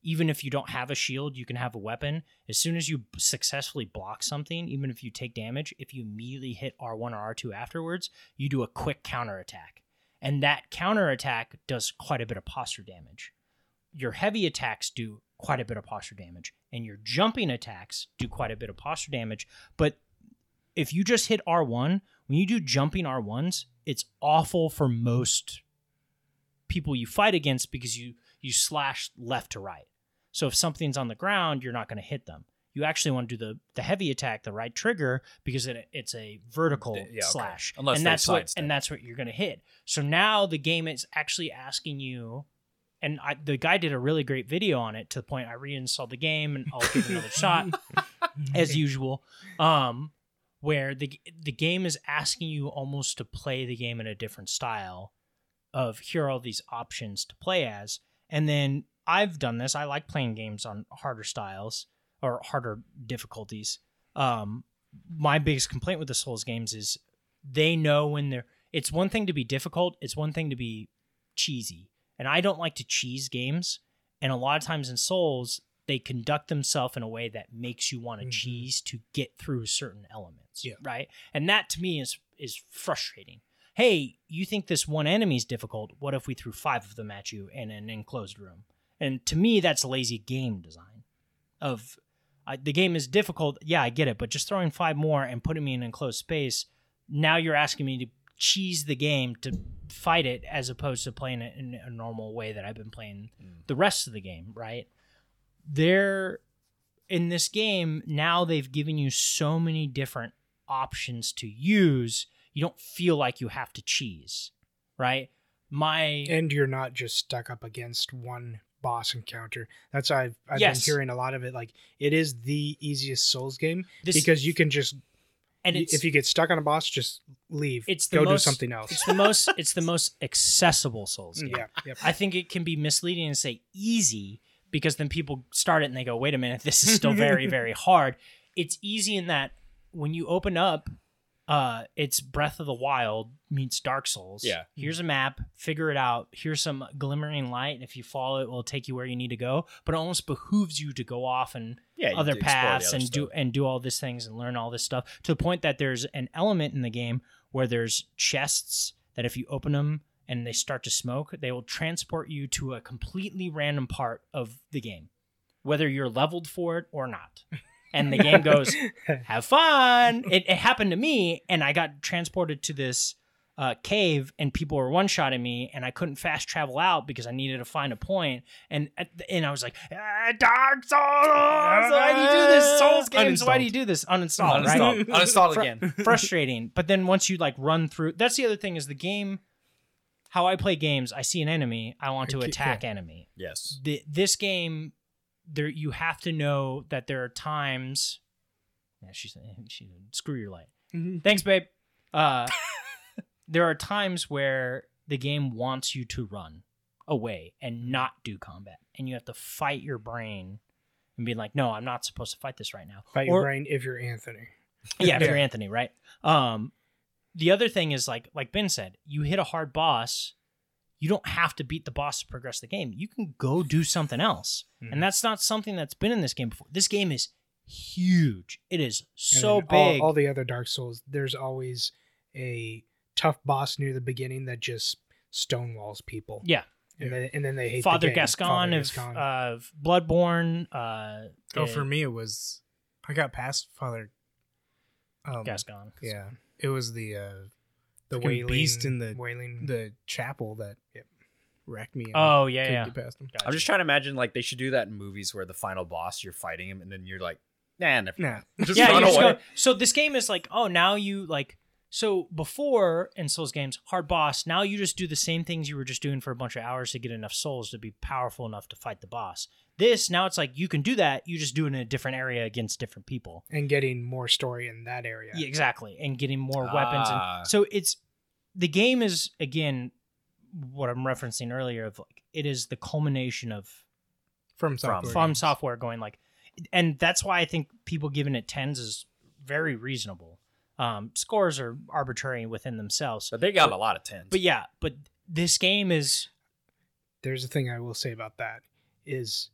Speaker 3: even if you don't have a shield you can have a weapon as soon as you successfully block something even if you take damage if you immediately hit r1 or r2 afterwards you do a quick counter attack and that counter attack does quite a bit of posture damage your heavy attacks do quite a bit of posture damage and your jumping attacks do quite a bit of posture damage but if you just hit r1 when you do jumping r1s it's awful for most people you fight against because you you slash left to right so if something's on the ground you're not going to hit them you actually want to do the the heavy attack the right trigger because it, it's a vertical
Speaker 2: Yeah, okay.
Speaker 3: slash
Speaker 2: Unless
Speaker 3: and
Speaker 2: they
Speaker 3: that's what
Speaker 2: sidestep.
Speaker 3: and that's what you're going to hit so now the game is actually asking you and I, the guy did a really great video on it to the point I reinstalled the game and I'll give it another shot
Speaker 4: Mhm.
Speaker 3: as usual. Um, where the the game is asking you almost to play the game in a different style of here are all these options to play as, and then I've done this. I like playing games on harder styles or harder difficulties. Um, my biggest complaint with the Souls games is they know when they're. It's one thing to be difficult. It's one thing to be cheesy, and I don't like to cheese games. And a lot of times in Souls, they conduct themselves in a way that makes you want to
Speaker 4: Mhm.
Speaker 3: cheese to get through certain elements.
Speaker 4: Yeah.
Speaker 3: Right. And that to me is is frustrating. Hey, you think this one enemy is difficult? What if we threw five of them at you in an enclosed room? And to me, that's lazy game design. Of I, the game is difficult. Yeah, I get it, but just throwing five more and putting me in an enclosed space, now you're asking me to cheese the game to fight it as opposed to playing it in a normal way that I've been playing
Speaker 2: Mm.
Speaker 3: the rest of the game, right? They're in this game now they've given you so many different options to use. You don't feel like you have to cheese, right? My
Speaker 1: and you're not just stuck up against one boss encounter. That's why I've, I've
Speaker 3: Yes.
Speaker 1: been hearing a lot of it. Like it is the easiest Souls game
Speaker 3: this
Speaker 1: because you can just
Speaker 3: and it's,
Speaker 1: if you get stuck on a boss, just leave.
Speaker 3: It's the
Speaker 1: go
Speaker 3: most-
Speaker 1: do something else. Mm,
Speaker 3: it's the most it's the most accessible Souls game.
Speaker 1: Yeah, yep.
Speaker 3: I think it can be misleading to say easy because then people start it and they go, wait a minute, this is still very, very hard. It's easy in that when you open up, uh, it's Breath of the Wild meets Dark Souls.
Speaker 2: Yeah.
Speaker 3: Here's a map, figure it out. Here's some glimmering light. and If you follow it, it will take you where you need to go. But it almost behooves you to go off and
Speaker 2: Yeah, you
Speaker 3: other
Speaker 2: explore the
Speaker 3: paths
Speaker 2: other
Speaker 3: and do
Speaker 2: stuff.
Speaker 3: and do all these things and learn all this stuff to the point that there's an element in the game where there's chests that if you open them and they start to smoke, they will transport you to a completely random part of the game, whether you're leveled for it or not. And the game goes, "Have fun!" It, it happened to me, and I got transported to this uh, cave, and people were one shotting me, and I couldn't fast travel out because I needed to find a point, and at the- and I was like, ah, Dark Souls. Why do you do this? Souls games. Why do you do this? Uninstall, right?
Speaker 2: Uninstall. Uninstall again.
Speaker 3: frustrating. But then once you like run through, that's the other thing is the game. How I play games, I see an enemy, I want to
Speaker 4: Okay,
Speaker 3: attack enemy.
Speaker 2: Yes.
Speaker 3: The, this game, there you have to know that there are times. Yeah, she's she screw your light.
Speaker 4: Mhm.
Speaker 3: Thanks, babe. Uh, there are times where the game wants you to run away and not do combat, and you have to fight your brain and be like, "No, I'm not supposed to fight this right now."
Speaker 1: Fight
Speaker 3: Or-
Speaker 1: your brain if you're Anthony.
Speaker 3: yeah, if
Speaker 4: Yeah.
Speaker 3: you're Anthony, right? Um, the other thing is like like Ben said, you hit a hard boss, you don't have to beat the boss to progress the game. You can go do something else,
Speaker 1: Mhm.
Speaker 3: and that's not something that's been in this game before. This game is huge. It is
Speaker 1: And
Speaker 3: so
Speaker 1: then all-
Speaker 3: big.
Speaker 1: All, the other Dark Souls, there's always a tough boss near the beginning that just stonewalls people.
Speaker 3: yeah,
Speaker 1: and then and then they hate the
Speaker 3: Father
Speaker 1: game.
Speaker 3: Gascon
Speaker 1: Father
Speaker 3: of, uh, of Bloodborne. Uh,
Speaker 4: Oh,
Speaker 3: and
Speaker 4: for me it was I got past Father. Um,
Speaker 3: Gascon.
Speaker 4: Yeah, it was the uh,
Speaker 1: the
Speaker 4: fucking
Speaker 1: wailing
Speaker 4: beast in the
Speaker 1: wailing.
Speaker 4: the chapel that
Speaker 1: Yep.
Speaker 4: wrecked me. and
Speaker 3: Oh
Speaker 4: I
Speaker 3: yeah,
Speaker 4: couldn't
Speaker 3: yeah.
Speaker 4: get past him.
Speaker 3: Gotcha.
Speaker 2: I'm just trying to imagine like they should do that in movies where the final boss you're fighting him and then you're like, nah, never.
Speaker 4: Nah,
Speaker 2: Just
Speaker 3: yeah,
Speaker 2: run
Speaker 3: you just
Speaker 2: away.
Speaker 3: go- so this game is like, oh, now you like. So before in Souls games, hard boss. Now you just do the same things you were just doing for a bunch of hours to get enough souls to be powerful enough to fight the boss. This now it's like you can do that. You just do it in a different area against different people.
Speaker 1: and getting more story in that area.
Speaker 3: Yeah, exactly, and getting more weapons.
Speaker 2: Ah.
Speaker 3: And so it's the game is again what I'm referencing earlier of like it is the culmination of
Speaker 4: from software.
Speaker 2: Software
Speaker 3: from
Speaker 4: games.
Speaker 3: software going like and that's why i think people giving it tens is very reasonable um scores are arbitrary within themselves
Speaker 2: But they got a lot of tens.
Speaker 3: but yeah but this game is
Speaker 1: There's a thing I will say about that is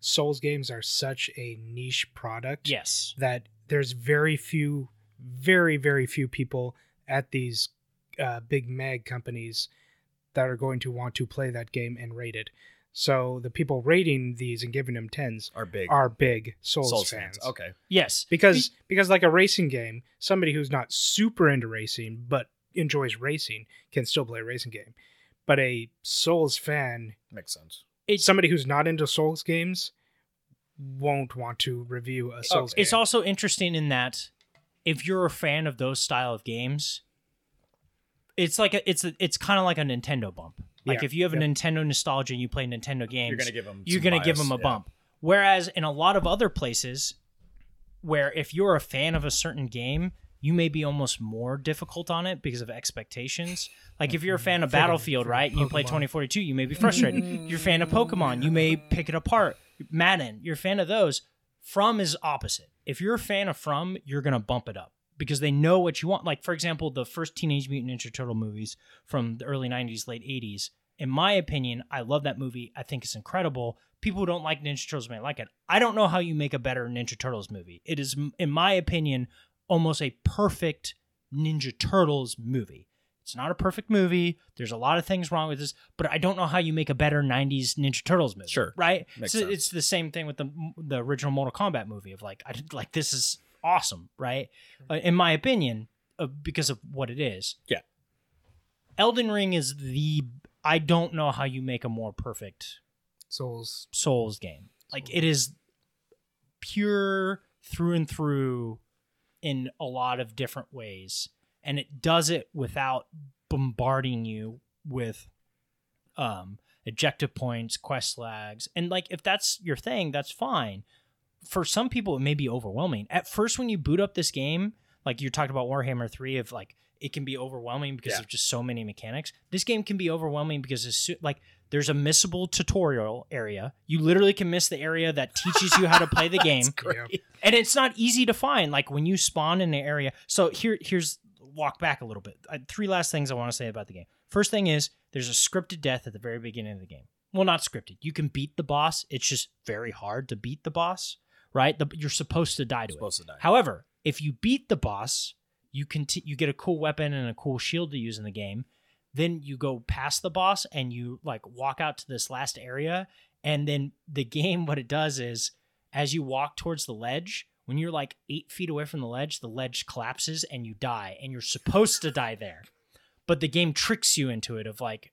Speaker 1: Souls games are such a niche product
Speaker 3: yes
Speaker 1: that there's very few, very very few people at these uh, big mag companies that are going to want to play that game and rate it. So the people rating these and giving them tens
Speaker 2: are big.
Speaker 1: are big Souls,
Speaker 2: Souls
Speaker 1: fans.
Speaker 2: fans. Okay.
Speaker 3: yes
Speaker 1: because because like a racing game, somebody who's not super into racing but enjoys racing can still play a racing game. But a Souls fan,
Speaker 2: Makes sense.
Speaker 3: It's-
Speaker 1: somebody who's not into Souls games, won't want to review a Souls
Speaker 3: Oh, it's
Speaker 1: game.
Speaker 3: also interesting in that if you're a fan of those style of games it's like a, it's a, it's kind of like a nintendo bump like
Speaker 1: Yeah.
Speaker 3: if you have a
Speaker 1: Yep.
Speaker 3: nintendo nostalgia and you play nintendo games
Speaker 2: You're gonna give them.
Speaker 3: you're going to give them a bump. Whereas in a lot of other places, where if you're a fan of a certain game, you may be almost more difficult on it because of expectations. Like if you're a fan of Battlefield, right, and you play 2042, you may be frustrated. you're a fan of Pokemon, you may pick it apart. Madden, you're a fan of those. From is opposite. If you're a fan of From, you're going to bump it up because they know what you want. Like for example, the first Teenage Mutant Ninja Turtle movies from the early 90s, late 80s. In my opinion, I love that movie. I think it's incredible. People who don't like Ninja Turtles may like it. I don't know how you make a better Ninja Turtles movie. It is, m- in my opinion, almost a perfect Ninja Turtles movie. It's not a perfect movie. There's a lot of things wrong with this, but I don't know how you make a better '90s Ninja Turtles movie.
Speaker 2: Sure.
Speaker 3: right?
Speaker 2: Makes
Speaker 3: so
Speaker 2: sense.
Speaker 3: it's the same thing with the the original Mortal Kombat movie of like, I did- like this is awesome, right? Uh, in my opinion, uh, because of what it is.
Speaker 2: Yeah.
Speaker 3: Elden Ring is the I don't know how you make a more perfect
Speaker 4: Souls.
Speaker 3: Souls game. Like it is pure through and through in a lot of different ways, and it does it without bombarding you with um objective points, quest lags, and like if that's your thing, that's fine. For some people, it may be overwhelming. At first, when you boot up this game, like you talked about Warhammer Three, of like it can be overwhelming because
Speaker 2: Yeah.
Speaker 3: of just so many mechanics. This game can be overwhelming because it's so- like there's a missable tutorial area. You literally can miss the area that teaches you how to play the game. And it's not easy to find. Like when you spawn in an area. So here, here's walk back a little bit. Uh, three last things I want to say about the game. First thing is there's a scripted death at the very beginning of the game. Well, not scripted. You can beat the boss. It's just very hard to beat the boss, right? The, you're supposed to die to it.
Speaker 2: Supposed to die.
Speaker 3: However, if you beat the boss, you can you get a cool weapon and a cool shield to use in the game. Then you go past the boss and you like walk out to this last area, and then the game what it does is as you walk towards the ledge. When you're like eight feet away from the ledge, the ledge collapses and you die, and you're supposed to die there. But the game tricks you into it of like,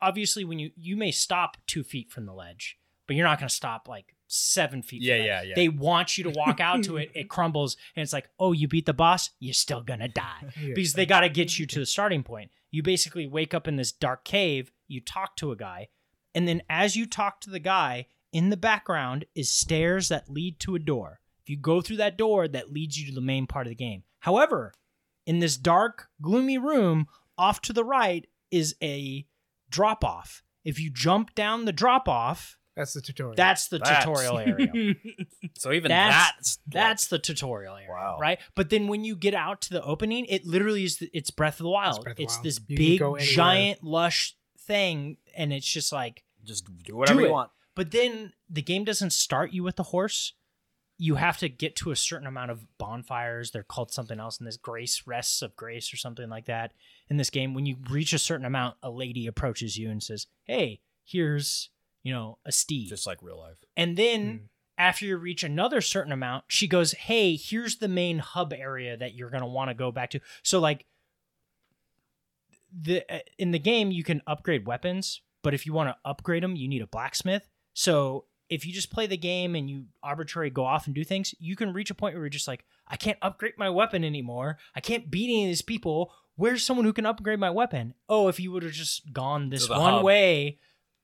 Speaker 3: obviously, when you you may stop two feet from the ledge, but you're not going to stop like seven feet. from
Speaker 2: Yeah,
Speaker 3: that.
Speaker 2: yeah, yeah.
Speaker 3: They want you to walk out to it. It crumbles, and it's like, oh, you beat the boss, you're still gonna die
Speaker 4: Yeah.
Speaker 3: because they got to get you to the starting point. You basically wake up in this dark cave. You talk to a guy, and then as you talk to the guy, in the background is stairs that lead to a door. If you go through that door, that leads you to the main part of the game. However, in this dark, gloomy room, off to the right is a drop off. If you jump down the drop off,
Speaker 4: That's the tutorial.
Speaker 3: that's the
Speaker 2: That's-
Speaker 3: tutorial area.
Speaker 2: So even
Speaker 3: That's-
Speaker 2: that's
Speaker 3: That's the tutorial area,
Speaker 2: Wow.
Speaker 3: right? But then when you get out to the opening, it literally is the, it's Breath of the Wild. It's,
Speaker 1: Breath of the Wild.
Speaker 3: this
Speaker 1: You can
Speaker 3: big,
Speaker 1: go anywhere.
Speaker 3: giant, lush thing, and it's just like.
Speaker 2: just do whatever
Speaker 3: it.
Speaker 2: you want.
Speaker 3: But then the game doesn't start you with the horse. You have to get to a certain amount of bonfires. They're called something else in this grace rests of grace or something like that. In this game, when you reach a certain amount, a lady approaches you and says, "Hey, here's you know a Steve,
Speaker 2: just like real life.
Speaker 3: and
Speaker 2: Hmm.
Speaker 3: then. After you reach another certain amount, she goes, Hey, here's the main hub area that you're going to want to go back to. So, like, the uh, in the game you can upgrade weapons, but if you want to upgrade them, you need a blacksmith. So if you just play the game and you arbitrarily go off and do things, you can reach a point where you're just like, I can't upgrade my weapon anymore. I can't beat any of these people. Where's someone who can upgrade my weapon? Oh, if you would have just gone this
Speaker 2: the
Speaker 3: one
Speaker 2: hub.
Speaker 3: way,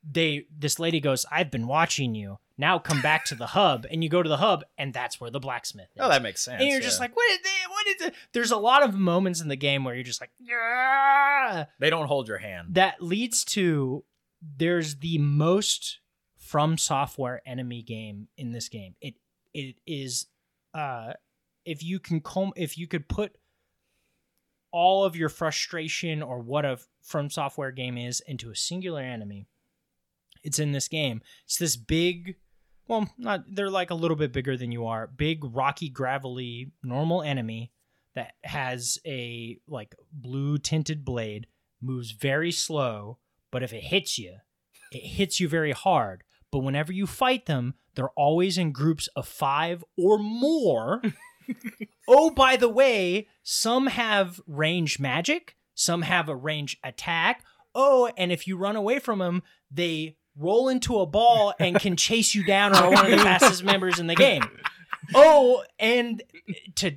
Speaker 3: they this lady goes, I've been watching you. Now come back to the hub, and you go to the hub, and that's where the blacksmith. Is.
Speaker 2: Oh, that makes sense.
Speaker 3: and you're just like, what is it? What is it? There's a lot of moments in the game where you're just like, yeah
Speaker 2: they don't hold your hand.
Speaker 3: that leads to there's the most from software enemy game in this game. It it is uh if you can com- if you could put all of your frustration or what a from software game is into a singular enemy. It's in this game. It's this big well, not they're like a little bit bigger than you are. Big rocky gravelly normal enemy that has a like blue tinted blade moves very slow, but if it hits you, it hits you very hard. But whenever you fight them, they're always in groups of five or more. oh, by the way, some have range magic, some have a range attack. Oh, and if you run away from them, they roll into a ball and can chase you down or one of the fastest members in the game. Oh, and to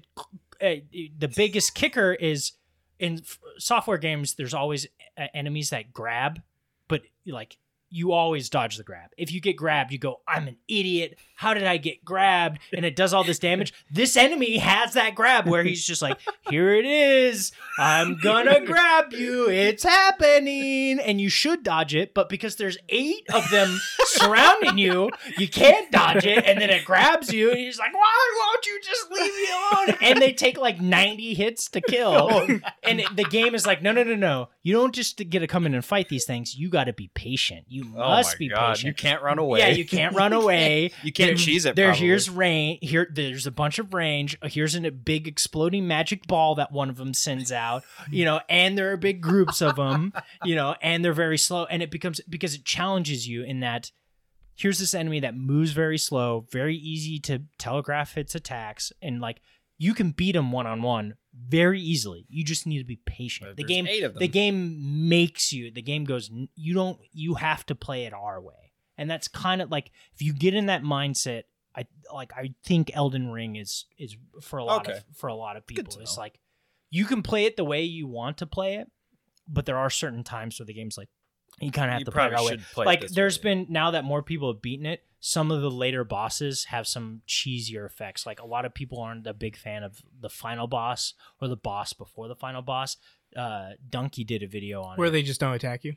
Speaker 3: uh, the biggest kicker is in f- software games there's always uh, enemies that grab but like you always dodge the grab if you get grabbed you go i'm an idiot how did i get grabbed and it does all this damage this enemy has that grab where he's just like here it is i'm gonna grab you it's happening and you should dodge it but because there's eight of them surrounding you you can't dodge it and then it grabs you and you're just like why won't you just leave me alone and they take like 90 hits to kill
Speaker 2: Oh,
Speaker 3: and it- the game is like, no, no, no, no. You don't just get to come in and fight these things. You got to be patient. You
Speaker 2: oh
Speaker 3: must
Speaker 2: my
Speaker 3: be
Speaker 2: god,
Speaker 3: patient.
Speaker 2: you can't run away.
Speaker 3: Yeah, you can't run away.
Speaker 2: You can't
Speaker 3: There-
Speaker 2: cheese it,
Speaker 3: There,
Speaker 2: probably.
Speaker 3: here's rain. Here, there's a bunch of range. Uh, Here's an- a big exploding magic ball that one of them sends out. You know, and there are big groups of them. You know, and they're very slow. And it becomes because it challenges you in that. Here's this enemy that moves very slow, very easy to telegraph its attacks, and like you can beat them one on one very easily. You just need to be patient.
Speaker 2: But
Speaker 3: the
Speaker 2: there's
Speaker 3: game,
Speaker 2: eight of
Speaker 3: the
Speaker 2: them.
Speaker 3: game makes you. The game goes, "N- you don't, you have to play it our way, and that's kind of like if you get in that mindset. I like, I think Elden Ring is is for a lot
Speaker 2: Okay.
Speaker 3: of for a lot of people.
Speaker 2: to
Speaker 3: It's
Speaker 2: know.
Speaker 3: like you can play it the way you want to play it, but there are certain times where the game's like you kind of have
Speaker 2: You
Speaker 3: to play it our
Speaker 2: probably
Speaker 3: way
Speaker 2: should play.
Speaker 3: like
Speaker 2: there's
Speaker 3: there's been now that more people have beaten it some of the later bosses have some cheesier effects like a lot of people aren't a big fan of the final boss or the boss before the final boss uh donkey did a video on
Speaker 4: Where
Speaker 3: it
Speaker 4: they just don't attack you.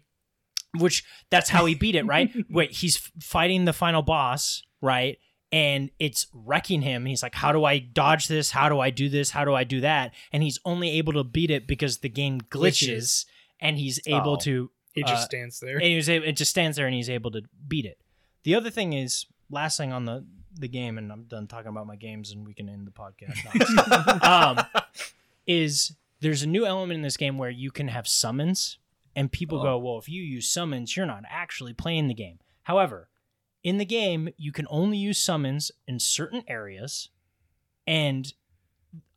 Speaker 3: which that's how he beat it right wait he's f- fighting the final boss right and it's wrecking him he's like how do i dodge this how do i do this how do i do that and he's only able to beat it because the game glitches,
Speaker 4: Glitches.
Speaker 3: and he's able
Speaker 2: Oh.
Speaker 3: to
Speaker 4: He just
Speaker 3: Uh,
Speaker 4: stands there.
Speaker 3: and he was able, it just stands there and he's able to beat it. The other thing is, last thing on the the game, and I'm done talking about my games, and we can end the podcast. honestly, um, is there's a new element in this game where you can have summons, and people
Speaker 1: Oh.
Speaker 3: go, "Well, if you use summons, you're not actually playing the game." However, in the game, you can only use summons in certain areas, and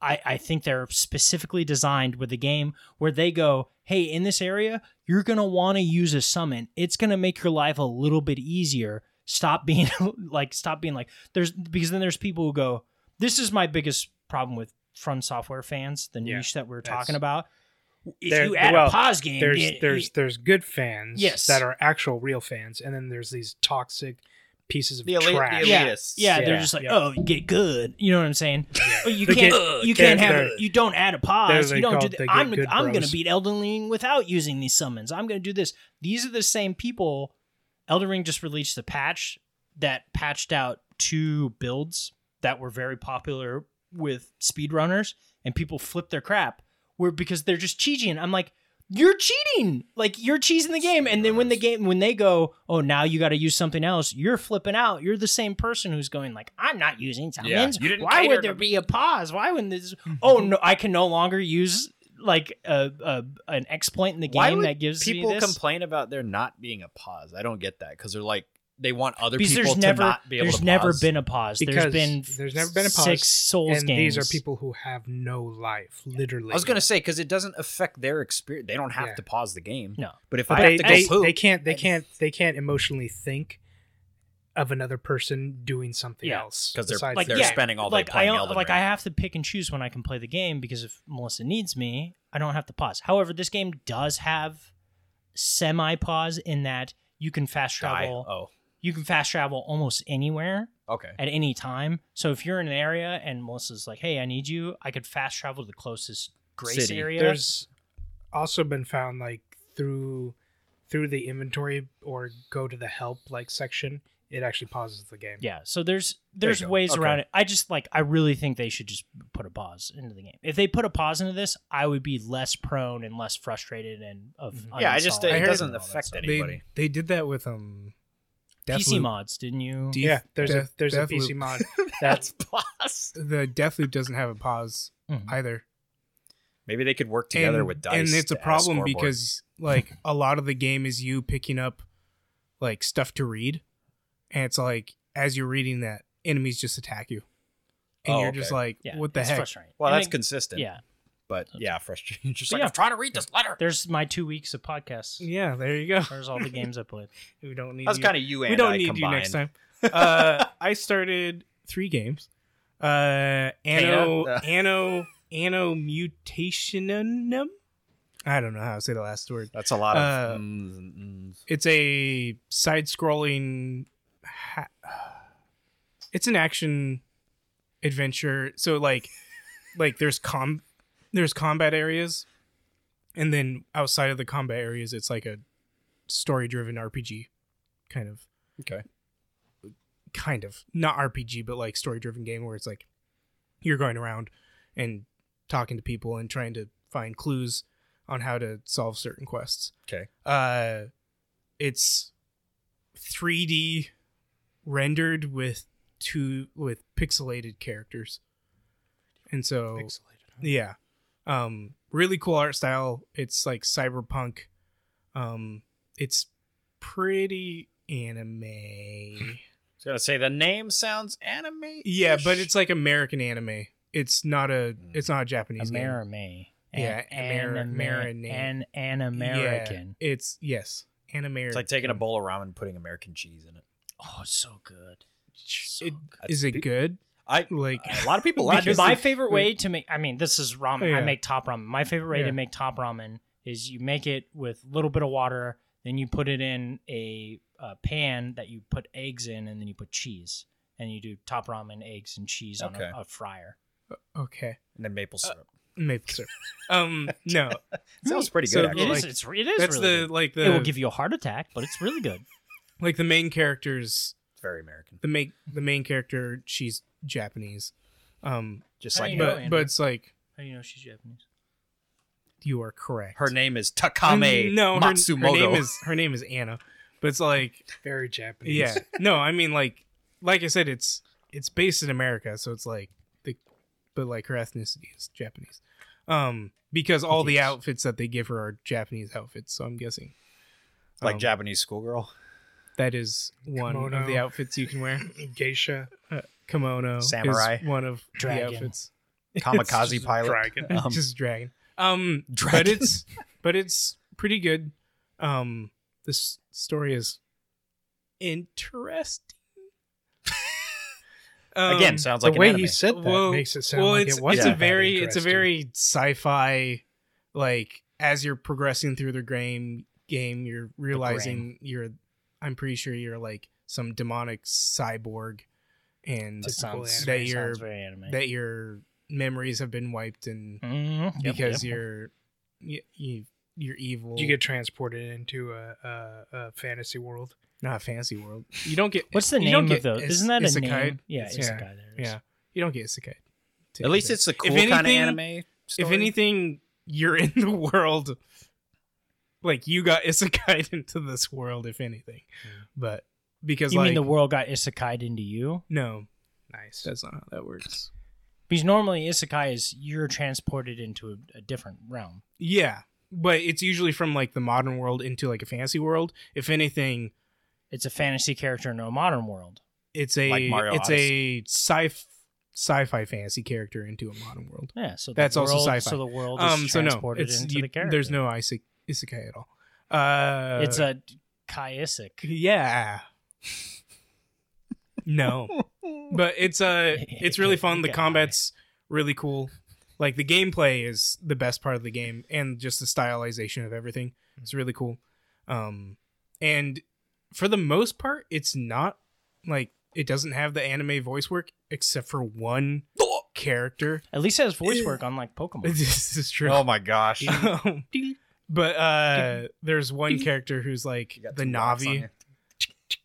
Speaker 3: I, I think they're specifically designed with the game where they go, hey, in this area, you're going to want to use a summon. It's going to make your life a little bit easier. Stop being like, stop being like, there's, because then there's people who go, this is my biggest problem with From Software fans, the
Speaker 1: Yeah,
Speaker 3: niche that we're
Speaker 1: that's-
Speaker 3: talking about. If
Speaker 1: There-
Speaker 3: you add
Speaker 1: well,
Speaker 3: a pause game,
Speaker 1: there's
Speaker 3: it-
Speaker 1: there's
Speaker 3: it-
Speaker 1: there's good fans
Speaker 3: Yes.
Speaker 1: that are actual real fans, and then there's these toxic pieces of
Speaker 2: The elite- the
Speaker 1: trash.
Speaker 2: elite-
Speaker 3: yeah,
Speaker 2: elitists.
Speaker 3: yeah, they're
Speaker 1: Yeah,
Speaker 3: just like,
Speaker 1: yeah.
Speaker 3: oh, get good. You know what I'm saying? Oh, you
Speaker 1: They
Speaker 3: can't.
Speaker 1: get-
Speaker 3: you can't
Speaker 1: they're-
Speaker 3: have.
Speaker 1: they're-
Speaker 3: You don't add a
Speaker 1: they're
Speaker 3: pause.
Speaker 1: they
Speaker 3: You don't do
Speaker 1: called- they
Speaker 3: that.
Speaker 1: get
Speaker 3: I'm.
Speaker 1: good
Speaker 3: I'm going to
Speaker 1: bros.
Speaker 3: beat Elden Ring without using these summons. I'm going to do this. These are the same people. Elden Ring just released a patch that patched out two builds that were very popular with speedrunners, and people flipped their crap. Where because they're just cheating. I'm like, you're cheating. Like you're cheesing the game. And then when the game when they go, oh now you got to use something else, you're flipping out. You're the same person who's going like, I'm not using summons.
Speaker 2: you didn't
Speaker 3: Why
Speaker 2: cater
Speaker 3: would there
Speaker 2: to
Speaker 3: be a pause? Why wouldn't this? Oh no, I can no longer use like a, a an exploit in the
Speaker 2: Why
Speaker 3: game
Speaker 2: would
Speaker 3: that gives you
Speaker 2: people
Speaker 3: this?
Speaker 2: complain about there not being a pause. I don't get that because they're like they want other
Speaker 3: because
Speaker 2: people
Speaker 3: there's
Speaker 2: to
Speaker 3: never
Speaker 2: not be able
Speaker 3: there's
Speaker 2: to
Speaker 3: never
Speaker 2: pause.
Speaker 3: been a pause.
Speaker 1: Because
Speaker 3: there's been
Speaker 1: there's never been a pause,
Speaker 3: Six Souls
Speaker 1: and
Speaker 3: games.
Speaker 1: these are people who have no life, literally.
Speaker 2: I was gonna say because it doesn't affect their experience. They don't have
Speaker 1: Yeah.
Speaker 2: to pause the game.
Speaker 3: No.
Speaker 2: but if
Speaker 1: But
Speaker 2: I
Speaker 1: they,
Speaker 2: have to go
Speaker 1: they,
Speaker 2: poop,
Speaker 1: they can't they
Speaker 2: and-
Speaker 1: can't they can't emotionally think of another person doing something
Speaker 3: Yeah.
Speaker 1: else
Speaker 2: 'Cause they're-
Speaker 1: besides
Speaker 2: like,
Speaker 1: their
Speaker 2: they're yeah. spending all day
Speaker 3: like,
Speaker 2: playing
Speaker 3: I don't-
Speaker 2: Elden
Speaker 3: like
Speaker 2: Ring.
Speaker 3: I have to pick and choose when I can play the game because if Melissa needs me, I don't have to pause. However, this game does have semi pause in that you can fast
Speaker 2: die.
Speaker 3: travel.
Speaker 2: Oh,
Speaker 3: You can fast travel almost anywhere
Speaker 2: okay.
Speaker 3: at any time. So if you're in an area and Melissa's like, "Hey, I need you," I could fast travel to the closest grace
Speaker 2: City.
Speaker 3: area.
Speaker 1: there's also been found like through through the inventory or go to the help like section it actually pauses the game
Speaker 3: yeah, so there's
Speaker 2: There you
Speaker 3: there's
Speaker 2: go.
Speaker 3: ways
Speaker 2: Okay.
Speaker 3: around it. I just like I really think they should just put a pause into the game. If they put a pause into this, I would be less prone and less frustrated and of
Speaker 1: Mhm.
Speaker 2: Mm-hmm. Yeah, I just-
Speaker 3: uninstalling
Speaker 2: it
Speaker 3: and all
Speaker 2: doesn't
Speaker 3: that stuff.
Speaker 2: affect any-
Speaker 4: They,
Speaker 2: Anybody.
Speaker 4: they did that with um,
Speaker 3: PC
Speaker 4: Deathloop.
Speaker 3: mods, didn't you?
Speaker 4: Death-
Speaker 1: yeah there's a
Speaker 4: Death-
Speaker 1: there's a pc
Speaker 4: Deathloop.
Speaker 1: mod
Speaker 2: That's pause.
Speaker 4: The Deathloop doesn't have a pause
Speaker 3: Mhm.
Speaker 4: either.
Speaker 2: Maybe they could work together
Speaker 4: and,
Speaker 2: with dice.
Speaker 4: and it's a
Speaker 2: to add
Speaker 4: problem
Speaker 2: scoreboard.
Speaker 4: because like a lot of the game is you picking up like stuff to read, and it's like as you're reading that, enemies just attack you, and
Speaker 2: Oh,
Speaker 4: you're just
Speaker 2: okay.
Speaker 4: like,
Speaker 3: Yeah,
Speaker 4: what the
Speaker 3: it's
Speaker 4: heck?
Speaker 3: Frustrating.
Speaker 2: well,
Speaker 3: And
Speaker 2: that's
Speaker 3: it-
Speaker 2: consistent.
Speaker 3: yeah.
Speaker 2: but yeah, frustrating. Just
Speaker 3: But
Speaker 2: like
Speaker 3: yeah.
Speaker 2: I'm trying to read this letter.
Speaker 3: There's my two weeks of podcasts.
Speaker 4: Yeah, there you go.
Speaker 3: There's all the games I played.
Speaker 4: We don't need.
Speaker 2: That's
Speaker 4: you.
Speaker 2: kind of you and
Speaker 4: we don't
Speaker 2: I
Speaker 4: need
Speaker 2: combined.
Speaker 4: you next time. Uh, I started three games. Uh, Anno,
Speaker 2: Kana?
Speaker 4: Anno, Anno Mutationum. I don't know how to say the last word.
Speaker 2: That's a lot of.
Speaker 4: Uh,
Speaker 2: mm, mm, mm.
Speaker 4: It's a side-scrolling. Ha- it's an action adventure. So like, like there's com, there's combat areas, and then outside of the combat areas, it's like a story-driven RPG, kind of
Speaker 2: Okay.
Speaker 4: kind of not RPG, but like story driven game where it's like you're going around and talking to people and trying to find clues on how to solve certain quests.
Speaker 2: Okay.
Speaker 4: Uh, it's 3D rendered with two with pixelated characters, and so
Speaker 1: pixelated
Speaker 4: yeah, um, really cool art style. It's like cyberpunk. Um, it's pretty anime.
Speaker 2: I was gonna say the name sounds anime.
Speaker 4: Yeah, but it's like American anime. It's not a it's not a Japanese game.
Speaker 3: Amerime.
Speaker 4: Yeah, Amer- Marinate.
Speaker 3: An, an American.
Speaker 4: Yeah, it's yes, an American.
Speaker 2: It's like taking a bowl of ramen and putting American cheese in it.
Speaker 3: Oh, so good. So
Speaker 4: It-
Speaker 3: good.
Speaker 4: Is it good?
Speaker 2: I
Speaker 4: Like
Speaker 2: a lot of people like
Speaker 4: Because
Speaker 2: it.
Speaker 4: the-
Speaker 3: my favorite way to make I mean, this is ramen. I
Speaker 4: Yeah.
Speaker 3: make top ramen. My favorite way
Speaker 4: Yeah.
Speaker 3: to make top ramen is you make it with a little bit of water, then you put it in a, uh pan that you put eggs in, and then you put cheese. And you do top ramen, eggs, and cheese on
Speaker 2: Okay.
Speaker 3: a, a fryer.
Speaker 4: okay,
Speaker 2: and then maple syrup.
Speaker 4: maple syrup. Um, no,
Speaker 2: sounds pretty
Speaker 4: so
Speaker 2: good.
Speaker 4: the-
Speaker 2: actually.
Speaker 3: It is.
Speaker 4: like-
Speaker 3: It's. It is.
Speaker 4: that's
Speaker 3: really
Speaker 4: the
Speaker 3: good.
Speaker 4: like
Speaker 3: it will
Speaker 4: the
Speaker 3: give you a heart attack, but it's really good.
Speaker 4: like the main characters.
Speaker 2: It's very American.
Speaker 4: The make the main character she's Japanese. Um,
Speaker 2: Just
Speaker 3: How do
Speaker 2: like
Speaker 3: you
Speaker 2: but
Speaker 3: know,
Speaker 4: but
Speaker 3: Andrew.
Speaker 4: but it's like
Speaker 3: How do you know she's Japanese?
Speaker 4: you are correct.
Speaker 2: her name is Takame
Speaker 4: no, her, her
Speaker 2: Matsumoto.
Speaker 4: name is her name is Anna, but it's like
Speaker 1: very japanese
Speaker 4: yeah no i mean like like i said it's it's based in america so it's like the but like her ethnicity is japanese um because all the
Speaker 3: Yes.
Speaker 4: outfits that they give her are japanese outfits so i'm guessing
Speaker 2: like
Speaker 4: um,
Speaker 2: Japanese schoolgirl.
Speaker 4: that is one
Speaker 1: Kimono.
Speaker 4: of the outfits you can wear
Speaker 1: geisha
Speaker 4: kimono is
Speaker 2: Samurai.
Speaker 4: one of
Speaker 3: Dragon.
Speaker 4: the outfits
Speaker 2: Kamikaze
Speaker 1: just
Speaker 2: pilot.
Speaker 1: dragon.
Speaker 2: Um,
Speaker 4: just dragon um but
Speaker 2: Dragon.
Speaker 4: it's but it's pretty good um this story is interesting
Speaker 2: Again,
Speaker 4: Um,
Speaker 2: sounds
Speaker 1: the
Speaker 2: like
Speaker 1: way
Speaker 2: an
Speaker 1: he
Speaker 2: anime.
Speaker 1: said that
Speaker 4: Well-
Speaker 1: makes it sound
Speaker 4: well,
Speaker 1: like
Speaker 4: it's
Speaker 1: it was
Speaker 4: it's
Speaker 2: Yeah.
Speaker 4: a very it's a very sci-fi like as you're progressing through the game game you're realizing you're I'm pretty sure you're like some demonic cyborg and
Speaker 1: That sounds-
Speaker 4: that
Speaker 1: They
Speaker 4: your
Speaker 3: sounds very anime.
Speaker 4: that your memories have been wiped and
Speaker 3: Mhm. Yep,
Speaker 4: because
Speaker 3: yep.
Speaker 4: you're you, you you're evil
Speaker 1: you get transported into a, a, a fantasy world
Speaker 4: not a fantasy world you don't get
Speaker 3: What's the
Speaker 4: you
Speaker 3: name
Speaker 4: don't
Speaker 3: of
Speaker 4: get
Speaker 3: those?
Speaker 4: is-
Speaker 3: Isn't that a
Speaker 4: isekai.
Speaker 3: name? Yeah,
Speaker 4: It's-
Speaker 3: isekai. there is.
Speaker 4: yeah you don't get isekai
Speaker 2: At least it's a cool kind of
Speaker 4: anything-
Speaker 2: anime. Story.
Speaker 4: If anything, you're in the world. Like you got isekai into this world, if anything. But because
Speaker 3: You
Speaker 4: like
Speaker 3: mean the world got isekai'd into you?
Speaker 4: no,
Speaker 1: nice
Speaker 4: that's not how that works.
Speaker 3: Because normally isekai is you're transported into a, a different realm.
Speaker 4: Yeah, but it's usually from like the modern world into like a fantasy world. If anything,
Speaker 3: It's a fantasy character in a modern world.
Speaker 4: it's a
Speaker 2: Like Mario
Speaker 4: it's a sci sci-fi fantasy character into a modern world.
Speaker 3: Yeah, so the
Speaker 4: That's
Speaker 3: world,
Speaker 4: also sci-fi.
Speaker 3: So the world is
Speaker 4: Um, so no,
Speaker 3: transported
Speaker 4: it's
Speaker 3: into
Speaker 4: you-
Speaker 3: the character.
Speaker 4: there's no ise- isekai at all. Uh,
Speaker 3: it's a kaisic.
Speaker 4: yeah. no, but it's uh it's really fun. The
Speaker 3: Isekai.
Speaker 4: combat's really cool. Like the gameplay is the best part of the game, and just the stylization of everything. It's really cool. Um, and for the most part, it's not like it doesn't have the anime voice work except for one character.
Speaker 3: At least it has voice work, unlike Pokemon.
Speaker 4: this is true.
Speaker 2: Oh my gosh.
Speaker 4: Um, but uh, there's one character who's like the Navi,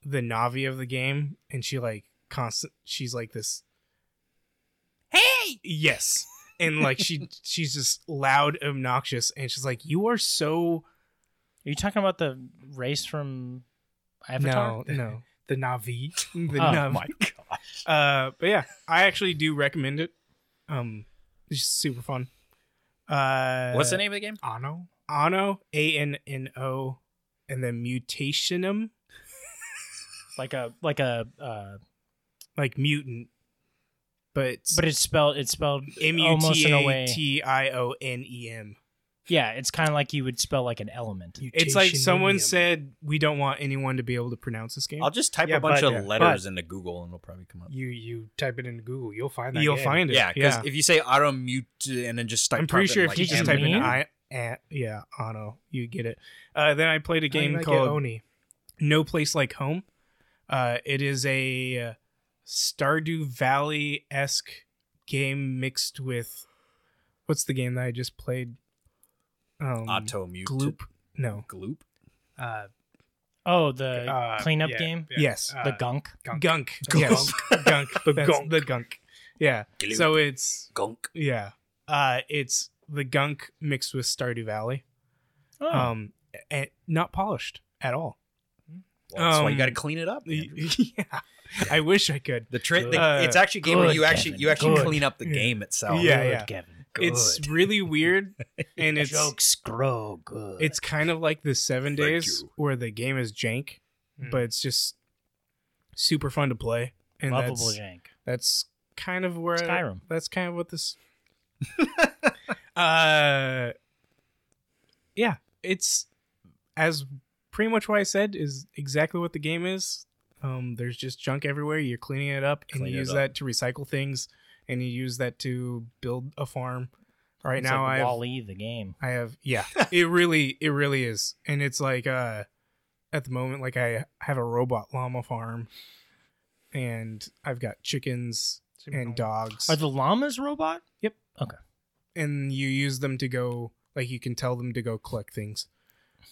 Speaker 4: the Navi of the game, and she like constant. She's like this. Hey. Yes. And like she, she's just loud, obnoxious, and she's like, "You are so
Speaker 3: Are you talking about the race from Avatar?
Speaker 4: no, no,
Speaker 1: The Navi.
Speaker 4: the
Speaker 3: Oh
Speaker 4: Navi."
Speaker 2: my god.
Speaker 4: Uh, but yeah, I actually do recommend it. Um, it's just super fun. Uh,
Speaker 2: What's the name of the game?
Speaker 1: Ano?
Speaker 4: Ano A N N O, and then mutationum,
Speaker 3: Like a like a uh,
Speaker 4: like mutant, but it's
Speaker 3: but it's spelled it's spelled
Speaker 4: M U
Speaker 3: almost in
Speaker 4: T
Speaker 3: a
Speaker 4: A
Speaker 3: way.
Speaker 4: T I O N E M.
Speaker 3: Yeah, it's kind of like you would spell like an element.
Speaker 4: It's like someone
Speaker 1: Mutationum.
Speaker 4: said we don't want anyone to be able to pronounce this game.
Speaker 2: I'll just type
Speaker 1: Yeah,
Speaker 2: a bunch
Speaker 1: but-
Speaker 2: of
Speaker 1: yeah,
Speaker 2: letters into Google and it'll probably come up.
Speaker 1: You you type it in Google, you'll find that.
Speaker 4: You'll
Speaker 1: game.
Speaker 4: find it.
Speaker 2: Yeah, because
Speaker 4: yeah.
Speaker 2: if you say auto mute and then just type,
Speaker 4: I'm pretty
Speaker 2: type in,
Speaker 4: sure if
Speaker 2: like, E.
Speaker 4: you
Speaker 3: Did
Speaker 4: just
Speaker 3: you
Speaker 4: type
Speaker 3: mean?
Speaker 4: in I, eh, yeah, Ano, you get it. Uh, then I played a
Speaker 1: How you
Speaker 4: game
Speaker 1: like it,
Speaker 4: called
Speaker 1: Oni.
Speaker 4: No Place Like Home. Uh, it is a uh, Stardew Valley esque game mixed with what's the game that I just played? Um,
Speaker 2: auto mute
Speaker 4: Gloop. No,
Speaker 2: gloop.
Speaker 1: Uh,
Speaker 3: Oh, the
Speaker 1: uh,
Speaker 3: cleanup
Speaker 1: yeah,
Speaker 3: game,
Speaker 1: yeah,
Speaker 4: Yes.
Speaker 1: uh,
Speaker 3: the gunk.
Speaker 1: Gunk.
Speaker 4: Gunk. Yes, Gunk. The
Speaker 1: gunk.
Speaker 4: The Gunk. Yeah.
Speaker 2: Gloop.
Speaker 4: So it's
Speaker 2: Gunk.
Speaker 4: yeah. Uh, it's the Gunk mixed with Stardew Valley.
Speaker 3: Oh,
Speaker 4: Um, and not polished at all.
Speaker 2: Well, that's why you
Speaker 4: Um,
Speaker 2: got to clean it up. Andrew.
Speaker 4: yeah. I wish I could.
Speaker 2: The tra- the,
Speaker 4: Uh,
Speaker 2: it's actually a game where
Speaker 3: good,
Speaker 2: you actually
Speaker 3: Kevin,
Speaker 2: you actually
Speaker 3: good.
Speaker 2: clean up the
Speaker 4: Yeah.
Speaker 2: game itself.
Speaker 4: yeah,
Speaker 3: good,
Speaker 4: yeah.
Speaker 3: Kevin.
Speaker 4: It's
Speaker 3: Good.
Speaker 4: really weird and it's
Speaker 3: jokes grow good.
Speaker 4: it's kind of like the 7
Speaker 2: Thank
Speaker 4: days
Speaker 2: you.
Speaker 4: where the game is jank,
Speaker 1: Mm.
Speaker 4: but it's just super fun to play and
Speaker 3: lovable
Speaker 4: that's,
Speaker 3: jank.
Speaker 4: that's kind of where
Speaker 3: Skyrim.
Speaker 4: That's kind of what this uh yeah, it's as pretty much what I said is exactly what the game is. Um, there's just junk everywhere. You're cleaning it up, and
Speaker 2: Clean
Speaker 4: you
Speaker 2: it
Speaker 4: use
Speaker 2: up.
Speaker 4: that to recycle things, and you use that to build a farm. All right
Speaker 3: It's
Speaker 4: now,
Speaker 3: like
Speaker 4: I have,
Speaker 3: Wall-E the game.
Speaker 4: I have yeah. it really, it really is, and it's like uh, at the moment, like I have a robot llama farm, and I've got chickens and dogs,
Speaker 3: Are the llamas robot?
Speaker 4: and you use them to go like you can tell them to go collect things,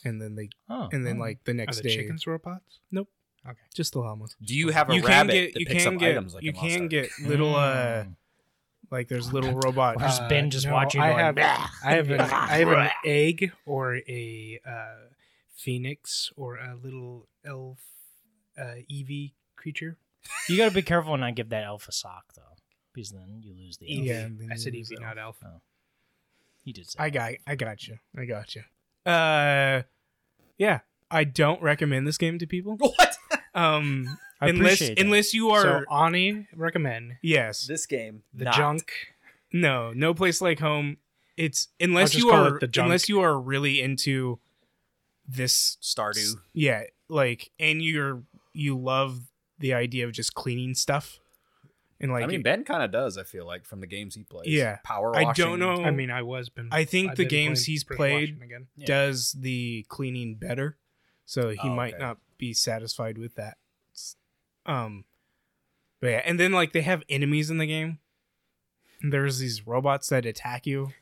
Speaker 4: and then they
Speaker 3: Oh,
Speaker 4: and then
Speaker 3: oh.
Speaker 4: like the
Speaker 1: Are
Speaker 4: next
Speaker 1: the
Speaker 4: day,
Speaker 1: chickens robots?
Speaker 4: just the llamas.
Speaker 2: Do you have a
Speaker 4: you can
Speaker 2: rabbit
Speaker 4: get
Speaker 2: that
Speaker 4: you
Speaker 2: picks
Speaker 4: can
Speaker 2: up
Speaker 4: get
Speaker 2: items like
Speaker 4: you
Speaker 2: in Lost
Speaker 4: can
Speaker 2: Ark?
Speaker 4: get little uh
Speaker 3: Mm.
Speaker 4: like there's little robot
Speaker 3: Where's
Speaker 1: Uh,
Speaker 3: Ben just
Speaker 1: no,
Speaker 3: watching?
Speaker 1: I
Speaker 3: going,
Speaker 1: have,
Speaker 3: "Bleh."
Speaker 1: I have an, I have an egg or a uh, phoenix or a little elf, uh, Eevee creature.
Speaker 3: You gotta be careful and not give that elf a sock though, because then you lose the elf.
Speaker 1: Eevee.
Speaker 4: Yeah, and then
Speaker 1: I said
Speaker 4: you lose
Speaker 1: Eevee,
Speaker 4: elf.
Speaker 1: not elf.
Speaker 3: You did say.
Speaker 4: I got I got you I got you uh yeah I don't recommend this game to people
Speaker 2: what?
Speaker 4: um
Speaker 3: I
Speaker 4: unless
Speaker 3: appreciate that.
Speaker 4: unless you
Speaker 1: So
Speaker 4: are
Speaker 1: Ani recommend
Speaker 4: yes
Speaker 2: This game.
Speaker 1: the
Speaker 2: not.
Speaker 1: junk.
Speaker 4: no no place like home it's unless
Speaker 1: just
Speaker 4: you
Speaker 1: call
Speaker 4: are
Speaker 1: it the junk.
Speaker 4: unless you are really into this
Speaker 2: Stardew.
Speaker 4: yeah like and you're you love the idea of just cleaning stuff and like
Speaker 2: I mean, Ben kind of does. I feel like from the games he plays.
Speaker 4: Yeah.
Speaker 2: Power.
Speaker 4: I
Speaker 2: Washing.
Speaker 4: don't know
Speaker 1: I mean, I was been.
Speaker 4: Oh. I think
Speaker 1: I've
Speaker 4: the
Speaker 1: been
Speaker 4: games
Speaker 1: playing
Speaker 4: he's
Speaker 1: British
Speaker 4: played
Speaker 1: Washington again.
Speaker 2: Yeah.
Speaker 4: does the cleaning better, so he
Speaker 2: Oh,
Speaker 4: might
Speaker 2: okay.
Speaker 4: not be satisfied with that. S- Um, but yeah, and then like they have enemies in the game. And There's these robots that attack you.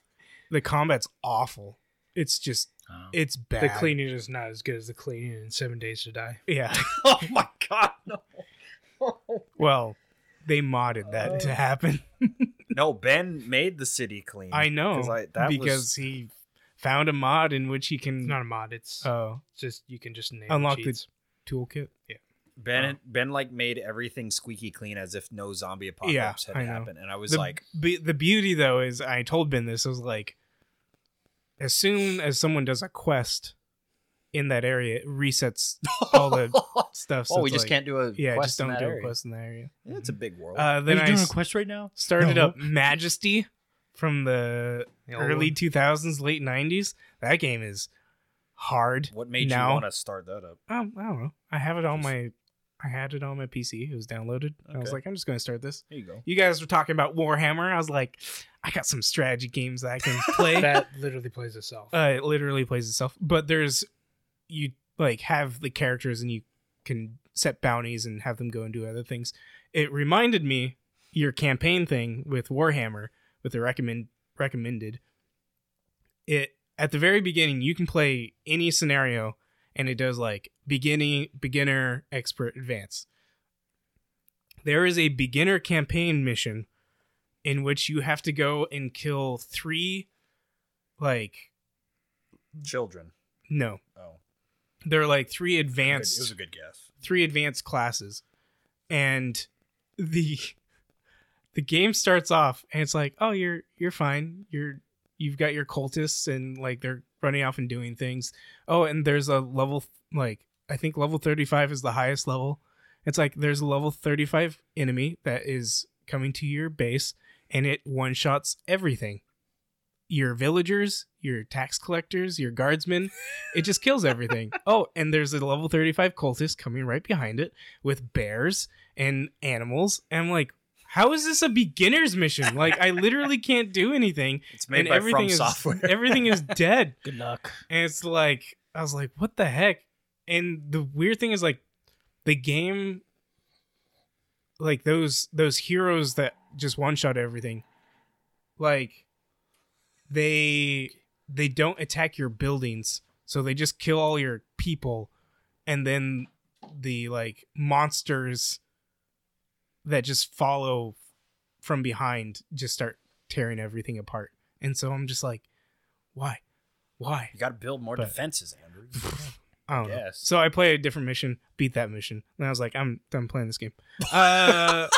Speaker 4: The combat's awful. It's just
Speaker 3: Oh.
Speaker 4: it's bad.
Speaker 1: The cleaning is not as good as the cleaning in Seven Days to Die.
Speaker 4: yeah.
Speaker 2: Oh my god, no.
Speaker 4: Well, they modded that to
Speaker 2: Oh.
Speaker 4: happen.
Speaker 2: No, Ben made the city clean.
Speaker 4: I know
Speaker 2: 'Cause I- that
Speaker 4: because
Speaker 2: was,
Speaker 4: he found a mod in which he
Speaker 1: It's
Speaker 4: can
Speaker 1: not a mod. It's
Speaker 4: oh
Speaker 1: just you can just name
Speaker 4: Mm. Unlock
Speaker 1: unlock
Speaker 4: the-
Speaker 1: cheats.
Speaker 4: toolkit.
Speaker 2: Ben Ben like made everything squeaky clean as if no zombie apocalypse
Speaker 4: I
Speaker 2: had
Speaker 4: know.
Speaker 2: happened, and I was
Speaker 4: the,
Speaker 2: like,
Speaker 4: be- the beauty though is I told Ben this I was like, as soon as someone does a quest in that area, it resets all the stuff. so
Speaker 2: "Oh, we
Speaker 4: it's
Speaker 2: just
Speaker 4: like-
Speaker 2: can't do a
Speaker 4: Yeah,
Speaker 2: quest
Speaker 4: just
Speaker 2: in
Speaker 4: don't
Speaker 2: that
Speaker 4: do
Speaker 2: area."
Speaker 4: a quest in that area.
Speaker 2: Yeah, it's a big world.
Speaker 4: Uh,
Speaker 3: Are
Speaker 4: then
Speaker 3: you
Speaker 4: I
Speaker 3: doing
Speaker 4: s-
Speaker 3: a quest right now?
Speaker 4: started
Speaker 3: No.
Speaker 4: up Majesty from the,
Speaker 1: The old
Speaker 4: early
Speaker 1: one.
Speaker 4: two thousands, late nineties. That game is hard.
Speaker 2: what made
Speaker 4: now-
Speaker 2: you want to start that up?
Speaker 4: Um, I don't know. I have it on
Speaker 2: Just-
Speaker 4: my, I had it on my PC. It was downloaded. I was
Speaker 2: Okay.
Speaker 4: like, I'm just going to start this.
Speaker 2: There you go.
Speaker 4: You guys were talking about Warhammer. I was like, I got some strategy games that I can play.
Speaker 1: that literally plays itself.
Speaker 4: uh, it literally plays itself. But there's you like have the characters and you can set bounties and have them go and do other things. It reminded me your campaign thing with Warhammer with the recommend recommended. It at the very beginning you can play any scenario and it does like beginning, beginner, expert, advanced. There is a beginner campaign mission in which you have to go and kill three like
Speaker 2: Children.
Speaker 4: no,
Speaker 2: Oh,
Speaker 4: there are like three
Speaker 2: good-
Speaker 4: advanced,
Speaker 2: It was a good guess.
Speaker 4: three advanced classes, and the the game starts off and it's like, oh, you're you're fine, you're you've got your cultists and like they're running off and doing things. Oh, and there's a level like I think level thirty five is the highest level. It's like there's a level thirty five enemy that is coming to your base and it one shots everything. Your villagers, your tax collectors, your guardsmen, it just kills everything. oh, and there's a level 35 cultist coming right behind it with bears and animals. And I'm like, how is this a beginner's mission? Like, I literally can't do anything.
Speaker 2: It's made
Speaker 4: and
Speaker 2: by
Speaker 4: everything
Speaker 2: From
Speaker 4: is,
Speaker 2: Software.
Speaker 4: Everything is dead.
Speaker 3: Good luck.
Speaker 4: And it's like I was like, what the heck? And the weird thing is like the game like those those heroes that just one shot everything, like they they don't attack your buildings, so they just kill all your people and then the like monsters that just follow from behind just start tearing everything apart. And so I'm just like, why? Why?
Speaker 2: you got to build more
Speaker 4: But-
Speaker 2: defenses, Andrew.
Speaker 4: I don't know.
Speaker 2: Yes.
Speaker 4: So I played a different mission, beat that mission, and I was like, I'm done playing this game. Uh,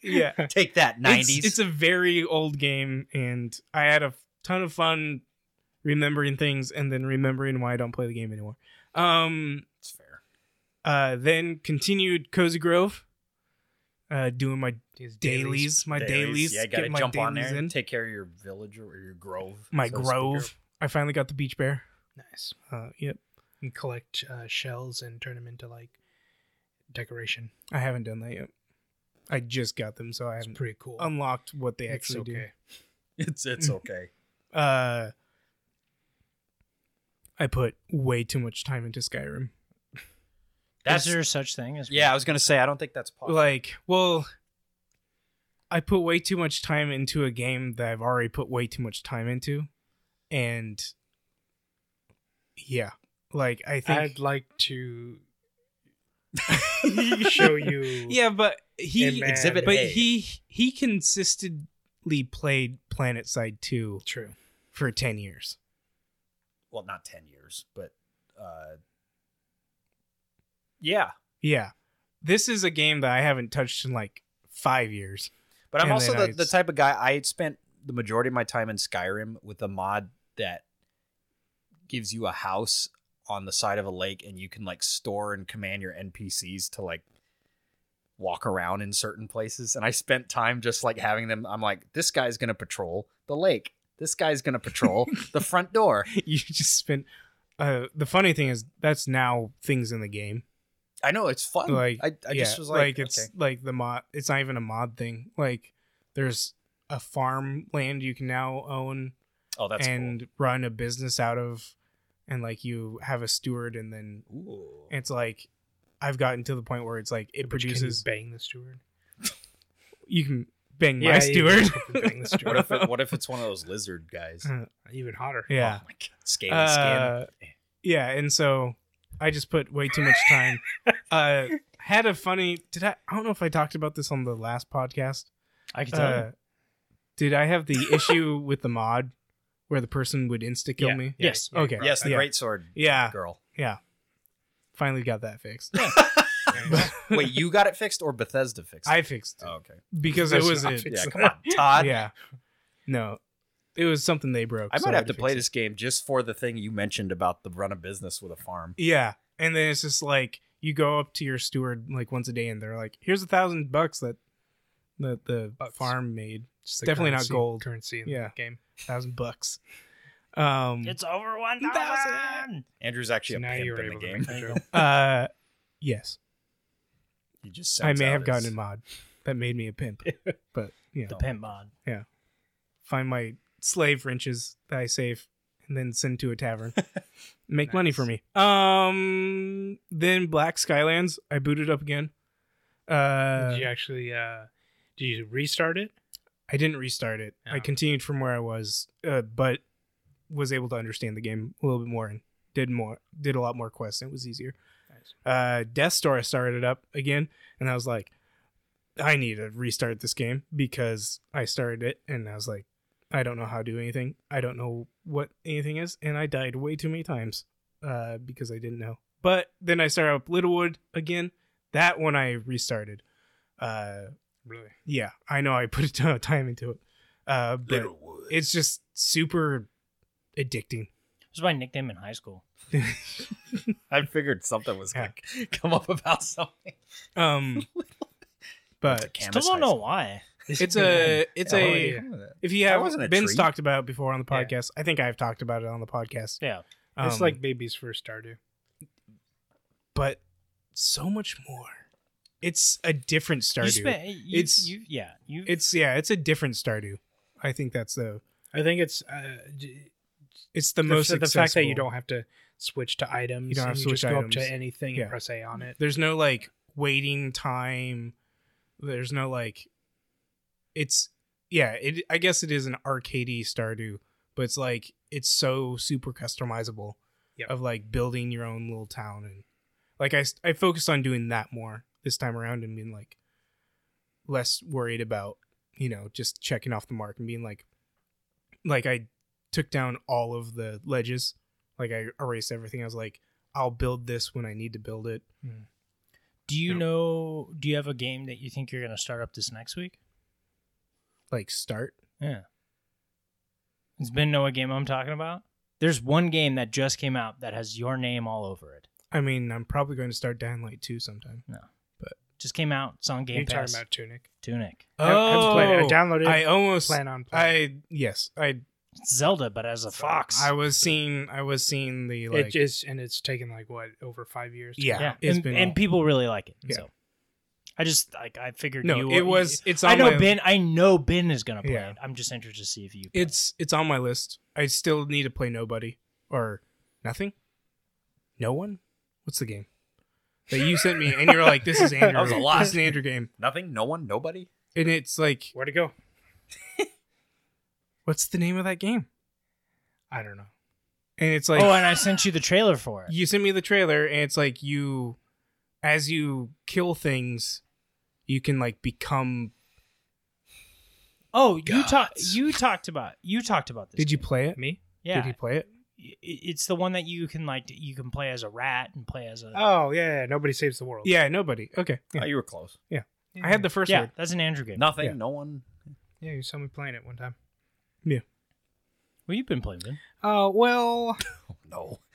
Speaker 4: yeah,
Speaker 2: Take that,
Speaker 4: nineties.
Speaker 2: nineties.
Speaker 4: It's, a very old game, and I had a ton of fun remembering things, and then remembering why I don't play the game anymore. Um,
Speaker 2: It's fair.
Speaker 4: uh, then continued Cozy Grove, uh, doing my
Speaker 1: These
Speaker 4: dailies, my dailies.
Speaker 2: Yeah,
Speaker 4: get
Speaker 2: gotta
Speaker 4: my
Speaker 2: jump on
Speaker 4: dailies
Speaker 2: there.
Speaker 4: in.
Speaker 2: And take care of your village or your grove.
Speaker 4: my
Speaker 2: so to speak,
Speaker 4: grove.
Speaker 2: or-
Speaker 4: I finally got the beach bear.
Speaker 1: Nice.
Speaker 4: Uh, yep,
Speaker 1: And collect uh, shells and turn them into like decoration.
Speaker 4: I haven't done that yet. I just got them, so I
Speaker 1: It's
Speaker 4: haven't
Speaker 1: pretty cool.
Speaker 4: unlocked what they
Speaker 1: It's
Speaker 4: Um, actually do.
Speaker 1: okay.
Speaker 2: It's it's okay.
Speaker 4: uh I put way too much time into Skyrim.
Speaker 2: That's-
Speaker 3: Is there such thing as
Speaker 2: yeah, I was gonna say I don't think that's possible.
Speaker 4: Like, well, I put way too much time into a game that I've already put way too much time into. And yeah, like I think
Speaker 1: I'd like to show you.
Speaker 4: Yeah, but he
Speaker 1: Imagine.
Speaker 2: Exhibit
Speaker 4: but
Speaker 2: A.
Speaker 4: he he consistently played PlanetSide 2
Speaker 1: True.
Speaker 4: for 10 years.
Speaker 2: well, not ten years, but uh, yeah.
Speaker 4: Yeah. This is a game that I haven't touched in like 5 years.
Speaker 2: But I'm
Speaker 4: And
Speaker 2: also
Speaker 4: then
Speaker 2: the,
Speaker 4: I-
Speaker 2: the type of guy I spent the majority of my time in Skyrim with a mod that gives you a house on the side of a lake and you can like store and command your NPCs to like walk around in certain places. And I spent time just like having them. I'm like, this guy's gonna patrol the lake. This guy's gonna patrol the front door.
Speaker 4: you just spent uh the funny thing is that's now things in the game
Speaker 2: I know it's fun.
Speaker 4: like
Speaker 2: I, I
Speaker 4: yeah,
Speaker 2: just was like,
Speaker 4: it's
Speaker 2: okay.
Speaker 4: like the mod it's not even a mod thing like there's a farmland you can now own
Speaker 2: oh, that's
Speaker 4: and run a business out of and like you have a steward and then
Speaker 2: cool. Ooh.
Speaker 4: it's like i've gotten to the point where it's like it
Speaker 1: Which can you
Speaker 4: produces
Speaker 1: bang the steward.
Speaker 4: you can bang
Speaker 1: Yeah,
Speaker 4: my
Speaker 1: you
Speaker 4: steward
Speaker 1: can bang the
Speaker 2: what
Speaker 1: steward.
Speaker 2: if it, what if it's one of those lizard guys?
Speaker 1: Even hotter.
Speaker 4: yeah
Speaker 2: Oh my god, scaly
Speaker 4: Uh,
Speaker 2: skin.
Speaker 4: yeah and so i just put way too much time uh had a funny did i i don't know if i talked about this on the last podcast
Speaker 3: I can tell.
Speaker 4: uh, did i have the issue with the mod where the person would insta kill
Speaker 1: Yeah,
Speaker 4: me
Speaker 1: yeah,
Speaker 3: Yes.
Speaker 1: yeah,
Speaker 4: okay
Speaker 2: Yes, the
Speaker 4: yeah.
Speaker 2: great sword
Speaker 4: yeah
Speaker 2: girl.
Speaker 4: finally got that fixed
Speaker 2: Wait, you got it fixed or Bethesda fixed? it?
Speaker 4: I fixed it
Speaker 2: Oh, okay.
Speaker 4: because it was
Speaker 1: Microsoft
Speaker 4: a,
Speaker 2: Yeah, come on, Todd.
Speaker 4: yeah. No, it was something they broke.
Speaker 2: I
Speaker 4: so
Speaker 2: might have
Speaker 4: had
Speaker 2: to play
Speaker 4: fix
Speaker 2: this game just for the thing you mentioned about the run of business with a farm.
Speaker 4: it. Yeah, and then it's just like you go up to your steward like once a day, and they're like, "Here's a thousand bucks that that the
Speaker 1: Bucks.
Speaker 4: farm made.
Speaker 1: It's
Speaker 4: Definitely not gold.
Speaker 1: currency in
Speaker 4: Yeah.
Speaker 1: the game.
Speaker 4: Thousand bucks." Um,
Speaker 3: It's over one thousand.
Speaker 4: Thousand.
Speaker 2: Andrew's actually
Speaker 1: So now
Speaker 2: a
Speaker 1: you
Speaker 2: pimp
Speaker 1: were
Speaker 2: in the
Speaker 1: able to
Speaker 2: game.
Speaker 1: make that joke.
Speaker 4: uh, yes,
Speaker 2: He just
Speaker 4: I
Speaker 2: sends
Speaker 4: may
Speaker 2: out
Speaker 4: have gotten
Speaker 2: his-
Speaker 4: a mod that made me a pimp, but you
Speaker 3: The
Speaker 4: know,
Speaker 3: pimp mod.
Speaker 4: find my slave wrenches that I save and then send to a tavern. Make money for me. Um then Black Skylands, I booted up again. Uh
Speaker 1: did you actually uh did you restart it?
Speaker 4: I didn't restart it.
Speaker 1: Oh.
Speaker 4: I continued from where I was, uh, but was able to understand the game a little bit more and did more did a lot more quests and it was easier. Uh Death Star I started up again and I was like I need to restart this game because I started it and I was like I don't know how to do anything. I don't know what anything is and I died way too many times uh because I didn't know. But then I started up Littlewood again. That one I restarted. Uh
Speaker 1: Really?
Speaker 4: yeah, I know I put a ton of time into it. Uh, but it's just super addicting.
Speaker 3: It was my nickname in high school.
Speaker 2: I figured something was going to come up about something.
Speaker 4: Um,
Speaker 2: It's a
Speaker 1: Uh,
Speaker 4: but
Speaker 2: canvas
Speaker 3: Still don't
Speaker 2: high
Speaker 3: know
Speaker 2: school.
Speaker 3: why.
Speaker 4: it's a it's
Speaker 2: Oh, Yeah,
Speaker 4: a
Speaker 2: what was that?
Speaker 4: if you
Speaker 2: That
Speaker 4: have
Speaker 2: wasn't a
Speaker 4: Ben's
Speaker 2: treat.
Speaker 4: talked about it before on the
Speaker 1: Yeah.
Speaker 4: podcast. I think I've talked about it on the podcast.
Speaker 3: Yeah.
Speaker 1: it's
Speaker 4: Um,
Speaker 1: like baby's first starter.
Speaker 4: but so much more. It's a different Stardew.
Speaker 3: You spent. You,
Speaker 4: It's-
Speaker 3: you. Yeah. You.
Speaker 4: it's yeah, it's a different Stardew. I think that's the
Speaker 1: I think it's uh, d-
Speaker 4: it's the,
Speaker 1: the,
Speaker 4: most
Speaker 1: the fact that you
Speaker 4: accessible.
Speaker 1: don't have to switch to items.
Speaker 4: You don't have
Speaker 1: and
Speaker 4: to
Speaker 1: you just
Speaker 4: switch
Speaker 1: go up
Speaker 4: items.
Speaker 1: to anything
Speaker 4: Yeah.
Speaker 1: and press A on it.
Speaker 4: There's no like waiting time. There's no like it's yeah, it I guess it is an arcadey Stardew, but it's like it's so super customizable
Speaker 1: Yep.
Speaker 4: of like building your own little town and like I s- I focused on doing that more this time around and being like less worried about, you know, just checking off the mark and being like like I took down all of the ledges. Like I erased everything. I was like, I'll build this when I need to build it.
Speaker 3: do you
Speaker 4: no.
Speaker 3: know? Do you have a game that you think you're going to start up this next week?
Speaker 4: like start.
Speaker 3: Yeah. Does Ben know what game I'm talking about? There's one game that just came out that has your name all over it.
Speaker 4: I mean, I'm probably going to start Dying Light 2 sometime.
Speaker 3: Just came out. It's on Game
Speaker 1: You're
Speaker 3: Pass.
Speaker 1: talking about Tunic.
Speaker 3: Tunic.
Speaker 1: I haven't played it. I downloaded it.
Speaker 4: Oh, I almost
Speaker 1: plan on
Speaker 4: I
Speaker 1: playing.
Speaker 4: yes, I
Speaker 3: It's Zelda, but as a fox.
Speaker 4: I was seeing I was seeing the like
Speaker 1: it just and it's taken like what over five years. to-
Speaker 4: yeah,
Speaker 3: yeah.
Speaker 4: it's
Speaker 3: And,
Speaker 4: been
Speaker 3: and people really like it.
Speaker 4: Yeah.
Speaker 3: So. I just like I figured
Speaker 4: no,
Speaker 3: you.
Speaker 4: it was it's on
Speaker 3: I know
Speaker 4: my,
Speaker 3: Ben. I know Ben is gonna play
Speaker 4: Yeah.
Speaker 3: it. I'm just interested to see if you. play it.
Speaker 4: It's it's on my list. I still need to play Nobody or nothing. No one. What's the game that you sent me? And you were like, "This is Andrew.
Speaker 2: That was a lot.
Speaker 4: This is an Andrew game."
Speaker 2: Nothing? No one? Nobody?
Speaker 4: And it's like,
Speaker 1: Where to go?
Speaker 4: what's the name of that game?
Speaker 1: I don't know.
Speaker 4: And it's like,
Speaker 3: oh, and I sent you the trailer for it.
Speaker 4: you sent me the trailer and it's like you as you kill things you can like become
Speaker 3: oh, you
Speaker 4: Gods.
Speaker 3: talked. You talked about. You talked about this.
Speaker 4: did you
Speaker 3: game.
Speaker 4: play it
Speaker 1: Me?
Speaker 3: Yeah,
Speaker 4: did you play it
Speaker 3: It- it's the one that you can like. You can play as a rat and play as a.
Speaker 1: Oh yeah, yeah, nobody saves the world.
Speaker 4: yeah nobody okay yeah.
Speaker 2: Oh, you were close.
Speaker 4: i had the first
Speaker 3: yeah,
Speaker 4: one
Speaker 3: that's an Andrew game.
Speaker 2: Nothing?
Speaker 4: Yeah.
Speaker 2: No one?
Speaker 1: yeah. You saw me playing it one time.
Speaker 3: Well, you've been playing Ben.
Speaker 1: Oh well,
Speaker 2: No.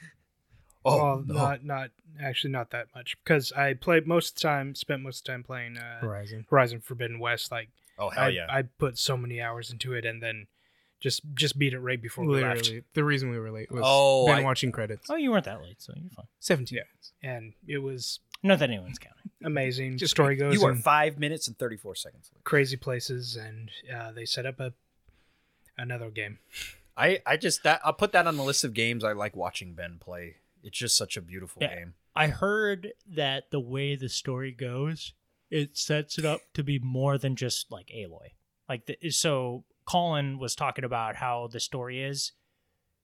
Speaker 2: Oh,
Speaker 1: well,
Speaker 2: no.
Speaker 1: not not actually not that much because I played most of the time. Spent most of the time playing uh,
Speaker 4: horizon
Speaker 1: Horizon Forbidden West. Like
Speaker 2: oh hell
Speaker 1: I,
Speaker 2: yeah.
Speaker 1: I put so many hours into it and then just just beat it right before we left.
Speaker 4: literally the reason we were late was
Speaker 2: Oh,
Speaker 4: been
Speaker 2: I-
Speaker 4: watching credits
Speaker 3: Oh, you weren't that late, so you're fine.
Speaker 4: 17 minutes.
Speaker 1: and it was
Speaker 3: Not that anyone's counting.
Speaker 1: amazing. story goes
Speaker 2: you are
Speaker 1: in
Speaker 2: five minutes and 34 seconds late.
Speaker 1: crazy places, and uh, they set up a another game.
Speaker 2: I, I just that I'll put that on the list of games I like watching Ben play. It's just such a beautiful
Speaker 3: Yeah.
Speaker 2: game.
Speaker 3: I heard that the way the story goes, it sets it up to be more than just like Aloy. Like the, so, Colin was talking about how the story is.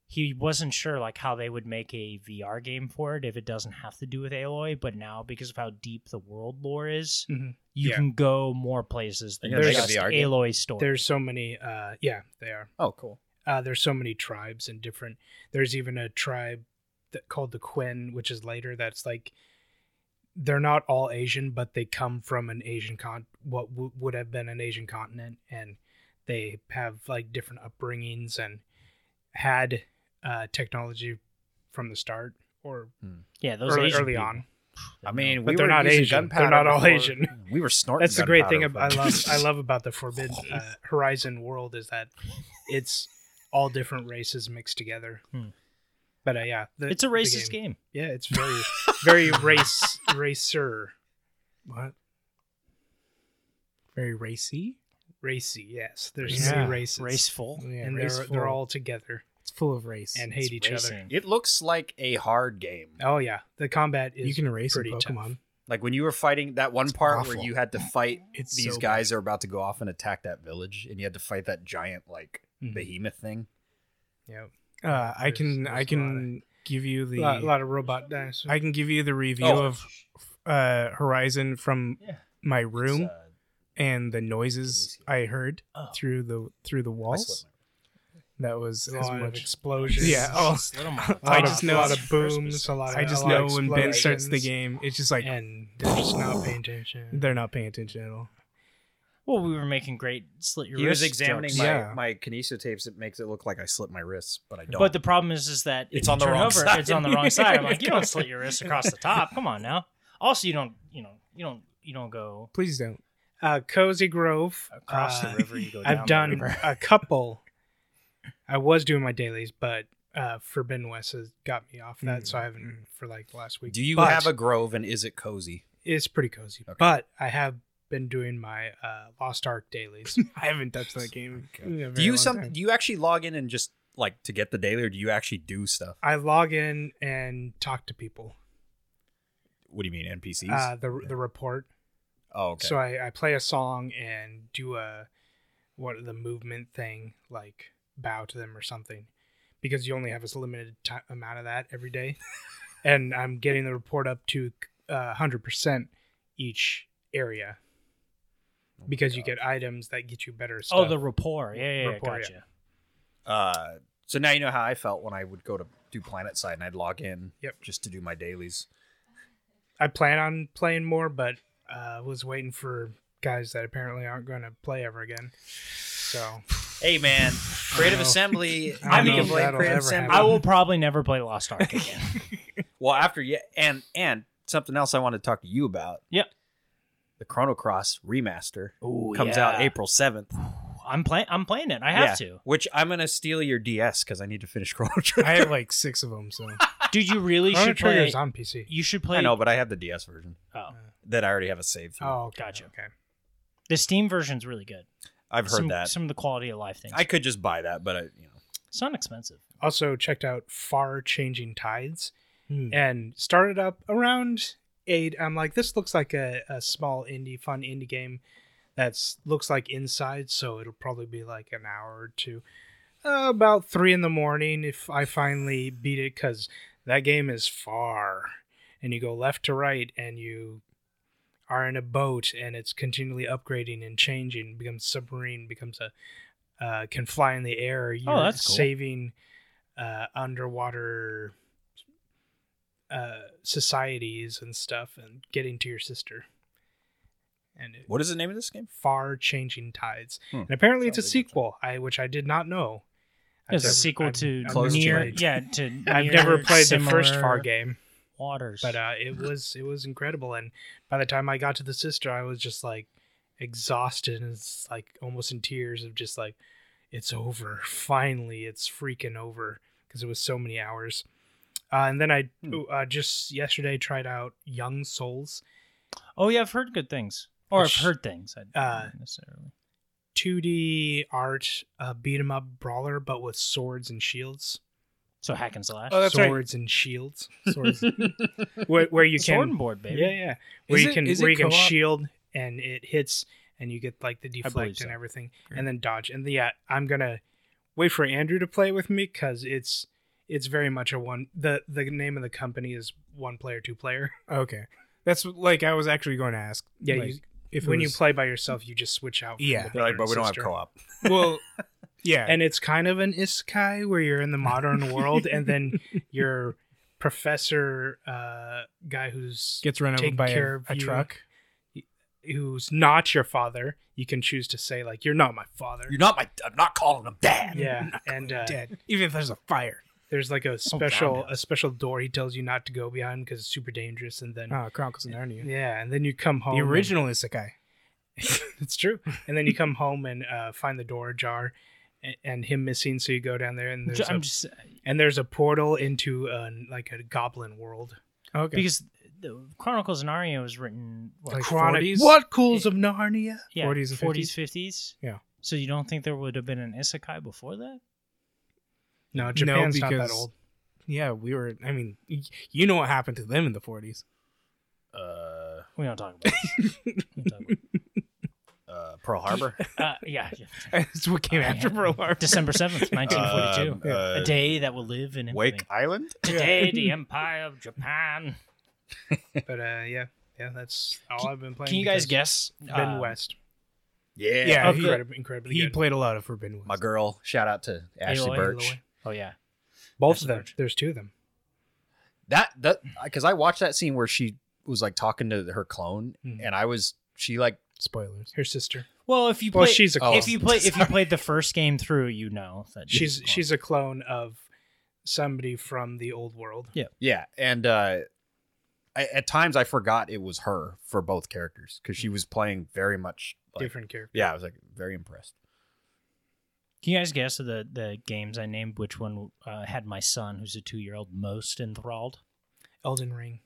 Speaker 3: He wasn't sure like how they would make a VR game for it if it doesn't have to do with Aloy, but now because of how deep the world lore is,
Speaker 1: Mhm.
Speaker 3: you
Speaker 1: Yeah.
Speaker 3: can go more places than
Speaker 2: They're
Speaker 1: gonna
Speaker 3: just
Speaker 2: make a VR game?
Speaker 3: Aloy's story.
Speaker 1: There's so many. Uh, yeah, they are.
Speaker 2: Oh, cool.
Speaker 1: Uh, there's so many tribes and different. There's even a tribe that called the Quinn, which is later. That's like they're not all Asian, but they come from an Asian con what w- would have been an Asian continent, and they have like different upbringings and had uh, technology from the start or
Speaker 3: Yeah, those
Speaker 1: early,
Speaker 3: Asian
Speaker 1: early
Speaker 3: people.
Speaker 1: on.
Speaker 2: I mean,
Speaker 1: But
Speaker 2: we
Speaker 1: they're
Speaker 2: were
Speaker 1: not
Speaker 2: using
Speaker 1: Asian. They're
Speaker 2: gunpowder
Speaker 1: not all
Speaker 2: before-
Speaker 1: Asian.
Speaker 2: We were snorting.
Speaker 1: That's the great thing ab- I
Speaker 2: gunpowder
Speaker 4: uh,
Speaker 1: love
Speaker 2: before-
Speaker 1: I love about the Forbidden uh, Horizon world is that it's all different races mixed together.
Speaker 3: Hmm.
Speaker 1: But uh, yeah, the-
Speaker 3: It's a
Speaker 1: the
Speaker 3: racist game.
Speaker 1: Yeah, it's very very race racer
Speaker 4: What? Very racy.
Speaker 1: racy. Yes, there's
Speaker 4: Yeah.
Speaker 1: three races,
Speaker 3: Raceful.
Speaker 4: Yeah,
Speaker 1: and they're
Speaker 4: raceful.
Speaker 1: they're all together
Speaker 4: it's full of race.
Speaker 1: and
Speaker 3: It's
Speaker 1: hate each
Speaker 3: racing.
Speaker 2: It looks like a hard game.
Speaker 1: other. Oh yeah, the combat is
Speaker 4: you can race in
Speaker 1: pretty tough.
Speaker 4: Pokemon.
Speaker 2: Like when you were fighting that one part where
Speaker 4: awful.
Speaker 2: you had to fight
Speaker 4: It's
Speaker 2: these
Speaker 4: so
Speaker 2: guys are about to go off and attack that village, and you had to fight that giant like
Speaker 1: Mhm.
Speaker 2: behemoth thing.
Speaker 1: Yeah,
Speaker 4: Uh, I
Speaker 1: There's-
Speaker 4: can
Speaker 1: there's a
Speaker 4: I
Speaker 1: lot
Speaker 4: can give you
Speaker 1: a
Speaker 4: the
Speaker 1: lot, lot of robot dinosaurs.
Speaker 4: I can give you the review
Speaker 2: Oh.
Speaker 4: of uh, Horizon from
Speaker 3: Yeah.
Speaker 4: my room
Speaker 2: It's, uh,
Speaker 4: and the noises I heard
Speaker 3: Oh.
Speaker 4: through the through the
Speaker 2: I sweat
Speaker 4: walls. That was
Speaker 1: a
Speaker 4: as
Speaker 1: lot of
Speaker 4: much.
Speaker 1: explosions.
Speaker 4: Yeah, oh.
Speaker 3: Little mom.
Speaker 1: I
Speaker 4: I just know
Speaker 1: a lot
Speaker 4: it's
Speaker 1: of booms. A lot. Of,
Speaker 4: I just
Speaker 1: a lot
Speaker 4: know
Speaker 1: of
Speaker 4: when Ben starts the
Speaker 1: explosions,
Speaker 4: game, it's just like
Speaker 1: and they're just not paying attention.
Speaker 4: they're not paying attention at all.
Speaker 3: Well, we were making great slit your
Speaker 2: He was
Speaker 3: wrist
Speaker 2: examining
Speaker 3: jokes.
Speaker 2: my,
Speaker 4: Yeah.
Speaker 2: my kinesio tapes. It makes it look like I slipped my wrists, but I don't.
Speaker 3: But the problem is, is that if
Speaker 2: It's
Speaker 3: you
Speaker 2: on the
Speaker 3: turn
Speaker 2: wrong
Speaker 3: over,
Speaker 2: side.
Speaker 3: It's on the wrong side. I'm like, you don't slit your wrist across the top. Come on now. Also, you don't, you know, you don't, you don't go
Speaker 4: Please don't.
Speaker 1: Uh, Cozy Grove.
Speaker 3: across
Speaker 1: uh,
Speaker 3: the river. You go. down
Speaker 1: I've
Speaker 3: The
Speaker 1: done
Speaker 3: river.
Speaker 1: a couple. I was doing my dailies, but uh, Forbidden West has got me off that, so I haven't for like the last week.
Speaker 2: Mm. do you
Speaker 1: But
Speaker 2: have a grove and is it cozy?
Speaker 1: It's pretty cozy,
Speaker 2: Okay.
Speaker 1: but I have been doing my uh, Lost Ark dailies.
Speaker 4: I haven't touched that game.
Speaker 2: Okay.
Speaker 4: in a
Speaker 2: Do
Speaker 4: very
Speaker 2: you
Speaker 4: long
Speaker 2: some?
Speaker 4: time.
Speaker 2: Do you actually log in and just like to get the daily, or do you actually do stuff?
Speaker 1: I log in and talk to people.
Speaker 2: What do you mean NPCs?
Speaker 1: Uh, the the report.
Speaker 2: oh, okay.
Speaker 1: So I, I play a song and do a what the movement thing, like bow to them or something, because you only have a limited ti amount of that every day, and I'm getting the report up to uh, hundred percent each area because you get items that get you better stuff.
Speaker 3: Oh, the rapport. Yeah, yeah, yeah
Speaker 1: Rapport,
Speaker 3: gotcha.
Speaker 2: Uh, so now you know how I felt when I would go to do Planet Side and I'd log in.
Speaker 1: Yep.
Speaker 2: Just to do my dailies.
Speaker 1: I plan on playing more, but uh, was waiting for guys that apparently aren't going to play ever again. So
Speaker 2: Hey man, Creative
Speaker 1: know.
Speaker 2: Assembly.
Speaker 1: I
Speaker 2: I
Speaker 1: don't
Speaker 2: mean,
Speaker 1: know if that'll
Speaker 2: Creative
Speaker 1: ever
Speaker 2: Assembly.
Speaker 1: happen.
Speaker 3: I will probably never play Lost Ark again.
Speaker 2: Well, after yeah, and and something else I wanted to talk to you about.
Speaker 3: Yep.
Speaker 2: The Chrono Cross remaster
Speaker 3: Ooh,
Speaker 2: comes out April seventh.
Speaker 3: I'm playing. I'm playing it. I have to.
Speaker 2: Which I'm gonna steal your DS because I need to finish Chrono Trigger.
Speaker 4: I have like six of them, so
Speaker 3: Dude, you really
Speaker 1: Chrono
Speaker 3: should play.
Speaker 1: Trigger's on PC.
Speaker 3: You should play.
Speaker 2: I know, but I have the DS version
Speaker 3: Oh,
Speaker 2: that I already have a save through.
Speaker 1: Oh, okay,
Speaker 3: Gotcha.
Speaker 1: Okay.
Speaker 3: the Steam version's really good.
Speaker 2: I've heard
Speaker 3: some,
Speaker 2: that.
Speaker 3: Some of the quality of life things.
Speaker 2: I could just buy that, but I, you know,
Speaker 3: it's not expensive.
Speaker 1: Also checked out Far Changing Tides.
Speaker 4: Hmm.
Speaker 1: and started up around eight. I'm like, this looks like a, a small indie, fun indie game that's looks like inside, so it'll probably be like an hour or two. Uh, about three in the morning, if I finally beat it, because that game is far, and you go left to right, and you are in a boat, and it's continually upgrading and changing, becomes submarine, becomes a uh, can fly in the air. You're
Speaker 3: Oh, that's cool.
Speaker 1: saving uh, underwater uh, societies and stuff and getting to your sister. And it,
Speaker 2: what is the name of this game?
Speaker 1: far changing tides.
Speaker 2: Hmm.
Speaker 1: And apparently it's a
Speaker 2: Sounds interesting.
Speaker 1: sequel, I which I did not know.
Speaker 3: It's a
Speaker 1: I've-
Speaker 3: sequel
Speaker 1: I've-
Speaker 3: to
Speaker 1: I've
Speaker 2: Close
Speaker 1: never
Speaker 3: near.
Speaker 1: played-
Speaker 3: Yeah, to
Speaker 1: I've
Speaker 3: Near
Speaker 1: never played the first
Speaker 3: Similar
Speaker 1: Far game,
Speaker 3: Waters.
Speaker 1: but uh, it was it was incredible. And by the time I got to the sister, I was just like exhausted and it's like almost in tears of just like it's over. Finally, it's freaking over because it was so many hours. Uh, and then I
Speaker 2: Hmm.
Speaker 1: ooh, uh, just yesterday tried out Young Souls,
Speaker 3: oh yeah, I've heard good things. Or I've
Speaker 1: Sh-
Speaker 3: heard things. I
Speaker 1: uh,
Speaker 3: not necessarily.
Speaker 1: 2D art uh, beat 'em up brawler, but with swords and shields.
Speaker 3: So hack and slash.
Speaker 1: Oh,
Speaker 4: that's right.
Speaker 1: swords and shields. Swords. where, where you
Speaker 3: Sword and
Speaker 1: can,
Speaker 3: board, baby.
Speaker 1: yeah, yeah. Where
Speaker 4: Is
Speaker 1: you
Speaker 4: it-
Speaker 1: can,
Speaker 4: is
Speaker 1: where
Speaker 4: it
Speaker 1: you can
Speaker 4: co-op?
Speaker 1: shield and it hits, and you get like the
Speaker 3: believe
Speaker 1: deflect
Speaker 3: so.
Speaker 1: and everything,
Speaker 4: Yeah.
Speaker 1: and then dodge. And yeah, I'm gonna wait for Andrew to play with me because it's it's very much a one. the The name of the company is one player, two player.
Speaker 4: okay. That's like I was actually going to ask.
Speaker 1: Yeah,
Speaker 4: like,
Speaker 1: you-
Speaker 4: if it
Speaker 1: when you
Speaker 4: was-
Speaker 1: play by yourself, you just switch out. from
Speaker 4: Yeah.
Speaker 1: the
Speaker 2: They're like,
Speaker 1: brother
Speaker 2: but
Speaker 1: and
Speaker 2: we don't have
Speaker 1: sister."
Speaker 2: co-op.
Speaker 4: well, yeah,
Speaker 1: and it's kind of an isekai where you're in the modern world and then your professor uh, guy who's
Speaker 4: Gets run over
Speaker 1: Taking
Speaker 4: by
Speaker 1: care
Speaker 4: a,
Speaker 1: of
Speaker 4: a
Speaker 1: you.
Speaker 4: truck.
Speaker 1: who's not your father. You can choose to say like, "You're not my father."
Speaker 2: You're not my. I'm not calling him dad.
Speaker 1: yeah, and uh,
Speaker 4: Dead. Even if there's a fire.
Speaker 1: there's like a special
Speaker 2: down.
Speaker 1: a special door he tells you not to go behind because it's super dangerous. And then
Speaker 4: Oh, Chronicles of Narnia.
Speaker 1: yeah, Oh, and then you come home.
Speaker 4: The
Speaker 1: and-
Speaker 4: original Isekai.
Speaker 1: it's true. And then you come home and uh, find the door ajar, and, and him missing. So you go down there, and there's a,
Speaker 3: I'm just
Speaker 1: and there's a portal into an like a goblin world.
Speaker 4: Okay.
Speaker 3: because the Chronicles of Narnia was written what,
Speaker 4: Like
Speaker 1: Chronic-
Speaker 4: 40s?
Speaker 1: What cools of Narnia?
Speaker 3: yeah,
Speaker 4: 40s and
Speaker 3: 40s, 50s.
Speaker 4: Yeah.
Speaker 3: So you don't think there would have been an isekai before that?
Speaker 1: No, Japan's not that
Speaker 4: because-
Speaker 1: old.
Speaker 4: yeah, we were. I mean, y- you know what happened to them in the 40s.
Speaker 2: Uh,
Speaker 3: We don't talk about. It. We don't talk about
Speaker 2: uh, Pearl Harbor.
Speaker 3: it. Uh, yeah, yeah.
Speaker 4: That's what came after Pearl Harbor.
Speaker 3: December
Speaker 1: Uh,
Speaker 3: seventh, nineteen forty-two.
Speaker 2: Um, uh,
Speaker 3: a day that will live in infamy.
Speaker 2: Wake Island.
Speaker 3: Today, the Empire of Japan.
Speaker 1: But uh, yeah, yeah, that's all I've been playing.
Speaker 3: Can you guys guess?
Speaker 1: because Ben
Speaker 3: um,
Speaker 1: West?
Speaker 2: Yeah.
Speaker 4: Yeah, he,
Speaker 1: incredib- incredibly
Speaker 4: he
Speaker 1: good.
Speaker 4: played a lot of Forbidden West.
Speaker 2: My girl. Shout out to Ashley
Speaker 3: Aloy,
Speaker 2: Birch.
Speaker 3: Aloy. Oh yeah.
Speaker 1: Both
Speaker 3: That's
Speaker 1: of them.
Speaker 3: large.
Speaker 1: There's two of them.
Speaker 2: That that because I watched that scene where she was like talking to her clone,
Speaker 1: Mhm.
Speaker 2: and I was she like
Speaker 4: Spoilers.
Speaker 1: Her sister.
Speaker 3: Well, if you play,
Speaker 1: Well, she's a
Speaker 2: Oh.
Speaker 1: clone.
Speaker 3: if you play, if you played the first game through, you know that
Speaker 1: she's she's a clone of somebody from the old world.
Speaker 2: yeah, and uh, I, at times I forgot it was her for both characters because she was playing very much like,
Speaker 1: Different character.
Speaker 2: Yeah, I was like very impressed.
Speaker 3: Can you guys guess the the games I named? Which one uh, had my son, who's a two year old, most enthralled?
Speaker 1: Elden Ring.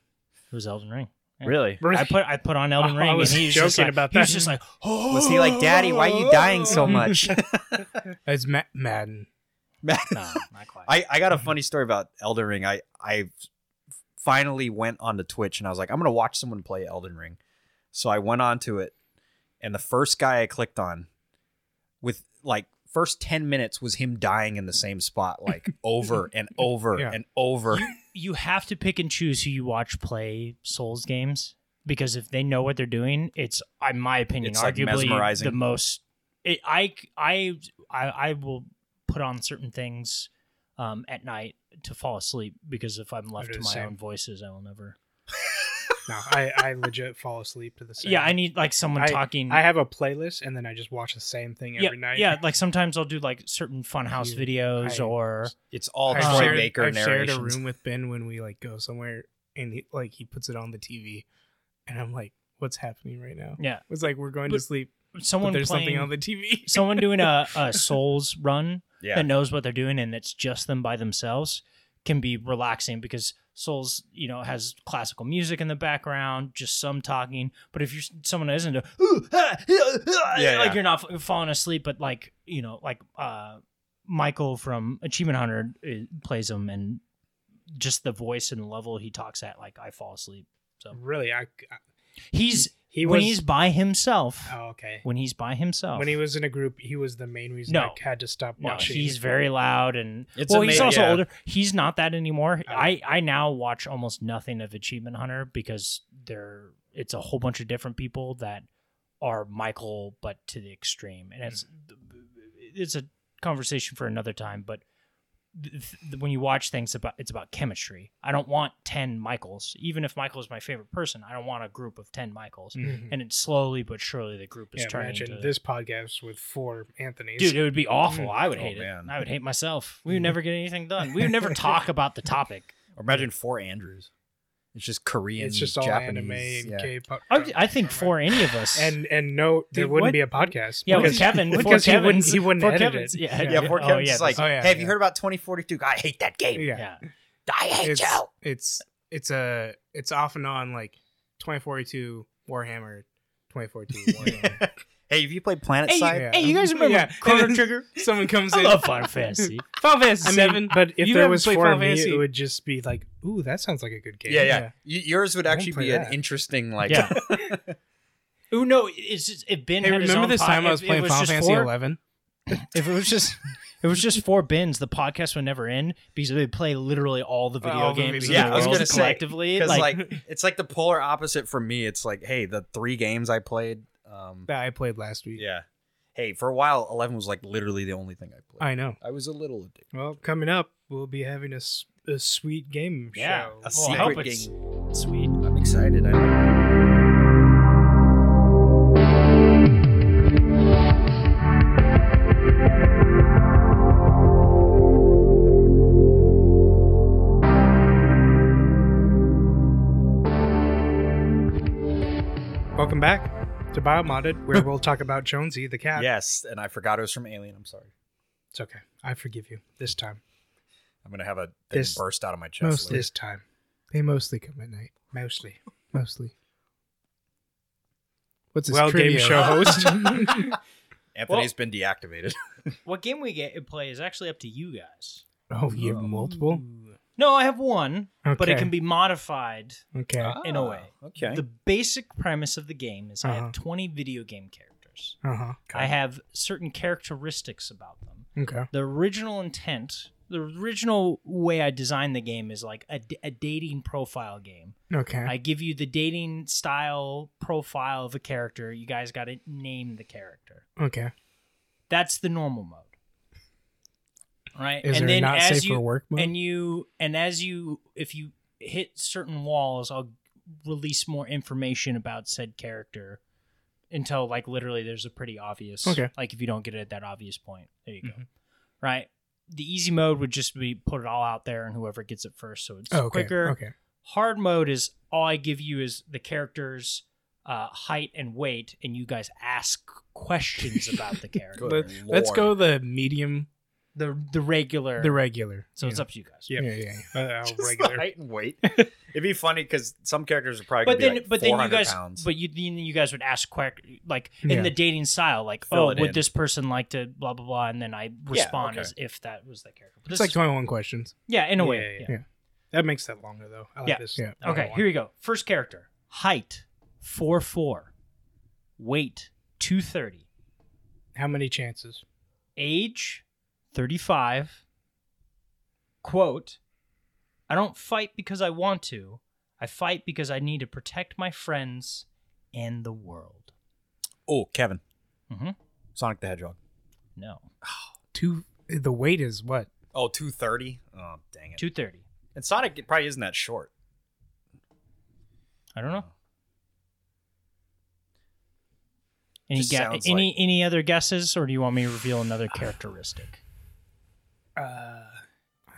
Speaker 3: It was Elden Ring. Yeah.
Speaker 2: Really?
Speaker 3: I put Oh, I put on Elden
Speaker 1: I
Speaker 3: Ring,
Speaker 1: was
Speaker 3: and he's just
Speaker 1: joking
Speaker 3: like,
Speaker 1: about
Speaker 3: he was
Speaker 1: that.
Speaker 3: just like, oh,
Speaker 5: Was he like, Daddy, why are you dying so much?
Speaker 4: It's Ma- Madden.
Speaker 3: no, not quite.
Speaker 2: I, I got a funny story about Elden Ring. I I finally went on to Twitch and I was like, I'm gonna watch someone play Elden Ring. So I went on to it, and the first guy I clicked on with like first 10 minutes was him dying in the same spot, like over and over
Speaker 4: Yeah.
Speaker 2: and over.
Speaker 3: you have to pick and choose who you watch play Souls games because if they know what they're doing, it's, in my opinion,
Speaker 2: It's, like,
Speaker 3: arguably
Speaker 2: mesmerizing.
Speaker 3: the most. It, I I I I will put on certain things um, at night to fall asleep because if I'm left
Speaker 1: do
Speaker 3: to
Speaker 1: the
Speaker 3: my
Speaker 1: same.
Speaker 3: own voices, I will never.
Speaker 1: No, I, I legit fall asleep to the same.
Speaker 3: Yeah, I need like someone talking.
Speaker 1: I have a playlist and then I just watch the same thing
Speaker 3: yeah,
Speaker 1: every night.
Speaker 3: yeah, like sometimes I'll do like certain funhouse
Speaker 1: You-
Speaker 3: videos
Speaker 1: I-
Speaker 3: or
Speaker 2: It's all
Speaker 4: I've
Speaker 2: Troy
Speaker 4: shared-
Speaker 2: Baker
Speaker 4: I've shared a
Speaker 2: narrations.
Speaker 4: room with Ben when we like go somewhere, and he, like he puts it on the TV, and I'm like, "What's happening right now?"
Speaker 3: yeah,
Speaker 4: It's like we're going to
Speaker 3: But
Speaker 4: sleep, but
Speaker 3: someone
Speaker 4: there's
Speaker 3: playing
Speaker 4: something on the TV.
Speaker 3: someone doing a, a Souls run
Speaker 2: Yeah.
Speaker 3: that knows what they're doing and it's just them by themselves can be relaxing because souls you know has classical music in the background just some talking but if you're someone that isn't a, "Ooh, ah, ah, ah,"
Speaker 2: Yeah,
Speaker 3: like
Speaker 2: yeah.
Speaker 3: you're not f- falling asleep but like you know like uh michael from achievement hunter uh, plays him and just the voice and level he talks at like i fall asleep
Speaker 1: Really, I, I-
Speaker 3: he's
Speaker 1: he
Speaker 3: when
Speaker 1: was.
Speaker 3: he's by himself
Speaker 1: oh, okay.
Speaker 3: when he's by himself
Speaker 1: When he was in a group, he was the main reason
Speaker 3: No.
Speaker 1: I had to stop
Speaker 3: No,
Speaker 1: watching.
Speaker 3: he's very loud and
Speaker 2: It's
Speaker 3: well, he's
Speaker 2: ama-
Speaker 3: also
Speaker 2: yeah.
Speaker 3: older. He's not that anymore.
Speaker 1: Oh.
Speaker 3: I I now watch almost nothing of Achievement Hunter because they're it's a whole bunch of different people that are Michael but to the extreme, and it's it's a conversation for another time. But th- th- when you watch things about it's about chemistry. I don't want ten Michaels, even if Michael is my favorite person. I don't want a group of ten Michaels.
Speaker 1: Mhm.
Speaker 3: And it's slowly but surely the group is
Speaker 1: Yeah,
Speaker 3: turning
Speaker 1: imagine
Speaker 3: to
Speaker 1: this podcast with four Anthony's.
Speaker 3: Dude, it would be awful. I would
Speaker 2: Oh,
Speaker 3: hate it.
Speaker 2: man.
Speaker 3: I would hate myself. We would never get anything done. We would never talk about the topic.
Speaker 2: Or imagine four Andrews. It's just Korean.
Speaker 1: it's just all anime
Speaker 2: Japanese,
Speaker 1: and
Speaker 2: yeah.
Speaker 1: K-pop.
Speaker 3: I, would- I think for any of us.
Speaker 1: and and no, there
Speaker 4: Dude,
Speaker 1: wouldn't
Speaker 4: what-
Speaker 1: be a podcast.
Speaker 3: yeah, with
Speaker 1: because-
Speaker 3: Kevin,
Speaker 1: because
Speaker 3: for
Speaker 1: he wouldn't
Speaker 3: Kevin's-
Speaker 1: he wouldn't
Speaker 3: for
Speaker 1: edit
Speaker 3: Kevin's,
Speaker 1: it.
Speaker 3: Yeah,
Speaker 2: Yeah, poor
Speaker 3: oh,
Speaker 2: Kevin's
Speaker 3: yeah,
Speaker 2: just like,
Speaker 3: this-
Speaker 4: Oh, yeah,
Speaker 2: hey, have
Speaker 4: yeah.
Speaker 2: you heard about 2042? God, I hate that game.
Speaker 4: yeah,
Speaker 3: yeah.
Speaker 2: I hate
Speaker 4: it's
Speaker 2: you.
Speaker 4: it's it's a it's off and on like 2042 Warhammer, 2042 Warhammer.
Speaker 2: Hey, have you played Planet
Speaker 3: Hey,
Speaker 2: Side?
Speaker 4: Yeah.
Speaker 3: hey, you guys remember
Speaker 4: Yeah.
Speaker 3: Chrono Trigger?
Speaker 4: Someone comes
Speaker 3: I
Speaker 4: in.
Speaker 3: love Final Fantasy.
Speaker 4: Final Fantasy
Speaker 1: I mean,
Speaker 4: Seven.
Speaker 1: but if
Speaker 4: You
Speaker 1: there
Speaker 4: haven't
Speaker 1: was
Speaker 4: played
Speaker 1: four
Speaker 4: Final
Speaker 1: of me,
Speaker 4: Fantasy.
Speaker 1: it would just be like, "Ooh, that sounds like a good game."
Speaker 2: Yeah, yeah.
Speaker 4: Yeah.
Speaker 2: Y- yours would
Speaker 1: I won't
Speaker 2: actually
Speaker 1: play
Speaker 2: be an
Speaker 1: that.
Speaker 2: interesting like.
Speaker 3: Yeah. Oh no, it's just, if Ben
Speaker 4: Hey,
Speaker 3: had his
Speaker 4: remember
Speaker 3: own
Speaker 4: this
Speaker 3: pod-
Speaker 4: time I
Speaker 3: if
Speaker 4: was
Speaker 3: it
Speaker 4: playing Final
Speaker 3: just
Speaker 4: Fantasy
Speaker 3: four-
Speaker 4: Eleven?
Speaker 3: If it was just if it was just four bins, the podcast would never end because they would play literally all the video
Speaker 4: All the video
Speaker 3: games. in the
Speaker 2: yeah, I was
Speaker 3: world
Speaker 2: gonna say
Speaker 3: collectively.
Speaker 2: because
Speaker 3: like,
Speaker 2: like, it's like the polar opposite for me. It's like, hey, the three games I played. Um,
Speaker 4: That I played last week.
Speaker 2: yeah. Hey, for a while, Eleven was like literally the only thing I played.
Speaker 4: I know.
Speaker 2: I, was a little addicted.
Speaker 1: Well, coming up, we'll be having a, s- a sweet game
Speaker 3: Yeah.
Speaker 1: show.
Speaker 2: A
Speaker 3: Well, I hope
Speaker 2: secret
Speaker 3: it's
Speaker 2: game.
Speaker 3: Sweet.
Speaker 2: I'm excited. I
Speaker 1: Welcome back to Biomodded, where we'll talk about Jonesy the cat.
Speaker 2: yes, and I forgot it was from Alien. I'm sorry.
Speaker 1: It's okay. I forgive you this time.
Speaker 2: I'm gonna have a thing
Speaker 1: This-
Speaker 2: burst out of my chest.
Speaker 4: mostly.
Speaker 2: later.
Speaker 1: This time,
Speaker 4: They mostly come at night.
Speaker 1: mostly.
Speaker 4: Mostly. What's this
Speaker 1: well,
Speaker 4: trivia?
Speaker 1: game show host.
Speaker 2: Anthony's been deactivated.
Speaker 3: What game we get play is actually up to you guys.
Speaker 4: oh, you have multiple.
Speaker 3: No, I have one, but it
Speaker 1: Okay.
Speaker 3: can be modified
Speaker 1: okay.
Speaker 3: in a way.
Speaker 2: Ah, Okay.
Speaker 3: The basic premise of the game is I
Speaker 1: Uh-huh.
Speaker 3: have 20 video game characters.
Speaker 1: Uh
Speaker 4: Uh-huh.
Speaker 1: huh.
Speaker 3: I have certain characteristics about them.
Speaker 1: Okay.
Speaker 3: The original intent, the original way I designed the game is like a, d- a dating profile game.
Speaker 1: Okay.
Speaker 3: I give you the dating style profile of a character. You guys got to name the character.
Speaker 1: okay.
Speaker 3: That's the normal mode. Right?
Speaker 4: Is
Speaker 3: and
Speaker 4: there
Speaker 3: then
Speaker 4: not
Speaker 3: as
Speaker 4: safe
Speaker 3: you
Speaker 4: for work mode?
Speaker 3: and you and as you if you hit certain walls, I'll release more information about said character until like literally there's a pretty obvious
Speaker 1: Okay. Mm-hmm.
Speaker 3: like if you don't get it at that obvious point. There you go. Right? The easy mode would just be put it all out there and whoever gets it first so it's
Speaker 1: Oh, okay.
Speaker 3: quicker
Speaker 1: Okay.
Speaker 3: hard mode is all I give you is the characters' uh, height and weight, and you guys ask questions about the character.
Speaker 2: Good
Speaker 4: Let, let's go
Speaker 2: lord.
Speaker 4: the medium,
Speaker 3: the the regular.
Speaker 4: the regular.
Speaker 3: so it's
Speaker 4: yeah.
Speaker 3: up to you guys.
Speaker 1: Yeah.
Speaker 4: Yeah, yeah,
Speaker 1: Uh, uh,
Speaker 2: Just the
Speaker 1: regular.
Speaker 2: height and weight. It'd be funny because some characters are probably.
Speaker 3: But
Speaker 2: gonna
Speaker 3: then,
Speaker 2: be like
Speaker 3: but then you
Speaker 2: 400
Speaker 3: guys,
Speaker 2: Pounds.
Speaker 3: but you then you guys would ask quick, like
Speaker 1: Yeah.
Speaker 3: in the dating style, like,
Speaker 2: Fill
Speaker 3: oh,
Speaker 2: it
Speaker 3: would
Speaker 2: in.
Speaker 3: this person like to blah blah blah, and then I respond
Speaker 2: okay.
Speaker 3: as if that was the character. But
Speaker 4: It's
Speaker 3: this
Speaker 4: like
Speaker 3: is-
Speaker 4: 21 questions.
Speaker 3: yeah, in a
Speaker 1: Yeah,
Speaker 3: way.
Speaker 1: yeah,
Speaker 3: yeah.
Speaker 1: That makes that longer though. I like
Speaker 3: Yeah.
Speaker 1: this.
Speaker 4: Yeah.
Speaker 1: longer
Speaker 3: Okay,
Speaker 1: one.
Speaker 3: here you go. First character, height four four, weight two thirty.
Speaker 1: How many chances?
Speaker 3: age 35 quote i don't fight because i want to i fight because i need to protect my friends and the world
Speaker 2: oh, Kevin,
Speaker 3: mm-hmm.
Speaker 2: Sonic the Hedgehog.
Speaker 3: no
Speaker 4: Two. The weight is what?
Speaker 2: Oh, 230? Oh, dang it.
Speaker 3: 230
Speaker 2: and Sonic it probably isn't that short.
Speaker 3: i don't know any,
Speaker 2: Just
Speaker 3: ga-
Speaker 2: sounds
Speaker 3: any any other guesses or do you want me to reveal another characteristic
Speaker 1: Uh,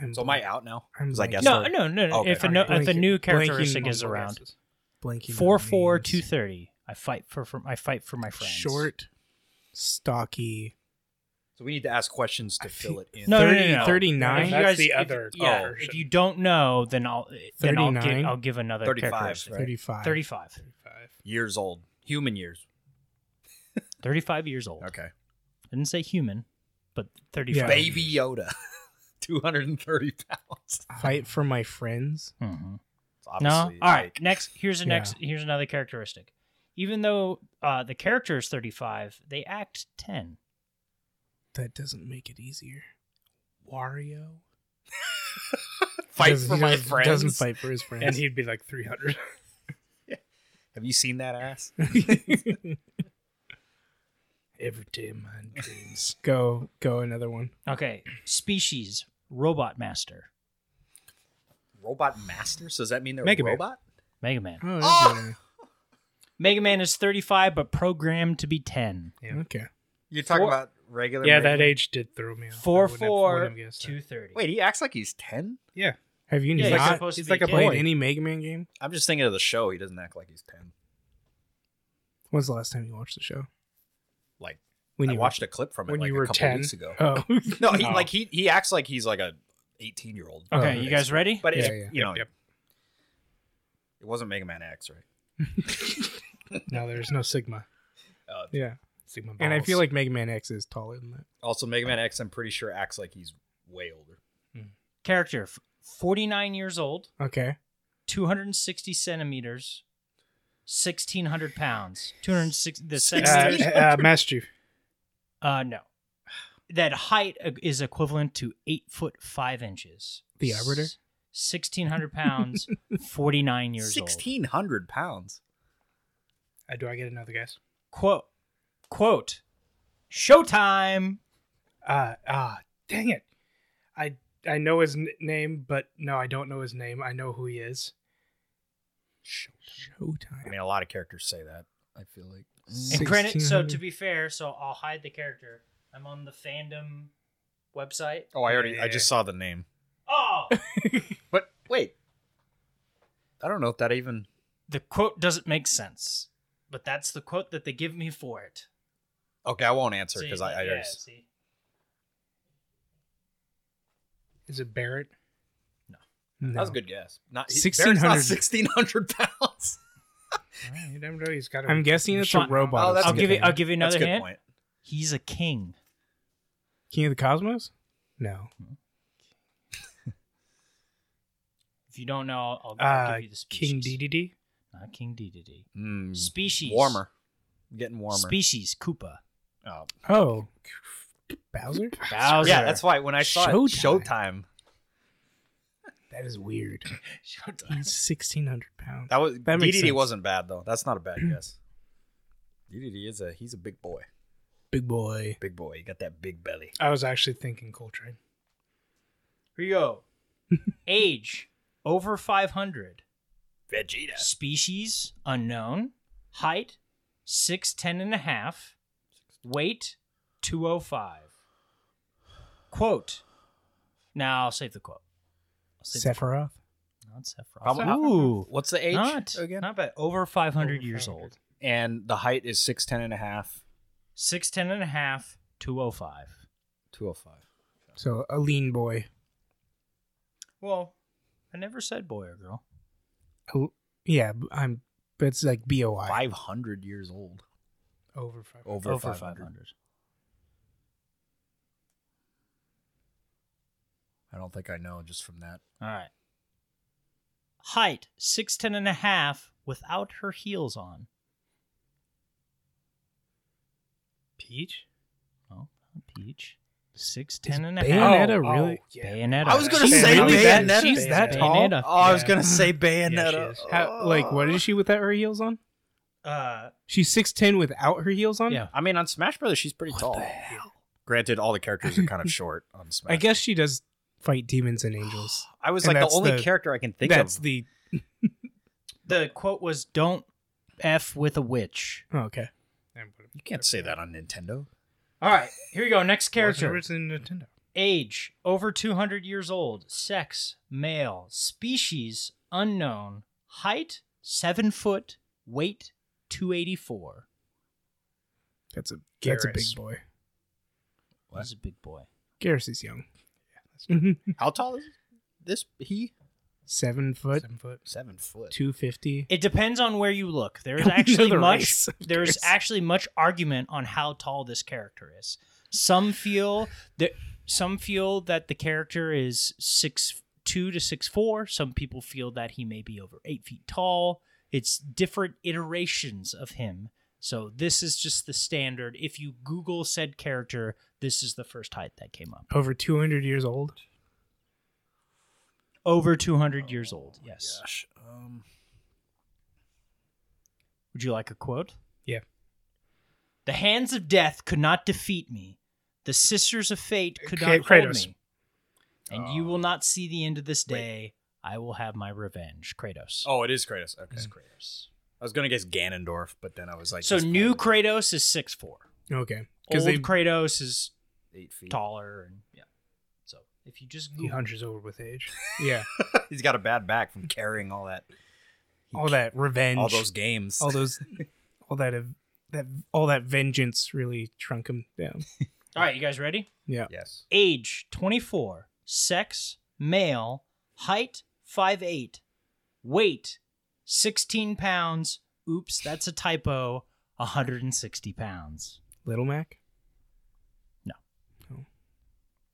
Speaker 1: I'm
Speaker 2: So am I out now?
Speaker 1: I'm
Speaker 2: Because I
Speaker 1: blanking.
Speaker 2: guess
Speaker 3: Mm. no, no no no
Speaker 2: Okay,
Speaker 3: if, a,
Speaker 2: okay.
Speaker 3: no, if a
Speaker 4: Blanking-
Speaker 3: new
Speaker 4: blanking
Speaker 3: characteristic
Speaker 1: blanking
Speaker 3: is
Speaker 1: on
Speaker 3: around
Speaker 1: guesses.
Speaker 4: Blanking.
Speaker 3: four four
Speaker 4: names.
Speaker 3: two thirty. i fight for, for i fight for my friends
Speaker 4: Short, stocky.
Speaker 2: So we need to ask questions to
Speaker 4: I
Speaker 2: fill it
Speaker 4: think-
Speaker 2: in.
Speaker 3: No, no, no,
Speaker 4: 30
Speaker 3: no.
Speaker 1: Nine?
Speaker 4: 39,
Speaker 3: If
Speaker 1: That's
Speaker 3: guys-
Speaker 1: the
Speaker 3: if-
Speaker 1: other
Speaker 3: yeah,
Speaker 1: version.
Speaker 3: if you don't know, then I'll then I'll give,
Speaker 4: 39?
Speaker 3: I'll give another
Speaker 2: 35,
Speaker 3: 35,
Speaker 2: right?
Speaker 4: 35.
Speaker 3: 35.
Speaker 2: Years old. Human years.
Speaker 3: 35 years old.
Speaker 2: Okay.
Speaker 3: I didn't say human, but 35.
Speaker 4: Yeah.
Speaker 2: Baby Yoda. 230 pounds.
Speaker 4: Fight for my friends.
Speaker 3: Mhm.
Speaker 2: It's
Speaker 3: No. All
Speaker 2: obviously,
Speaker 3: right.
Speaker 2: like,
Speaker 3: Next, here's a
Speaker 4: Yeah.
Speaker 3: next here's another characteristic. Even though uh, the character is 35, they act 10.
Speaker 4: That doesn't make it easier. Wario
Speaker 2: Fight
Speaker 4: Doesn't-
Speaker 2: for
Speaker 4: he
Speaker 2: my
Speaker 4: doesn't-
Speaker 2: friends.
Speaker 4: Doesn't fight for his friends.
Speaker 1: and he'd be like 300.
Speaker 2: Have you seen that ass?
Speaker 1: Every day of my dreams.
Speaker 4: go go another one.
Speaker 3: Okay. Species Robot Master
Speaker 2: Robot Master? So does that mean they're
Speaker 1: Mega
Speaker 2: a
Speaker 1: Man.
Speaker 2: robot?
Speaker 3: Mega Man.
Speaker 4: Oh, that's
Speaker 2: Ah!
Speaker 3: Mega Man is 35 but programmed to be 10.
Speaker 4: good. okay.
Speaker 2: You're talking
Speaker 3: Four-
Speaker 2: about regular.
Speaker 1: yeah,
Speaker 2: Mega
Speaker 1: that
Speaker 2: Man?
Speaker 1: age did throw me off. I
Speaker 3: Four
Speaker 1: wouldn't have-
Speaker 3: four
Speaker 1: wouldn't have guessed that.
Speaker 3: 230.
Speaker 2: Wait, he acts like he's 10?
Speaker 1: Yeah.
Speaker 4: Have you
Speaker 3: Yeah, he's
Speaker 4: not
Speaker 3: supposed to
Speaker 1: he's
Speaker 3: be
Speaker 1: like a
Speaker 3: 10.
Speaker 4: played
Speaker 1: boy.
Speaker 4: any Mega Man game?
Speaker 2: I'm just thinking of the show. He doesn't act like he's 10.
Speaker 4: When's the last time you watched the show?
Speaker 2: Like,
Speaker 4: When
Speaker 2: I
Speaker 4: you
Speaker 2: watched a clip from it
Speaker 1: when
Speaker 2: like
Speaker 1: you
Speaker 2: a
Speaker 1: were
Speaker 2: couple
Speaker 1: 10?
Speaker 2: weeks ago.
Speaker 4: Oh,
Speaker 2: No, he,
Speaker 1: No.
Speaker 2: like he he acts like he's like a 18 year old.
Speaker 3: Okay,
Speaker 4: Oh,
Speaker 3: you guys ready?
Speaker 2: But it's,
Speaker 4: Yeah, yeah.
Speaker 2: you know,
Speaker 1: Yep,
Speaker 2: it wasn't Mega Man X, right?
Speaker 1: yep. No, there's no Sigma.
Speaker 2: Uh,
Speaker 4: yeah.
Speaker 1: Sigma balls.
Speaker 4: And I feel like Mega Man X is taller than that.
Speaker 2: also, Mega Man X, I'm pretty sure acts like he's way older.
Speaker 3: Character f- 49 years old.
Speaker 4: Okay.
Speaker 3: 260 centimeters, 1600 pounds. 260 the
Speaker 1: Uh,
Speaker 3: centimeters.
Speaker 1: uh, Master Chief.
Speaker 3: Uh, no, that height uh, is equivalent to eight foot five inches.
Speaker 4: The Arbiter?
Speaker 3: Sixteen hundred pounds, forty nine years old.
Speaker 2: 1,600 pounds.
Speaker 1: Uh, do I get another guess?
Speaker 3: Quote, quote, showtime.
Speaker 1: Uh, ah, dang it. I I know his n- name, but no, I don't know his name. I know who he is.
Speaker 2: I
Speaker 1: Showtime.
Speaker 2: mean, a lot of characters say that. I feel like
Speaker 3: And granted, so
Speaker 1: 1600.
Speaker 3: to be fair, so I'll hide the character. I'm on the fandom website.
Speaker 2: Oh, I already. I
Speaker 1: Yeah.
Speaker 2: just saw the name.
Speaker 3: Oh,
Speaker 2: But wait, I don't know if that even.
Speaker 3: the quote doesn't make sense, but that's the quote that they give me for it.
Speaker 2: Okay, I won't answer
Speaker 3: See,
Speaker 2: because I, I
Speaker 3: yeah,
Speaker 2: already-
Speaker 3: see.
Speaker 1: Is it Barrett?
Speaker 3: No.
Speaker 2: That was a good guess. Not
Speaker 1: Sixteen hundred.
Speaker 2: Sixteen hundred pounds.
Speaker 1: He's got.
Speaker 4: I'm guessing it's a
Speaker 3: Sean-
Speaker 4: robot.
Speaker 2: Oh,
Speaker 4: of
Speaker 2: that's
Speaker 3: I'll
Speaker 4: some
Speaker 2: good
Speaker 3: give you.
Speaker 4: kind.
Speaker 3: I'll give you
Speaker 2: That's
Speaker 3: another
Speaker 2: a good
Speaker 3: hint.
Speaker 2: point.
Speaker 3: He's a king.
Speaker 4: King of the Cosmos.
Speaker 1: no.
Speaker 3: If you don't know, I'll, I'll
Speaker 1: Uh,
Speaker 3: give you the species.
Speaker 1: King DDD.
Speaker 3: Not King DDD.
Speaker 2: Mm,
Speaker 3: Species.
Speaker 2: Warmer. Getting warmer.
Speaker 3: Species. Koopa.
Speaker 2: oh.
Speaker 4: Oh, Bowser.
Speaker 3: Bowser.
Speaker 2: Yeah, that's why when I saw
Speaker 4: Showtime.
Speaker 2: it, Showtime.
Speaker 4: That is weird.
Speaker 3: Showtime.
Speaker 4: He's sixteen hundred pounds.
Speaker 2: That was
Speaker 4: That makes
Speaker 2: DDD
Speaker 4: sense.
Speaker 2: wasn't bad though. That's not a bad guess. DDD is a he's a big boy.
Speaker 4: Big boy.
Speaker 2: Big boy. He got that big belly.
Speaker 1: I was actually thinking Coltrane.
Speaker 3: Here you go. Age over 500.
Speaker 2: Vegeta.
Speaker 3: Species unknown. Height six ten and a half. Weight 205. Quote. Now I'll save the quote. I'll save the
Speaker 4: Sephiroth.
Speaker 3: quote. Not Sephiroth.
Speaker 2: How- how-
Speaker 3: Ooh.
Speaker 2: What's the age
Speaker 3: Not,
Speaker 2: again?
Speaker 3: not bad. Over 500 years
Speaker 1: 500.
Speaker 3: old.
Speaker 2: And the height is 6'10 and a half,
Speaker 3: 6'10 and a half, 205.
Speaker 2: 205.
Speaker 4: So a lean boy.
Speaker 3: Well, I never said boy or girl.
Speaker 4: A- yeah, b- I'm. But it's like B O I.
Speaker 2: 500 years old.
Speaker 1: Over five.
Speaker 2: Over,
Speaker 3: Over
Speaker 2: 500.
Speaker 3: 500.
Speaker 2: I don't think I know just from that.
Speaker 3: All right. Height, 6'10 and a half without her heels on.
Speaker 1: Peach.
Speaker 3: Oh, Peach.
Speaker 4: Is
Speaker 3: 6'10 and a half.
Speaker 4: Bayonetta really?
Speaker 1: oh,
Speaker 3: Bayonetta.
Speaker 2: I was gonna
Speaker 3: She's
Speaker 2: say
Speaker 3: really
Speaker 2: Bayonetta.
Speaker 3: bad.
Speaker 4: She's
Speaker 3: She's
Speaker 4: that tall?
Speaker 3: Bayonetta.
Speaker 2: Oh, I was
Speaker 1: Yeah.
Speaker 2: going to say
Speaker 1: Yeah, she
Speaker 2: Bayonetta.
Speaker 1: is.
Speaker 4: How, like, what is she without her heels on?
Speaker 3: Uh,
Speaker 4: She's six ten without her heels on.
Speaker 3: yeah.
Speaker 2: I mean, on Smash Brothers, she's pretty tall. Granted, all the characters are kind of short on Smash.
Speaker 4: I guess she does fight demons and angels.
Speaker 2: I was
Speaker 4: And
Speaker 2: like the
Speaker 4: that's
Speaker 2: only
Speaker 4: the-
Speaker 2: character I can think
Speaker 4: That's
Speaker 2: of.
Speaker 4: the
Speaker 3: The quote was, don't F with a witch.
Speaker 4: oh, okay.
Speaker 2: you can't say that on Nintendo.
Speaker 3: All right, here we go. Next character.
Speaker 1: Characters in Nintendo.
Speaker 3: Age, over 200 years old. Sex, male. Species, unknown. Height, 7 foot. Weight, 284.
Speaker 4: That's a that's a big
Speaker 1: Garrus.
Speaker 4: boy.
Speaker 2: What?
Speaker 3: He's a big boy.
Speaker 4: Garrus is young.
Speaker 2: How tall is this? He?
Speaker 4: Seven foot,
Speaker 1: Seven foot.
Speaker 2: Seven foot.
Speaker 4: two fifty.
Speaker 3: It depends on where you look. There's
Speaker 4: We know
Speaker 3: actually
Speaker 4: the
Speaker 3: much
Speaker 4: race of
Speaker 3: there's
Speaker 4: Garrus.
Speaker 3: actually much argument on how tall this character is. Some feel that some feel that the character is six two to six four. Some people feel that he may be over eight feet tall. It's different iterations of him. So this is just the standard. If you Google said character, this is the first height that came up.
Speaker 4: Over two hundred years old.
Speaker 3: Over two hundred years old. Yes.
Speaker 2: Gosh. Um,
Speaker 3: Would you like a quote?
Speaker 1: Yeah.
Speaker 3: The hands of death could not defeat me. The sisters of fate could
Speaker 1: K-
Speaker 3: not hold
Speaker 1: Kratos.
Speaker 3: me. And you will not see the end of this day. I will have my revenge, Kratos.
Speaker 2: oh, it is Kratos. Okay.
Speaker 3: It's Kratos.
Speaker 2: I was going to guess Ganondorf, but then I was like.
Speaker 3: so
Speaker 2: he's
Speaker 3: new
Speaker 2: probably
Speaker 3: Kratos is six four.
Speaker 4: Okay,
Speaker 3: Old
Speaker 4: because they
Speaker 3: Kratos is
Speaker 2: Eight feet.
Speaker 3: taller and yeah. So if you just
Speaker 1: He
Speaker 3: Google,
Speaker 1: hunches over with age.
Speaker 4: yeah
Speaker 2: He's got a bad back from carrying all that.
Speaker 4: all that revenge,
Speaker 2: All those games.
Speaker 4: all those, all that ev- that all that vengeance really shrunk him down.
Speaker 3: all right, you guys ready?
Speaker 4: Yeah,
Speaker 2: yes.
Speaker 3: Age twenty four, sex male, height five eight, weight 16 pounds. Oops, that's a typo. 160 pounds.
Speaker 4: Little Mac.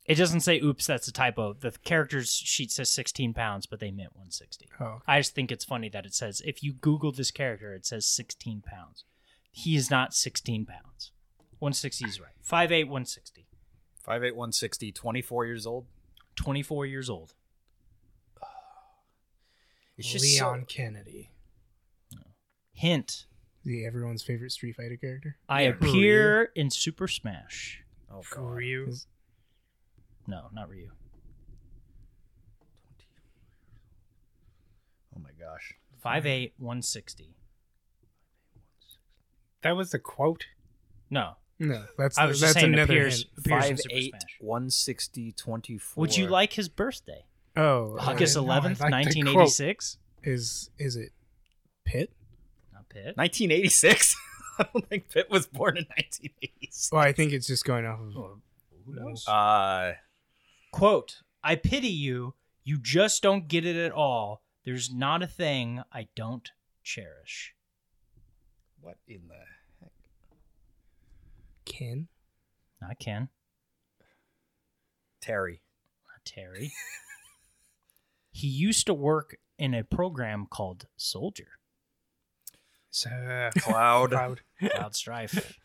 Speaker 3: It doesn't say oops, that's a typo. The character's sheet says 16 pounds, but they meant 160.
Speaker 4: Oh,
Speaker 3: I just think it's funny that it says, if you Google this character, it says 16 pounds. He is not 16 pounds. 160 is right. 5'8, 160.
Speaker 2: 5'8, 160, 24 years old.
Speaker 3: 24 years old.
Speaker 2: It's just
Speaker 1: Leon
Speaker 2: so-
Speaker 1: Kennedy.
Speaker 3: Hint
Speaker 4: is he everyone's favorite Street Fighter character?
Speaker 3: I appear in Super Smash.
Speaker 2: Oh, God.
Speaker 1: Ryu.
Speaker 4: Is-
Speaker 3: No, not Ryu.
Speaker 2: Oh, gosh.
Speaker 3: Five eight one sixty.
Speaker 1: That was the quote.
Speaker 3: No,
Speaker 4: No, that's
Speaker 3: I was just
Speaker 4: that's
Speaker 3: saying
Speaker 4: another
Speaker 3: appears,
Speaker 4: hint.
Speaker 3: appears in
Speaker 2: Five
Speaker 3: Super
Speaker 2: eight
Speaker 3: Smash.
Speaker 2: one sixty twenty four.
Speaker 3: Would you like his birthday?
Speaker 4: Oh,
Speaker 3: August
Speaker 1: no, I
Speaker 3: eleventh,
Speaker 1: like the
Speaker 3: nineteen eighty six.
Speaker 4: is is it Pitt?
Speaker 3: Not Pitt.
Speaker 2: 1986? I don't think Pitt was born in 1986.
Speaker 4: Well, Oh, I think it's just going off of.
Speaker 3: Or who knows?
Speaker 2: Uh,
Speaker 3: Quote, I pity you. You just don't get it at all. There's not a thing I don't cherish.
Speaker 2: what in the?
Speaker 4: Ken.
Speaker 3: Not Ken,
Speaker 2: Terry.
Speaker 3: not Terry. he used to work in a program called Soldier.
Speaker 1: So, uh,
Speaker 2: Cloud.
Speaker 1: proud.
Speaker 3: Cloud Strife.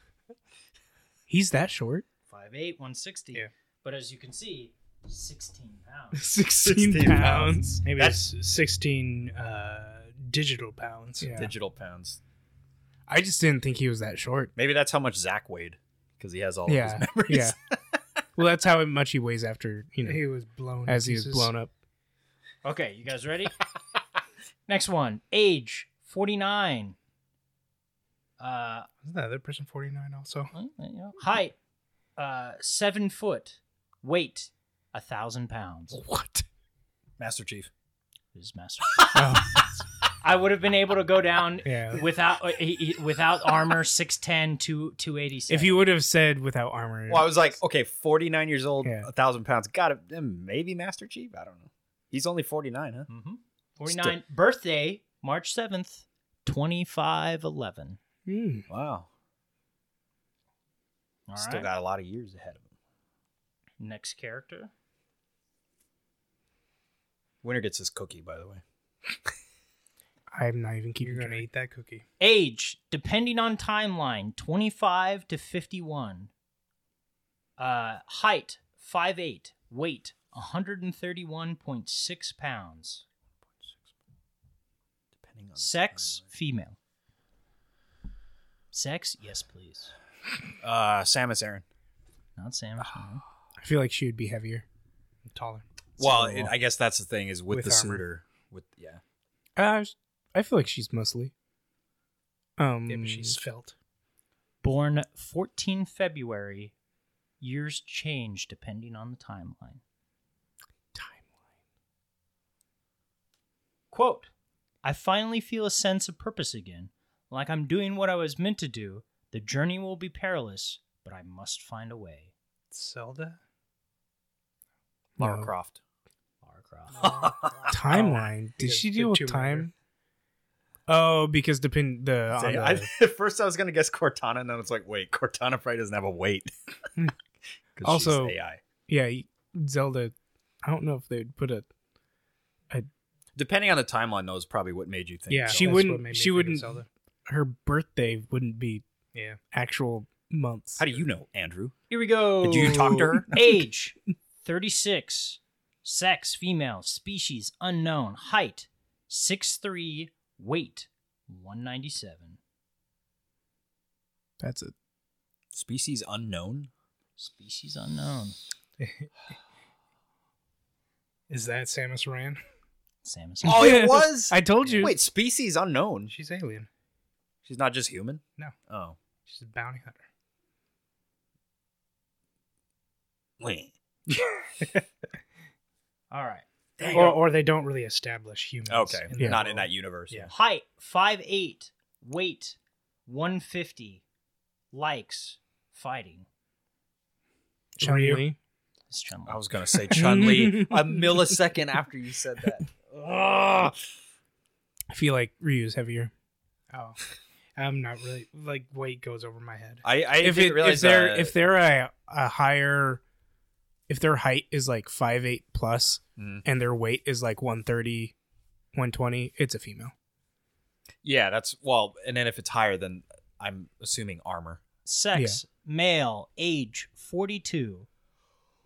Speaker 4: He's that short.
Speaker 3: 5'8, 160.
Speaker 1: Yeah.
Speaker 3: But as you can see, 16 pounds.
Speaker 4: Sixteen,
Speaker 2: 16
Speaker 4: pounds.
Speaker 1: Maybe
Speaker 2: That's-
Speaker 1: it's 16 uh, digital pounds.
Speaker 4: Yeah.
Speaker 2: Digital pounds.
Speaker 4: I just didn't think he was that short.
Speaker 2: Maybe that's how much Zach weighed because he has all of
Speaker 4: yeah,
Speaker 2: his memories.
Speaker 4: yeah. well, that's how much he weighs after you know
Speaker 1: He was blown. to
Speaker 4: as he was
Speaker 1: pieces.
Speaker 4: blown up.
Speaker 3: Okay, you guys ready? Next one. Age 49. Uh,
Speaker 1: Isn't that other person 49 also?
Speaker 3: Well, you know, height, uh, seven foot. Weight, a thousand pounds.
Speaker 4: What?
Speaker 2: Master Chief.
Speaker 3: This is master. I would have been able to go down
Speaker 4: Oh. Yeah.
Speaker 3: without uh, he- he- without armor, 6'10", two, 287.
Speaker 4: If you would have said without armor,
Speaker 2: Well, I was like, okay, 49 years old,
Speaker 4: Yeah.
Speaker 2: a thousand pounds. Got it. then Maybe Master Chief. I don't know. He's only 49, huh?
Speaker 3: Mhm. 49, birthday, March 7th, 2511.
Speaker 4: Hmm.
Speaker 2: Wow.
Speaker 3: Mm. All
Speaker 2: Still
Speaker 3: right.
Speaker 2: got a lot of years ahead of him.
Speaker 3: Next character.
Speaker 2: Winner gets his cookie, by the way.
Speaker 4: I'm not even keeping
Speaker 1: You're going to
Speaker 4: track.
Speaker 1: eat that cookie.
Speaker 3: Age, depending on timeline, 25 to 51. Uh, height, 5'8. Weight, 131.6 pounds.
Speaker 2: Depending on
Speaker 3: Sex, female. Sex, yes, please.
Speaker 2: Uh, Samus Aaron.
Speaker 3: Not Sam.
Speaker 2: Ah.
Speaker 4: I feel like she would be heavier.
Speaker 1: I'm taller.
Speaker 2: Well, it, I guess that's the thing is with,
Speaker 1: With
Speaker 2: the
Speaker 1: armor.
Speaker 2: suitor. With yeah,
Speaker 4: Uh, sh- I feel like she's mostly. Um,
Speaker 1: Yeah, but she's felt.
Speaker 3: Born 14 February. Years change depending on the timeline. Quote I finally feel a sense of purpose again, like I'm doing what I was meant to do. The journey will be perilous, but I must find a way.
Speaker 1: Zelda?
Speaker 2: Lara
Speaker 1: Mm-hmm.
Speaker 4: No.
Speaker 2: Croft.
Speaker 3: Lara Croft.
Speaker 4: timeline.
Speaker 2: Oh,
Speaker 4: Did
Speaker 1: because
Speaker 4: she
Speaker 1: the
Speaker 4: deal with
Speaker 1: Tomb
Speaker 4: time? Oh, because depend the, on
Speaker 2: Say,
Speaker 4: the
Speaker 2: I, at first, I was gonna guess Cortana, and then it's like, wait, Cortana probably doesn't have a weight. 'Cause she's
Speaker 4: Also-
Speaker 2: AI.
Speaker 4: yeah Zelda. I don't know if they'd put a.
Speaker 2: Depending on the timeline, though, is probably what made you think.
Speaker 1: Yeah,
Speaker 2: so.
Speaker 4: She
Speaker 1: that's
Speaker 4: wouldn't-
Speaker 1: what made me
Speaker 4: she
Speaker 1: think of
Speaker 4: wouldn't-
Speaker 1: Zelda.
Speaker 4: Her birthday wouldn't be
Speaker 1: Yeah.
Speaker 4: actual months.
Speaker 2: How do you know, Andrew?
Speaker 3: Here we go.
Speaker 2: Did you talk to her?
Speaker 3: Age 36. Sex female. Species unknown. Height 6'3. Weight 197.
Speaker 4: That's a
Speaker 2: Species unknown.
Speaker 3: Species unknown.
Speaker 1: Is that Samus Aran?
Speaker 3: Samus.
Speaker 2: Oh, it was.
Speaker 4: I told you.
Speaker 2: Wait, species unknown.
Speaker 1: She's alien.
Speaker 2: She's not just human.
Speaker 1: No.
Speaker 2: Oh.
Speaker 1: She's a bounty hunter.
Speaker 2: Wait.
Speaker 3: All right.
Speaker 1: Or, or they don't really establish humans.
Speaker 2: Okay.
Speaker 1: in the
Speaker 2: Not in
Speaker 1: world.
Speaker 2: that universe.
Speaker 1: Yeah.
Speaker 3: Height 5'8. Weight 150. Likes fighting.
Speaker 4: Chun
Speaker 1: Ryu.
Speaker 4: Li.
Speaker 3: It's Chun-Li.
Speaker 2: I was gonna say Chun Li a millisecond after you said that. Ugh.
Speaker 4: I feel like Ryu's heavier.
Speaker 1: Oh. I'm not really like weight goes over my head.
Speaker 2: I, I
Speaker 4: if
Speaker 2: didn't
Speaker 4: it,
Speaker 2: realize
Speaker 4: if they're
Speaker 2: uh,
Speaker 4: if they're a, a higher if their height is like five eight plus
Speaker 2: Mm.
Speaker 4: and their weight is like 130 120 it's a female
Speaker 2: yeah, that's well, and then if it's higher, then I'm assuming armor.
Speaker 3: Sex, male, age 42.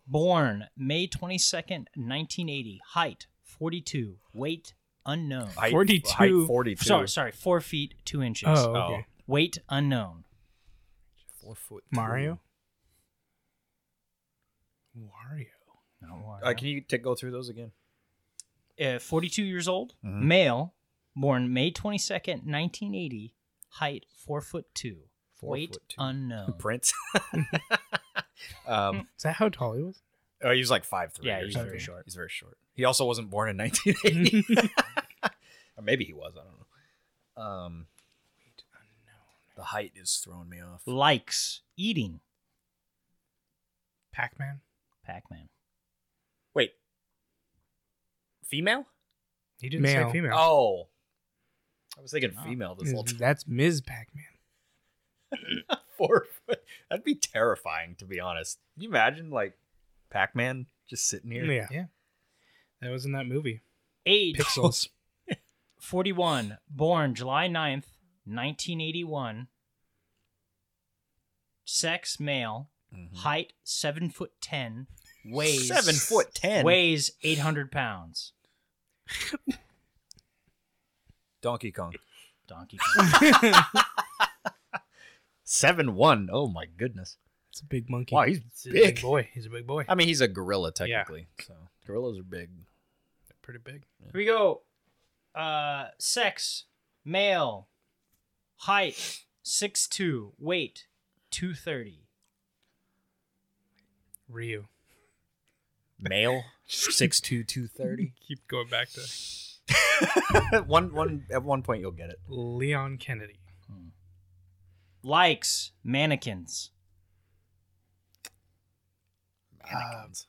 Speaker 3: Born May 22nd, 1980. Height 42. Weight unknown.
Speaker 2: Height,
Speaker 4: 42.
Speaker 2: height 42.
Speaker 3: Sorry, sorry, 4 feet 2 inches.
Speaker 4: oh,
Speaker 2: Oh.
Speaker 4: okay.
Speaker 3: Weight unknown.
Speaker 2: Four foot. two.
Speaker 4: mario
Speaker 1: Wario.
Speaker 3: Not one.
Speaker 2: Uh, can you t- go through those again?
Speaker 3: Uh, 42 years old,
Speaker 2: Mhm.
Speaker 3: male, born May 22nd, 1980, height 4 foot 2,
Speaker 2: Four
Speaker 3: weight
Speaker 2: foot two.
Speaker 3: unknown.
Speaker 2: Prince. um,
Speaker 4: Is that how tall he was?
Speaker 2: oh, he was like five three.
Speaker 3: Yeah,
Speaker 2: or
Speaker 3: he's
Speaker 2: something.
Speaker 3: very short.
Speaker 2: He's very short. He also wasn't born in 1980, or maybe he was. I don't know. Um, the height is throwing me off.
Speaker 3: Likes eating
Speaker 1: Pac Man.
Speaker 3: Pac-Man.
Speaker 2: Wait, female?
Speaker 1: He didn't
Speaker 4: Male.
Speaker 1: say female.
Speaker 2: Oh, I was thinking
Speaker 1: Oh.
Speaker 3: No.
Speaker 2: female this whole
Speaker 4: Is-
Speaker 2: time.
Speaker 4: That's Ms. Pac-Man.
Speaker 2: Four foot. That'd be terrifying, to be honest. Can you imagine like Pac-Man just sitting here?
Speaker 4: Yeah.
Speaker 1: Yeah. That was in that movie.
Speaker 3: Age
Speaker 1: Pixels.
Speaker 3: 41, born July 9th, 1981. Sex male, height 7 foot 10, weighs
Speaker 2: Seven foot ten.
Speaker 3: weighs 800 pounds.
Speaker 2: Donkey Kong.
Speaker 3: Donkey Kong.
Speaker 2: Seven one. Oh my goodness.
Speaker 4: It's a big monkey.
Speaker 2: Wow, he's
Speaker 1: He's a
Speaker 2: big.
Speaker 1: big boy. He's a big boy.
Speaker 2: I mean, he's a gorilla technically. So gorillas are big.
Speaker 1: Pretty big.
Speaker 3: Here we go. Uh, sex male, height 6'2, weight 230.
Speaker 1: Ryu.
Speaker 2: Male. Six two two thirty.
Speaker 1: Keep going back to
Speaker 2: one one at one point you'll get it.
Speaker 1: Leon Kennedy.
Speaker 3: Likes mannequins.
Speaker 1: Uh,
Speaker 2: Mannequins.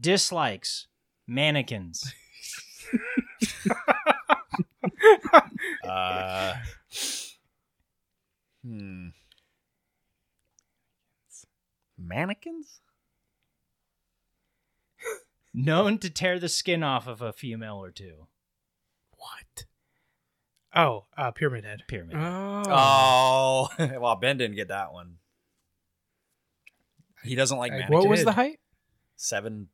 Speaker 3: Dislikes mannequins.
Speaker 2: Uh, hmm. Mannequins?
Speaker 3: Known to tear the skin off of a female or two.
Speaker 1: What? Oh, uh, Pyramid Head.
Speaker 3: Pyramid.
Speaker 4: Oh.
Speaker 2: Oh, well, Ben didn't get that one. He doesn't like
Speaker 1: Like,
Speaker 2: mannequins.
Speaker 4: what was the
Speaker 1: Did.
Speaker 4: height?
Speaker 2: Seven,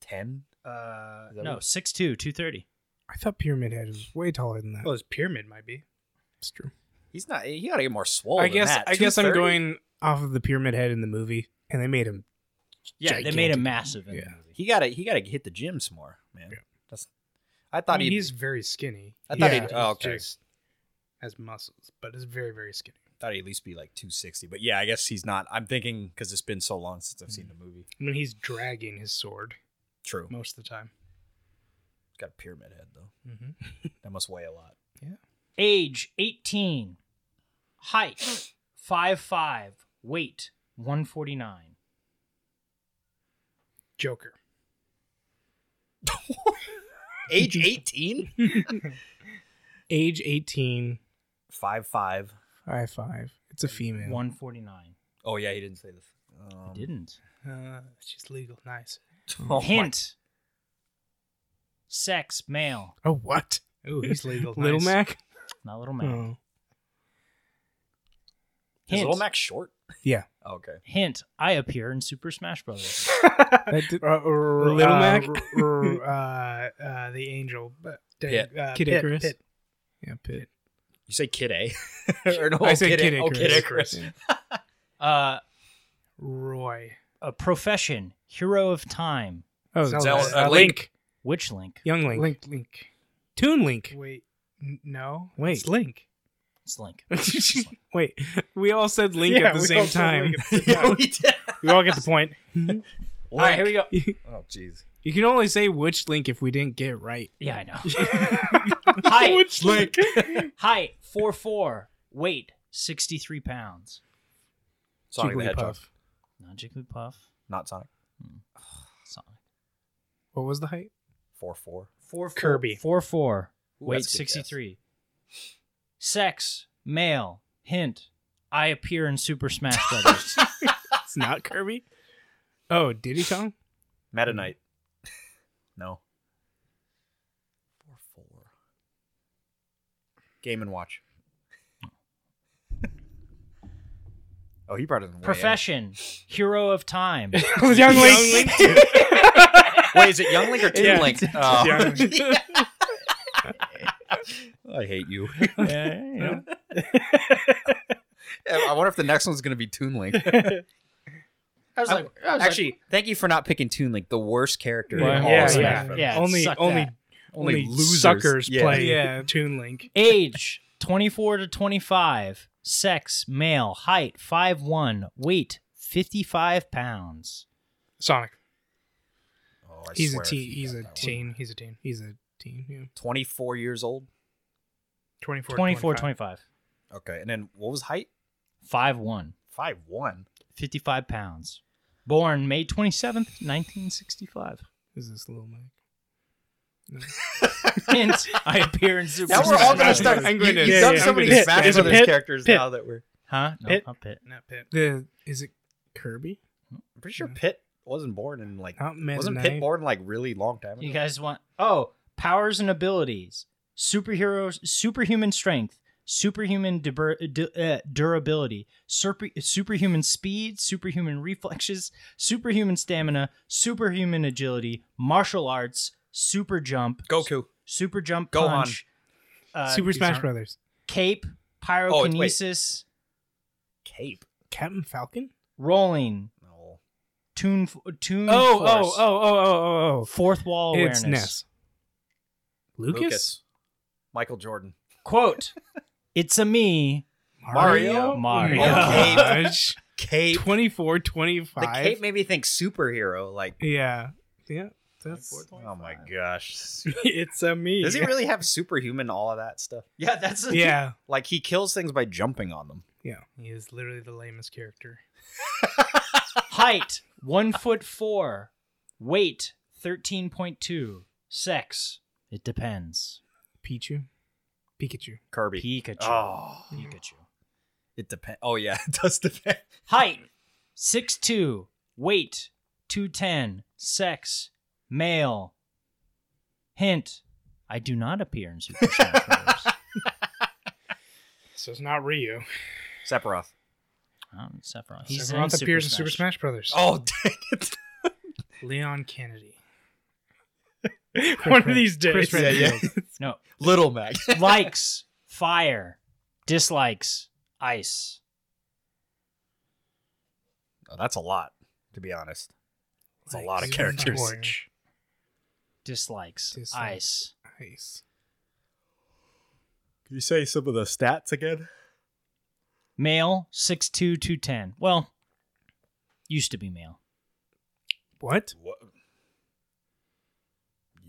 Speaker 2: ten?
Speaker 1: Uh,
Speaker 2: Is that
Speaker 3: no,
Speaker 2: what-
Speaker 3: 6'2, 230.
Speaker 4: I thought Pyramid Head was way taller than that.
Speaker 1: well, his pyramid might be.
Speaker 4: That's true.
Speaker 2: he's not. He got to get more swole.
Speaker 4: I
Speaker 2: than
Speaker 4: guess
Speaker 2: that.
Speaker 4: I guess I'm
Speaker 2: 230?
Speaker 4: going off of the Pyramid Head in the movie, and they made him.
Speaker 3: Yeah,
Speaker 4: Gigantic.
Speaker 3: they made him massive in the
Speaker 4: Yeah.
Speaker 3: movie.
Speaker 2: He got to. He got to hit the gym some more, man.
Speaker 4: Yeah.
Speaker 2: That's. I
Speaker 1: I
Speaker 2: thought
Speaker 1: mean,
Speaker 2: he.
Speaker 1: he's very skinny.
Speaker 2: I thought
Speaker 4: Yeah.
Speaker 2: he'd. Oh, okay.
Speaker 1: just has muscles, but is very, very skinny.
Speaker 2: thought he'd at least be like 260, but yeah, I guess he's not. I'm thinking because it's been so long since I've seen the movie.
Speaker 1: I mean, he's dragging his sword
Speaker 2: True.
Speaker 1: most of the time.
Speaker 2: Got a pyramid head though.
Speaker 1: Mm-hmm.
Speaker 2: That must weigh a lot.
Speaker 3: Age 18. Height 5'5. Weight 149.
Speaker 1: Joker.
Speaker 2: Age 18?
Speaker 4: Age 18,
Speaker 2: Five five.
Speaker 4: high five. It's a female.
Speaker 3: 149.
Speaker 2: Oh yeah, he didn't say this. Um,
Speaker 3: He didn't.
Speaker 1: Uh, she's legal. Nice.
Speaker 2: oh my-
Speaker 3: Hint. Sex male.
Speaker 4: Oh, what?
Speaker 1: Oh, he's legal.
Speaker 4: Little
Speaker 1: nice.
Speaker 4: Mac?
Speaker 3: Not little Mac.
Speaker 4: Oh.
Speaker 2: Is
Speaker 3: Hint.
Speaker 2: Little Mac short?
Speaker 4: Yeah.
Speaker 2: Oh, okay.
Speaker 3: Hint. I appear in Super Smash Brothers.
Speaker 4: That did-
Speaker 1: Uh, r-
Speaker 4: Little
Speaker 1: uh,
Speaker 4: Mac?
Speaker 1: r- r- uh, uh, the angel. But,
Speaker 2: Pit.
Speaker 1: Uh,
Speaker 4: Kid
Speaker 1: Pit,
Speaker 4: Icarus?
Speaker 1: Pit.
Speaker 4: yeah, Pit.
Speaker 2: You say Kid A? or no,
Speaker 4: I said
Speaker 2: Kid,
Speaker 4: Kid
Speaker 2: A- oh,
Speaker 4: Icarus.
Speaker 2: Kid Icarus.
Speaker 4: Yeah.
Speaker 3: Uh,
Speaker 1: Roy.
Speaker 3: a profession. Hero of time.
Speaker 4: Oh,
Speaker 1: Zelda.
Speaker 4: Zelda.
Speaker 1: Zelda.
Speaker 4: Uh,
Speaker 2: Link.
Speaker 4: Link.
Speaker 3: Which Link?
Speaker 4: Young Link.
Speaker 1: Link. Link.
Speaker 4: Toon Link.
Speaker 1: Wait. N- no.
Speaker 4: Wait.
Speaker 1: It's Link.
Speaker 3: It's Link.
Speaker 4: Wait, we all said Link
Speaker 1: Yeah,
Speaker 4: at the
Speaker 1: we
Speaker 4: same
Speaker 1: all said
Speaker 4: time.
Speaker 1: Link at the same time.
Speaker 2: we did.
Speaker 1: we all get the point.
Speaker 2: All right,
Speaker 3: here we go.
Speaker 2: Oh jeez.
Speaker 4: You can only say which Link if we didn't get it right.
Speaker 3: Yeah, I know. height.
Speaker 2: Link.
Speaker 3: Height. 4'4. Weight 63 pounds.
Speaker 2: Sonic the Hedgehog,
Speaker 4: Jigglypuff.
Speaker 3: Not Jigglypuff.
Speaker 2: not Sonic.
Speaker 3: Sonic.
Speaker 4: What was the height?
Speaker 2: Four four.
Speaker 3: Four
Speaker 1: Kirby.
Speaker 3: Four four.
Speaker 2: Ooh,
Speaker 3: Weight
Speaker 2: that's a good guess.
Speaker 3: sixty three. Sex male. Hint. I appear in Super Smash Brothers.
Speaker 4: It's not Kirby. Oh, Diddy Kong.
Speaker 2: Meta Knight. no. Four four. Game and Watch. oh, he brought it in. way in.
Speaker 3: Profession. Hero of time.
Speaker 1: Young Link.
Speaker 2: Wait, is it Young Link or Oh. Toon
Speaker 1: Yeah.
Speaker 2: Link? Oh.
Speaker 1: Young Link.
Speaker 2: I hate you.
Speaker 3: yeah.
Speaker 2: I wonder if the next one's gonna be Toon Link.
Speaker 5: I was like,
Speaker 2: I-
Speaker 5: I was like,
Speaker 2: Actually, thank you for not picking Toon Link, the worst character.
Speaker 1: Yeah.
Speaker 2: in all
Speaker 1: Yeah,
Speaker 2: of
Speaker 1: yeah.
Speaker 2: Smash Bros.
Speaker 3: Yeah,
Speaker 1: only
Speaker 3: suck
Speaker 1: only
Speaker 3: that.
Speaker 1: only,
Speaker 2: Only losers.
Speaker 1: suckers
Speaker 2: Yeah.
Speaker 1: play
Speaker 4: Yeah.
Speaker 1: Toon Link.
Speaker 3: Age 24 to 25. Sex male. Height 5'1. Weight 55 pounds.
Speaker 1: Sonic.
Speaker 2: Oh, I
Speaker 4: He's a
Speaker 2: swear if
Speaker 4: teen.
Speaker 2: you
Speaker 4: He's
Speaker 2: got
Speaker 4: a
Speaker 2: that one.
Speaker 4: teen. He's a teen. He's a teen. Yeah.
Speaker 2: 24 years old.
Speaker 4: 24,
Speaker 3: 24
Speaker 4: 25.
Speaker 3: 25.
Speaker 2: Okay. And then what was height?
Speaker 3: 5'1.
Speaker 2: Five one.
Speaker 3: 55 pounds. Born May 27th, 1965.
Speaker 4: Is this Lil Mike?
Speaker 3: Hint, I appear in Super
Speaker 2: Now we're all gonna
Speaker 3: Smash
Speaker 2: start.
Speaker 3: Bros.
Speaker 4: I'm
Speaker 2: you,
Speaker 4: gonna-
Speaker 2: you've
Speaker 4: yeah,
Speaker 2: done
Speaker 1: yeah,
Speaker 2: so
Speaker 1: I'm
Speaker 2: many
Speaker 1: gonna-
Speaker 2: Smash
Speaker 1: Is it
Speaker 2: Brothers
Speaker 1: Pit?
Speaker 2: characters
Speaker 1: Pit.
Speaker 2: now that we're.
Speaker 3: Huh? No,
Speaker 1: Pit.
Speaker 3: not Pit.
Speaker 1: Not Pit.
Speaker 4: The is it Kirby?
Speaker 2: I'm pretty sure Pitt wasn't born in like.
Speaker 4: Not
Speaker 2: Wasn't Pitt
Speaker 4: Midnight.
Speaker 2: born like really long time ago?
Speaker 3: You guys want oh powers and abilities, superheroes, superhuman strength, superhuman debur- du- uh, durability, super- superhuman speed, superhuman reflexes, superhuman stamina, superhuman agility, martial arts, super jump,
Speaker 2: Goku.
Speaker 3: super jump
Speaker 2: Gohan.
Speaker 3: punch, uh,
Speaker 4: Super
Speaker 3: these
Speaker 4: Smash
Speaker 3: aren't-
Speaker 4: Brothers.
Speaker 3: cape,
Speaker 2: Oh, wait.
Speaker 3: pyrokinesis,
Speaker 2: Cape.
Speaker 4: Captain Falcon.
Speaker 3: rolling,
Speaker 2: No.
Speaker 3: tune, tune. force,
Speaker 4: oh oh oh
Speaker 3: Fourth wall awareness.
Speaker 4: It's Ness. Lucas.
Speaker 2: Michael Jordan.
Speaker 3: Quote. It's a me.
Speaker 2: Mario?
Speaker 3: Mario.
Speaker 4: Oh
Speaker 2: Okay.
Speaker 4: my gosh.
Speaker 2: Cape.
Speaker 4: 24,
Speaker 2: The
Speaker 4: 25.
Speaker 2: cape made me think superhero. Like,
Speaker 4: yeah. Yeah. That's
Speaker 2: oh my gosh.
Speaker 4: it's a me.
Speaker 2: Does he really have superhuman all of that stuff?
Speaker 3: Yeah, that's a,
Speaker 4: Yeah.
Speaker 2: Like he kills things by jumping on them.
Speaker 4: Yeah. He is literally the lamest character.
Speaker 3: Height one foot four, weight thirteen point two, sex it depends.
Speaker 4: Pichu. Pikachu.
Speaker 2: Kirby.
Speaker 3: Pikachu,
Speaker 2: Oh,
Speaker 3: Pikachu.
Speaker 2: it depends. Oh yeah, it does depend.
Speaker 3: Height six two, weight two ten, sex male. Hint: I do not appear in Super Smash Bros.
Speaker 1: So it's not Ryu.
Speaker 2: Sephiroth.
Speaker 3: um, Sephiroth.
Speaker 1: He's
Speaker 3: He's
Speaker 1: Sephiroth
Speaker 3: in Super
Speaker 1: appears
Speaker 3: Smash.
Speaker 1: in Super Smash Brothers.
Speaker 2: Oh dang it.
Speaker 1: Leon Kennedy. One of these days.
Speaker 4: Chris
Speaker 2: Yeah, yeah.
Speaker 3: No
Speaker 2: Little Mac.
Speaker 3: likes fire, dislikes ice.
Speaker 2: Oh, that's a lot, to be honest. It's a lot of
Speaker 4: Like,
Speaker 2: characters.
Speaker 4: Torch.
Speaker 3: Dislikes,
Speaker 4: Dislikes.
Speaker 3: ice.
Speaker 4: Nice.
Speaker 2: Can you say some of the stats again?
Speaker 3: Male six two two ten. Well, used to be male.
Speaker 4: What?
Speaker 2: What?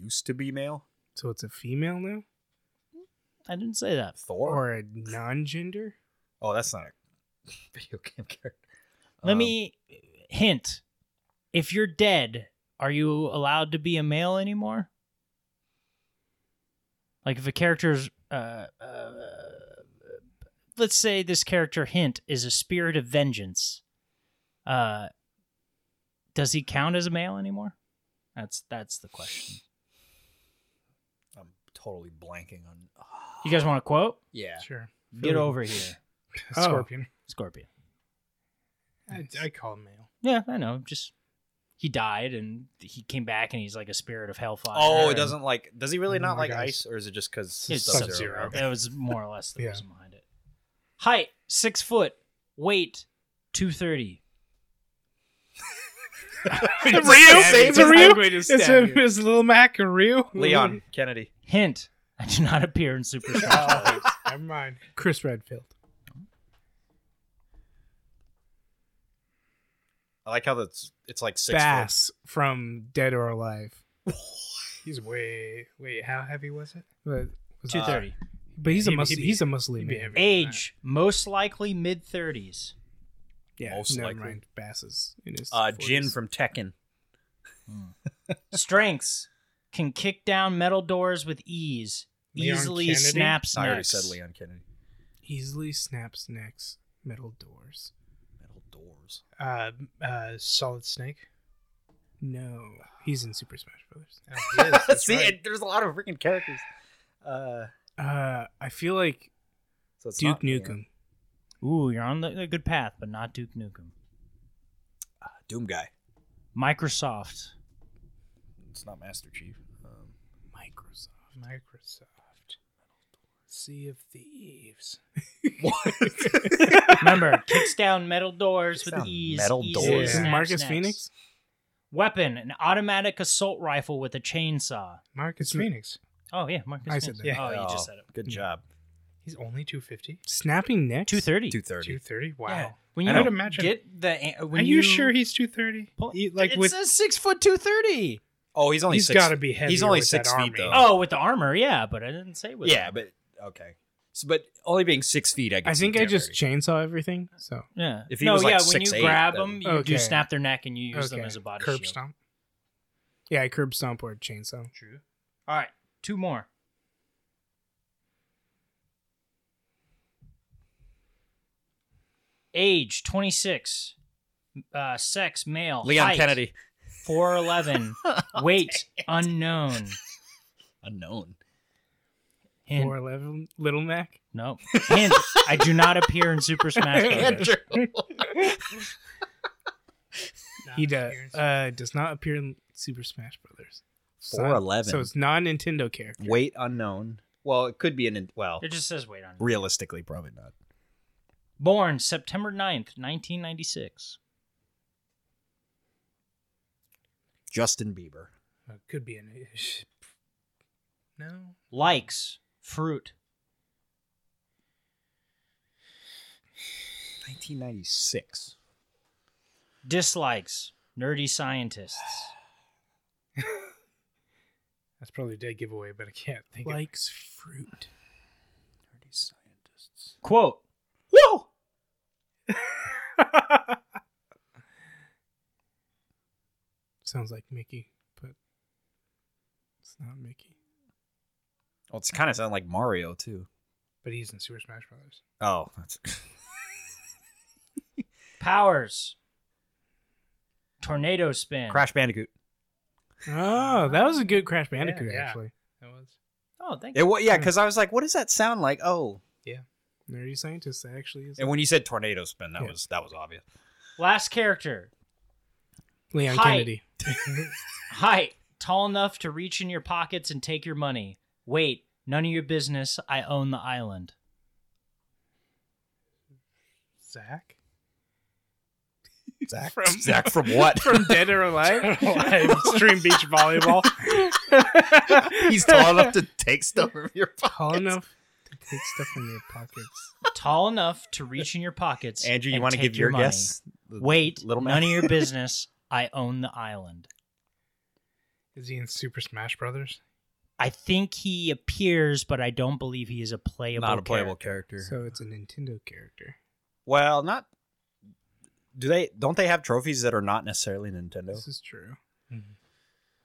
Speaker 2: Used to be male.
Speaker 4: So it's a female now?
Speaker 3: I didn't say that.
Speaker 2: Thor.
Speaker 4: Or a non gender?
Speaker 2: oh, that's not a video game character.
Speaker 3: Let
Speaker 2: Um,
Speaker 3: me hint. If you're dead, are you allowed to be a male anymore? Like if a character's uh, uh let's say this character hint is a spirit of vengeance. Uh does he count as a male anymore? That's that's the question.
Speaker 2: I'm totally blanking on.
Speaker 3: You guys want a quote?
Speaker 2: yeah.
Speaker 4: Sure.
Speaker 3: Get over here,
Speaker 4: Oh.
Speaker 1: Scorpion.
Speaker 3: Scorpion.
Speaker 4: I, I call him male.
Speaker 3: Yeah, I know. Just he died and he came back and he's like a spirit of hellfire.
Speaker 2: Oh, it
Speaker 3: and-
Speaker 2: doesn't like. Does he really
Speaker 4: Oh
Speaker 2: not
Speaker 4: my
Speaker 2: like
Speaker 4: gosh.
Speaker 2: ice, or is it just because
Speaker 3: It's
Speaker 1: Sub-Zero.
Speaker 3: That was more or less the
Speaker 4: Yeah.
Speaker 3: reason behind it. Height six foot, weight two thirty.
Speaker 4: it's
Speaker 1: It's a
Speaker 4: I'm
Speaker 1: Ryu.
Speaker 4: going to
Speaker 1: It's,
Speaker 4: stab
Speaker 1: a,
Speaker 4: you.
Speaker 1: it's Little Mac and Ryu.
Speaker 2: Leon Kennedy.
Speaker 3: Hint: I do not appear in Super Smash Bros.
Speaker 1: Oh, Never mind.
Speaker 4: Chris Redfield.
Speaker 2: I like how that's. It's like six. Foot.
Speaker 4: Bass from Dead or Alive.
Speaker 1: He's way. Wait, how heavy was it?
Speaker 4: But,
Speaker 3: Two thirty.
Speaker 2: Ah,
Speaker 4: but he's a
Speaker 1: He'd-
Speaker 4: Muslim.
Speaker 1: he'd be-
Speaker 4: he's a Muslim.
Speaker 1: he'd be
Speaker 4: man.
Speaker 1: heavy.
Speaker 3: Age most likely mid thirties.
Speaker 4: Yeah,
Speaker 2: Most
Speaker 4: never
Speaker 2: likely.
Speaker 4: mind. Bass is in his.
Speaker 2: Uh, Jin
Speaker 4: 40s.
Speaker 2: from Tekken.
Speaker 3: Strengths can kick down metal doors with ease.
Speaker 1: Leon
Speaker 3: easily
Speaker 1: Kennedy?
Speaker 3: snaps
Speaker 2: I already
Speaker 3: necks.
Speaker 2: said Leon Kennedy.
Speaker 4: easily snaps necks, metal doors.
Speaker 2: Metal doors.
Speaker 1: Uh, uh, Solid Snake.
Speaker 4: No, he's in Super Smash Brothers.
Speaker 1: Oh, he is, that's
Speaker 2: See,
Speaker 1: right.
Speaker 2: it, there's a lot of freaking characters. Uh,
Speaker 4: Uh, I feel like
Speaker 2: so it's
Speaker 4: Duke
Speaker 2: not Leon.
Speaker 4: Nukem.
Speaker 3: Ooh, you're on the, a good path, but not Duke Nukem.
Speaker 2: Doom guy.
Speaker 3: Microsoft.
Speaker 2: It's not Master Chief. Um,
Speaker 4: Microsoft.
Speaker 1: Microsoft. Sea of Thieves.
Speaker 3: Remember, kicks down metal doors with
Speaker 2: Down
Speaker 3: ease.
Speaker 2: metal
Speaker 3: ease,
Speaker 2: doors.
Speaker 3: snap,
Speaker 2: Is it
Speaker 3: snap,
Speaker 4: Marcus
Speaker 3: snaps.
Speaker 4: Phoenix?
Speaker 3: Weapon: an automatic assault rifle with a chainsaw.
Speaker 1: Marcus Phoenix.
Speaker 3: Oh yeah, Marcus.
Speaker 4: I said
Speaker 3: Phoenix.
Speaker 4: that.
Speaker 1: Yeah.
Speaker 3: Oh, you just said it.
Speaker 2: Good job.
Speaker 1: He's only 250.
Speaker 4: Snapping necks.
Speaker 3: Two thirty.
Speaker 2: Two thirty.
Speaker 1: 230. Wow.
Speaker 3: Yeah. When
Speaker 1: I
Speaker 3: you
Speaker 1: don't imagine-
Speaker 3: get the uh, when
Speaker 1: Are you, sure he's 230?
Speaker 3: Pull-
Speaker 1: He- like
Speaker 3: it
Speaker 1: with
Speaker 3: says six foot two thirty.
Speaker 2: Oh, he's only
Speaker 1: he's
Speaker 2: six.
Speaker 1: got to be heavy.
Speaker 2: he's only six feet, though.
Speaker 3: Oh, with the armor, yeah, but I didn't say with.
Speaker 2: yeah, but okay. So, but only being six feet, I
Speaker 4: I
Speaker 2: guess.
Speaker 4: think
Speaker 2: you
Speaker 4: I
Speaker 2: did
Speaker 4: just
Speaker 2: already.
Speaker 4: chainsaw everything.
Speaker 3: Uh,
Speaker 4: So
Speaker 3: Yeah.
Speaker 2: If he
Speaker 3: no,
Speaker 2: was, like,
Speaker 3: yeah, when
Speaker 2: 6'8",
Speaker 3: you grab
Speaker 2: then-
Speaker 3: them, you
Speaker 4: Okay.
Speaker 3: do snap their neck and you use them
Speaker 4: Okay.
Speaker 3: as a body
Speaker 1: Curb
Speaker 3: shield.
Speaker 1: stomp.
Speaker 4: yeah, I curb stomp or chainsaw.
Speaker 3: True. All right, two more. Age 26. Uh, sex male.
Speaker 2: Leon
Speaker 3: Height,
Speaker 2: Kennedy. Oh,
Speaker 3: 4'11. Weight unknown.
Speaker 2: Unknown.
Speaker 3: Hint.
Speaker 4: Or level little Mac.
Speaker 3: No. Hint. I do not appear in Super Smash Bros.
Speaker 4: He does uh, does not appear in Super Smash Brothers. So-
Speaker 2: 4'11".
Speaker 4: So it's non Nintendo character.
Speaker 2: Weight unknown. Well, it could be an well.
Speaker 3: It just says weight unknown.
Speaker 2: Realistically, probably not.
Speaker 3: Born September 9th, 1996.
Speaker 2: Justin Bieber.
Speaker 1: Uh, could be an ish. No.
Speaker 3: Likes fruit.
Speaker 2: 1996.
Speaker 3: Dislikes nerdy scientists.
Speaker 1: That's probably a dead giveaway, but I can't think of
Speaker 4: Likes fruit.
Speaker 2: scientists.
Speaker 3: Quote.
Speaker 2: Whoa!
Speaker 4: Sounds like Mickey, but it's not Mickey.
Speaker 2: Well, it's kind of sound like Mario too.
Speaker 1: But he's in Super Smash Brothers.
Speaker 2: Oh, that's
Speaker 3: Powers. Tornado spin.
Speaker 2: Crash Bandicoot.
Speaker 4: Oh, that was a good Crash Bandicoot
Speaker 1: yeah.
Speaker 4: actually.
Speaker 1: That was.
Speaker 3: Oh, thank
Speaker 2: It
Speaker 3: you.
Speaker 2: wa- yeah, because I was like, what does that sound like? Oh,
Speaker 4: Nerdy scientist that actually is.
Speaker 2: and when you said tornado spin, that
Speaker 4: Yeah.
Speaker 2: was that was obvious.
Speaker 3: Last character.
Speaker 4: Leon
Speaker 3: Height.
Speaker 4: Kennedy.
Speaker 3: Height. Tall enough to reach in your pockets and take your money. Wait. None of your business. I own the island.
Speaker 1: Zach?
Speaker 2: Zach
Speaker 4: From-
Speaker 2: Zach from what?
Speaker 4: From Dead or Alive?
Speaker 1: Extreme Beach Volleyball.
Speaker 2: He's tall enough to take stuff from your pocket.
Speaker 4: Tall enough to take stuff from your pockets.
Speaker 3: Tall enough to reach in your pockets.
Speaker 2: Andrew, you
Speaker 3: and
Speaker 2: want to
Speaker 3: take
Speaker 2: give your,
Speaker 3: money.
Speaker 2: guess? The
Speaker 3: Wait.
Speaker 2: little man.
Speaker 3: none of your business. I own the island.
Speaker 1: Is he in Super Smash Brothers?
Speaker 3: I think he appears, but I don't believe he is a playable.
Speaker 2: not a playable
Speaker 3: character.
Speaker 2: character.
Speaker 4: So it's a Nintendo character.
Speaker 2: Well, not. Do they? Don't they have trophies that are not necessarily Nintendo?
Speaker 4: This is true.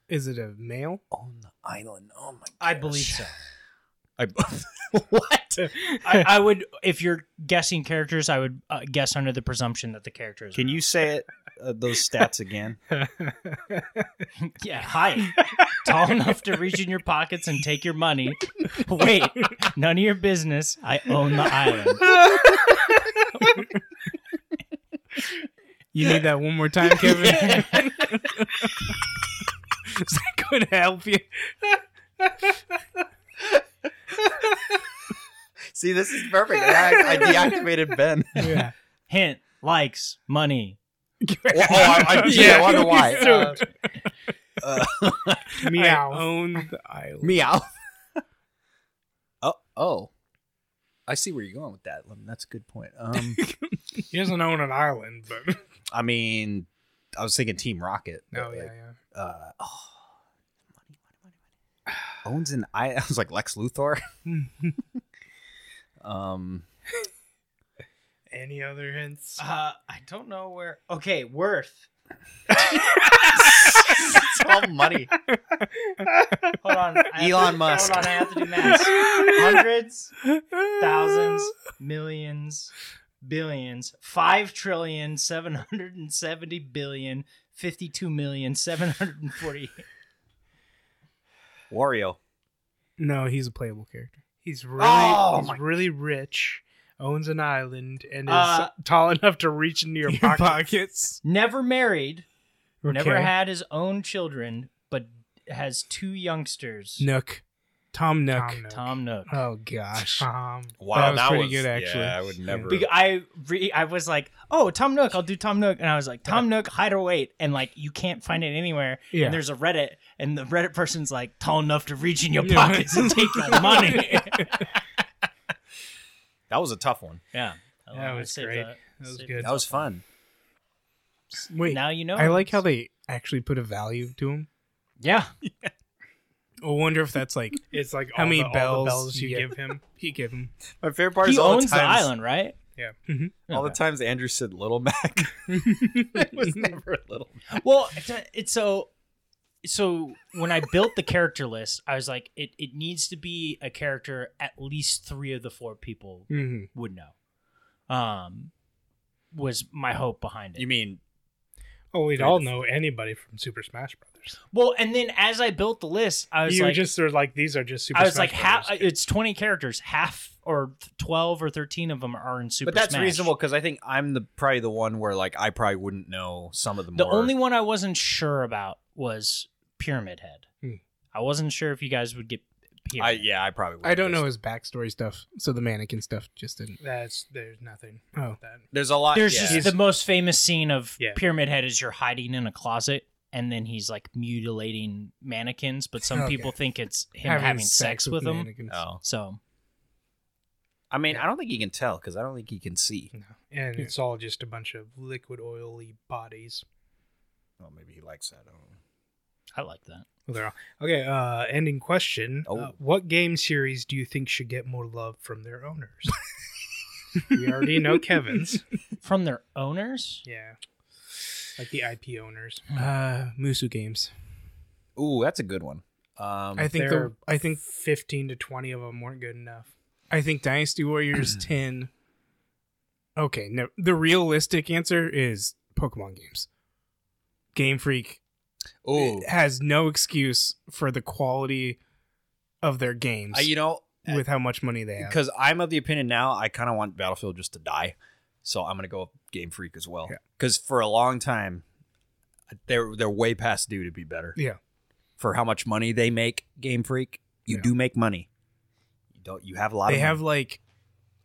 Speaker 4: Is it a male?
Speaker 2: On the island. Oh my!
Speaker 3: I believe so.
Speaker 2: I, what?
Speaker 3: I, I would, if you're guessing characters, I would uh, guess under the presumption that the character is.
Speaker 2: Can you say it? Uh, those stats again.
Speaker 3: Yeah, hi. Tall enough to reach in your pockets and take your money. Wait, none of your business. I own the island.
Speaker 4: You need that one more time, Kevin? Is that going to help you?
Speaker 2: See, this is perfect. I, I deactivated Ben.
Speaker 4: Yeah.
Speaker 3: Hint: likes money.
Speaker 2: Well, oh, I, I, yeah, I wonder why. Uh,
Speaker 1: Uh,
Speaker 4: Meow. I own the island.
Speaker 2: meow. oh, oh. I see where you're going with that. Lemon. That's a good point. Um,
Speaker 1: He doesn't own an island, but.
Speaker 2: I mean, I was thinking Team Rocket. but,
Speaker 1: No, Oh, yeah,
Speaker 2: like,
Speaker 1: yeah.
Speaker 2: Uh, oh, money, money, money, money. Owns an I. I was like Lex Luthor. um,
Speaker 1: Any other hints?
Speaker 3: Uh, I don't know where. Okay, worth.
Speaker 2: it's all money.
Speaker 3: Hold on. I have
Speaker 2: Elon
Speaker 3: to,
Speaker 2: Musk.
Speaker 3: Hold on, I have to do math. Hundreds, thousands, millions, billions, five trillion, seven hundred and seventy billion, fifty-two million, seven hundred and forty.
Speaker 2: Wario.
Speaker 4: No, he's a playable character.
Speaker 1: He's really,
Speaker 2: Oh,
Speaker 1: he's
Speaker 2: my-
Speaker 1: really rich, owns an island, and is
Speaker 3: Uh,
Speaker 1: tall enough to reach into your
Speaker 4: Your
Speaker 1: pocket.
Speaker 4: pockets.
Speaker 3: Never married.
Speaker 4: Okay.
Speaker 3: Never had his own children, but has two youngsters.
Speaker 4: Nook. Tom Nook.
Speaker 1: Tom Um, Nook.
Speaker 3: Tom Nook.
Speaker 4: Oh gosh.
Speaker 1: Tom.
Speaker 2: Wow,
Speaker 4: That was pretty good, actually.
Speaker 2: Yeah, I would never.
Speaker 3: Bec- I re- I was like, oh, Tom Nook, I'll do Tom Nook, and I was like, Tom Nook, hide or wait, and like you can't find it anywhere.
Speaker 4: Yeah.
Speaker 3: And there's a Reddit, and the Reddit person's like, tall enough to reach in your
Speaker 4: Yeah.
Speaker 3: pockets and take your money.
Speaker 2: that was a tough one.
Speaker 3: yeah,
Speaker 1: That was
Speaker 3: Save
Speaker 1: great.
Speaker 3: That,
Speaker 1: That was
Speaker 3: Save-
Speaker 1: good.
Speaker 2: That was fun.
Speaker 4: Wait,
Speaker 3: Now you know.
Speaker 4: I like how they actually put a value to him.
Speaker 3: Yeah,
Speaker 4: I wonder if that's like
Speaker 1: It's like
Speaker 4: How
Speaker 1: all
Speaker 4: many
Speaker 1: the, all the
Speaker 4: bells
Speaker 1: bells you
Speaker 4: you get?
Speaker 1: give him.
Speaker 4: he gave him.
Speaker 5: My favorite part
Speaker 3: he
Speaker 5: is all
Speaker 3: owns
Speaker 5: the,
Speaker 3: the,
Speaker 5: times,
Speaker 3: island, right?
Speaker 1: Yeah.
Speaker 5: All the times Andrew said Little Mac. it was never Little Mac.
Speaker 3: Well, it's, a- it's so so when I built the character list, I was like, it it needs to be a character at least three of the four people
Speaker 4: Mhm.
Speaker 3: would know. Um, was my hope behind it.
Speaker 2: You mean
Speaker 1: Oh, we'd all know anybody from Super Smash Brothers.
Speaker 3: Well, and then as I built the list, I was
Speaker 1: You
Speaker 3: like,
Speaker 1: just are like these are just Super.
Speaker 3: I was like,
Speaker 1: Smash
Speaker 3: half.
Speaker 1: Brothers.
Speaker 3: It's twenty characters. Half or th- twelve or thirteen of them are in Super.
Speaker 2: but that's
Speaker 3: Smash.
Speaker 2: reasonable because I think I'm the probably the one where like I probably wouldn't know some of the,
Speaker 3: The
Speaker 2: more.
Speaker 3: only one I wasn't sure about was Pyramid Head.
Speaker 4: Hmm.
Speaker 3: I wasn't sure if you guys would get.
Speaker 2: I,
Speaker 3: Pyramid.
Speaker 2: yeah, I probably. Would
Speaker 4: I don't know his backstory stuff, so the mannequin stuff just didn't.
Speaker 1: That's there's nothing.
Speaker 4: Oh.
Speaker 1: That.
Speaker 2: There's a lot.
Speaker 3: There's
Speaker 2: yeah.
Speaker 3: just the most famous scene of
Speaker 1: Yeah.
Speaker 3: Pyramid Head is you're hiding in a closet. And then he's like mutilating mannequins, but some
Speaker 4: Okay.
Speaker 3: people think it's him having, sex, with, them.
Speaker 4: mannequins.
Speaker 2: Oh,
Speaker 3: So
Speaker 2: I mean, I don't think he can tell because I don't think he can see.
Speaker 1: No. And
Speaker 4: Yeah.
Speaker 1: it's all just a bunch of liquid oily bodies.
Speaker 2: Oh, maybe he likes that. I don't know.
Speaker 3: I like that.
Speaker 1: Well, they're all- Okay, uh ending question.
Speaker 2: Oh.
Speaker 1: Uh, what game series do you think should get more love from their owners? we already know Kevin's.
Speaker 3: From their owners?
Speaker 1: Yeah. Like the IP owners.
Speaker 4: Uh, Musu Games.
Speaker 2: Ooh, that's a good one. Um,
Speaker 4: I think
Speaker 1: They're-
Speaker 4: the I think
Speaker 1: 15 to 20 of them weren't good enough.
Speaker 4: I think Dynasty Warriors ten. Okay, no. The realistic answer is Pokemon games. Game Freak
Speaker 2: ooh,
Speaker 4: has no excuse for the quality of their games
Speaker 2: I- you know,
Speaker 4: with how much money they have.
Speaker 2: because I'm of the opinion now, I kind of want Battlefield just to die, so I'm gonna go Game Freak as well.
Speaker 4: Yeah.
Speaker 2: Because for a long time, they're they're way past due to be better.
Speaker 4: Yeah.
Speaker 2: For how much money they make, Game Freak, you
Speaker 4: Yeah.
Speaker 2: do make money. You don't. You have a lot.
Speaker 4: They
Speaker 2: of
Speaker 4: have
Speaker 2: money.
Speaker 4: like,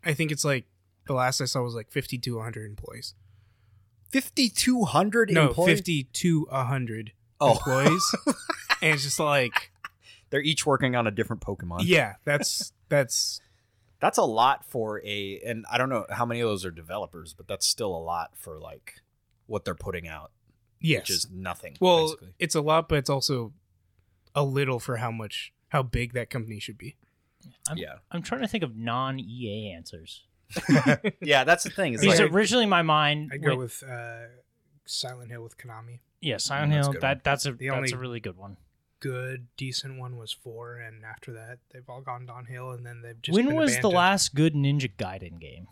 Speaker 4: I think it's like the last I saw was like fifty to hundred employees.
Speaker 2: fifty two hundred
Speaker 4: No,
Speaker 2: employees.
Speaker 4: fifty to hundred
Speaker 2: Oh,
Speaker 4: employees, and it's just like,
Speaker 2: they're each working on a different Pokemon.
Speaker 4: yeah, that's that's
Speaker 2: that's a lot for a and i don't know how many of those are developers but that's still a lot for like what they're putting out
Speaker 4: yes.
Speaker 2: which is nothing
Speaker 4: well,
Speaker 2: basically.
Speaker 4: it's a lot, but it's also a little for how much how big that company should be.
Speaker 3: I'm-
Speaker 2: yeah
Speaker 3: I'm trying to think of non EA answers.
Speaker 2: yeah that's the thing is
Speaker 3: Because
Speaker 2: like,
Speaker 3: originally my mind
Speaker 1: I'd go
Speaker 3: went-
Speaker 1: with uh Silent Hill with Konami.
Speaker 3: yeah Silent
Speaker 2: Mm, that's
Speaker 3: Hill.
Speaker 2: a good
Speaker 3: That that's a
Speaker 1: The
Speaker 3: that's
Speaker 1: only-
Speaker 3: a really good one.
Speaker 1: Good, decent one was 4 and after that they've all gone downhill and then they've just
Speaker 3: when
Speaker 1: been
Speaker 3: was
Speaker 1: abandoned.
Speaker 3: the last good Ninja Gaiden game?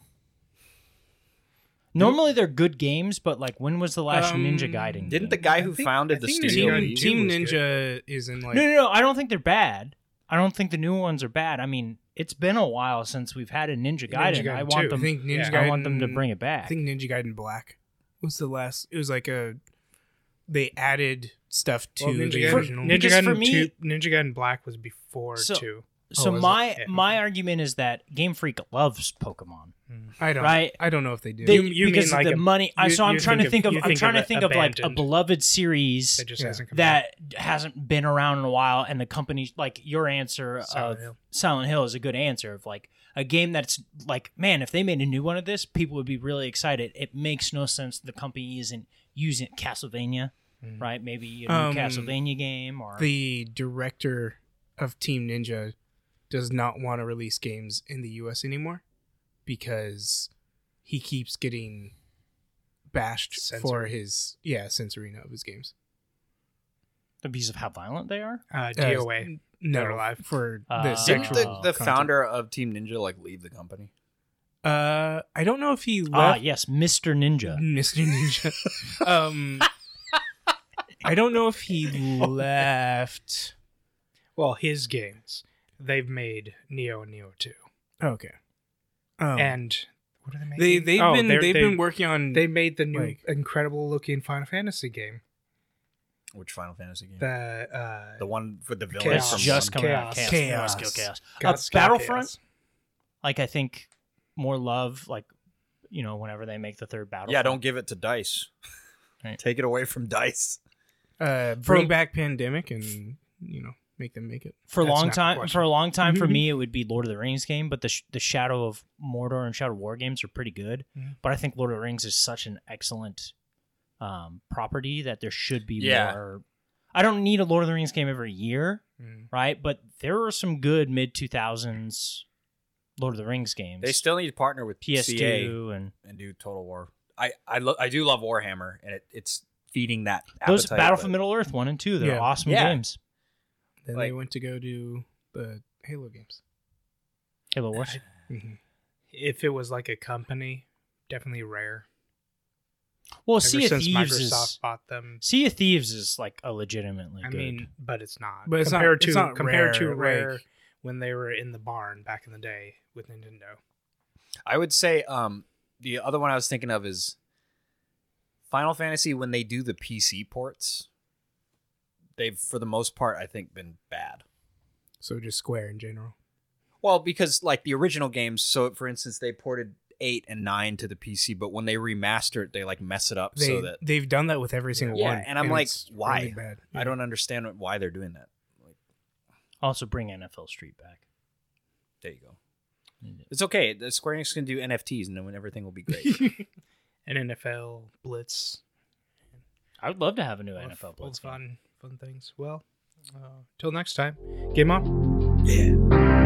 Speaker 3: Normally they're good games, but like when was the last
Speaker 4: Um,
Speaker 3: Ninja Gaiden?
Speaker 2: didn't the
Speaker 3: game?
Speaker 2: guy who
Speaker 1: I think-
Speaker 2: founded
Speaker 1: I
Speaker 2: the
Speaker 1: think
Speaker 2: studio
Speaker 1: Ninja
Speaker 4: Team,
Speaker 2: leave?
Speaker 1: Gaiden
Speaker 4: Team
Speaker 1: was good.
Speaker 4: Ninja is in like
Speaker 3: no no no? I don't think they're bad. I don't think the new ones are bad. I mean, it's been a while since we've had a Ninja Gaiden. I want
Speaker 1: Gaiden 2.
Speaker 4: I
Speaker 3: them.
Speaker 4: think Ninja
Speaker 1: Yeah,
Speaker 4: Gaiden,
Speaker 3: I want them to bring
Speaker 4: I
Speaker 3: it back.
Speaker 4: think Ninja Gaiden Black was the last. It was like a they added stuff to
Speaker 1: Well, Ninja
Speaker 4: the
Speaker 1: Gaiden,
Speaker 4: original.
Speaker 1: Ninja
Speaker 3: Because
Speaker 1: Gaiden
Speaker 3: for me-
Speaker 1: 2 Ninja Gaiden Black was before
Speaker 3: So-
Speaker 1: 2.
Speaker 3: so
Speaker 4: Oh, is it?
Speaker 3: my
Speaker 1: Yeah.
Speaker 3: my argument is that Game Freak loves Pokemon.
Speaker 1: Mm. Uh,
Speaker 4: I don't.
Speaker 3: Right.
Speaker 4: I don't know if they do.
Speaker 3: They,
Speaker 1: You- you
Speaker 3: because
Speaker 1: mean
Speaker 3: of
Speaker 1: like
Speaker 3: the
Speaker 1: a-
Speaker 3: money. I
Speaker 1: you-
Speaker 3: so I'm
Speaker 1: you
Speaker 3: trying to think
Speaker 1: think
Speaker 3: of,
Speaker 1: of- you
Speaker 3: I'm
Speaker 1: think
Speaker 3: trying
Speaker 1: of
Speaker 3: to think of like a
Speaker 1: abandoned.
Speaker 3: beloved series
Speaker 1: That just
Speaker 4: Yeah.
Speaker 1: hasn't come back.
Speaker 3: that hasn't been around in a while and the company like your answer
Speaker 1: Silent
Speaker 3: of
Speaker 1: Hill.
Speaker 3: Silent Hill is a good answer of like a game that's like man if they made a new one of this people would be really excited it makes no sense the company isn't using Castlevania
Speaker 1: Mm.
Speaker 3: right maybe a new
Speaker 4: Um,
Speaker 3: Castlevania game or
Speaker 4: the director of Team Ninja does not want to release games in the U.S. anymore because he keeps getting bashed for
Speaker 1: Censored.
Speaker 4: his yeah censoring of his games.
Speaker 3: the piece of how violent they are
Speaker 1: Uh, DOA.
Speaker 4: No,
Speaker 1: They're alive.
Speaker 4: for
Speaker 3: Uh,
Speaker 4: the
Speaker 2: Didn't
Speaker 4: sexual.
Speaker 2: the, the
Speaker 4: content.
Speaker 2: founder of team ninja like leave the company
Speaker 4: Uh, I don't know if he
Speaker 3: ah
Speaker 4: left
Speaker 3: yes Mr Ninja
Speaker 4: Mr. Ninja. um, I don't know if he left.
Speaker 1: well, his games. They've made Neo and Neo 2.
Speaker 4: Okay. Um,
Speaker 1: and what are Oh. they
Speaker 4: they
Speaker 1: making?
Speaker 4: they've
Speaker 1: Oh,
Speaker 4: been
Speaker 1: they're-
Speaker 4: they've
Speaker 1: they-
Speaker 4: been working on
Speaker 1: they made the new
Speaker 4: like-
Speaker 1: incredible looking Final Fantasy game.
Speaker 2: Which Final Fantasy game?
Speaker 1: The uh,
Speaker 2: the one for the villain
Speaker 3: That's
Speaker 1: Chaos.
Speaker 2: from
Speaker 3: just
Speaker 2: one-
Speaker 3: coming out.
Speaker 1: Chaos.
Speaker 4: Chaos.
Speaker 3: Chaos. Chaos. Chaos.
Speaker 1: God,
Speaker 3: Uh,
Speaker 1: Scott
Speaker 3: Battlefront.
Speaker 1: Chaos.
Speaker 3: Like I think more love. Like you know, whenever they make the third battle.
Speaker 2: Yeah, don't give it to Dice.
Speaker 3: Right.
Speaker 2: Take it away from Dice.
Speaker 4: Uh, bring back pandemic and you know make them make it.
Speaker 3: for a
Speaker 1: That's
Speaker 3: long
Speaker 1: not the
Speaker 3: time.
Speaker 1: question.
Speaker 3: For a long time,
Speaker 4: Mm-hmm.
Speaker 3: for me, it would be Lord of the Rings game. But the sh- the Shadow of Mordor and Shadow War games are pretty good.
Speaker 4: Mhm.
Speaker 3: But I think Lord of the Rings is such an excellent um, property that there should be
Speaker 2: Yeah.
Speaker 3: more. I don't need a Lord of the Rings game every year,
Speaker 4: Mm.
Speaker 3: right? But there are some good mid two thousands Lord of the Rings games.
Speaker 2: They still need to partner with
Speaker 3: PS2
Speaker 2: PSA
Speaker 3: and
Speaker 2: and do Total War. I I, lo- I do love Warhammer, and it, it's feeding that.
Speaker 3: those
Speaker 2: appetite,
Speaker 3: Battle
Speaker 2: but-
Speaker 3: for Middle Earth one and two. They're
Speaker 4: Yeah.
Speaker 3: awesome
Speaker 2: Yeah.
Speaker 3: games.
Speaker 4: Then
Speaker 2: Like-
Speaker 4: they went to go do the Halo games.
Speaker 3: Halo Wars.
Speaker 1: If it was like a company, definitely rare.
Speaker 3: Well,
Speaker 1: Ever
Speaker 3: Sea of
Speaker 1: since
Speaker 3: Thieves
Speaker 1: Microsoft
Speaker 3: is
Speaker 1: bought them,
Speaker 3: Sea of Thieves is like a legitimately.
Speaker 1: I
Speaker 3: good.
Speaker 1: mean, but it's not.
Speaker 4: But it's not-
Speaker 1: compared
Speaker 4: it's
Speaker 1: to
Speaker 4: not
Speaker 1: compared
Speaker 4: rare,
Speaker 1: to rare
Speaker 4: like-
Speaker 1: when they were in the barn back in the day with Nintendo.
Speaker 2: I would say um the other one I was thinking of is Final Fantasy when they do the PC ports. They've for the most part I think been bad.
Speaker 4: So just Square in general.
Speaker 2: Well, because like the original games, so for instance they ported 8 and 9 to the PC, but when they remaster it they like mess it up
Speaker 4: They
Speaker 2: so that
Speaker 4: they've done that with every single
Speaker 2: Yeah,
Speaker 4: one.
Speaker 2: and I'm like,
Speaker 4: it's
Speaker 2: why?
Speaker 4: really bad.
Speaker 2: I don't understand what, why they're doing that.
Speaker 3: also bring NFL Street back.
Speaker 2: There you go. It's okay. The Square Enix can do NFTs and then everything will be great.
Speaker 1: And NFL Blitz,
Speaker 3: I would love to have a new
Speaker 1: all f- all
Speaker 3: NFL Blitz game.
Speaker 1: fun, fun things. Well, uh, till next time, game on.
Speaker 2: yeah.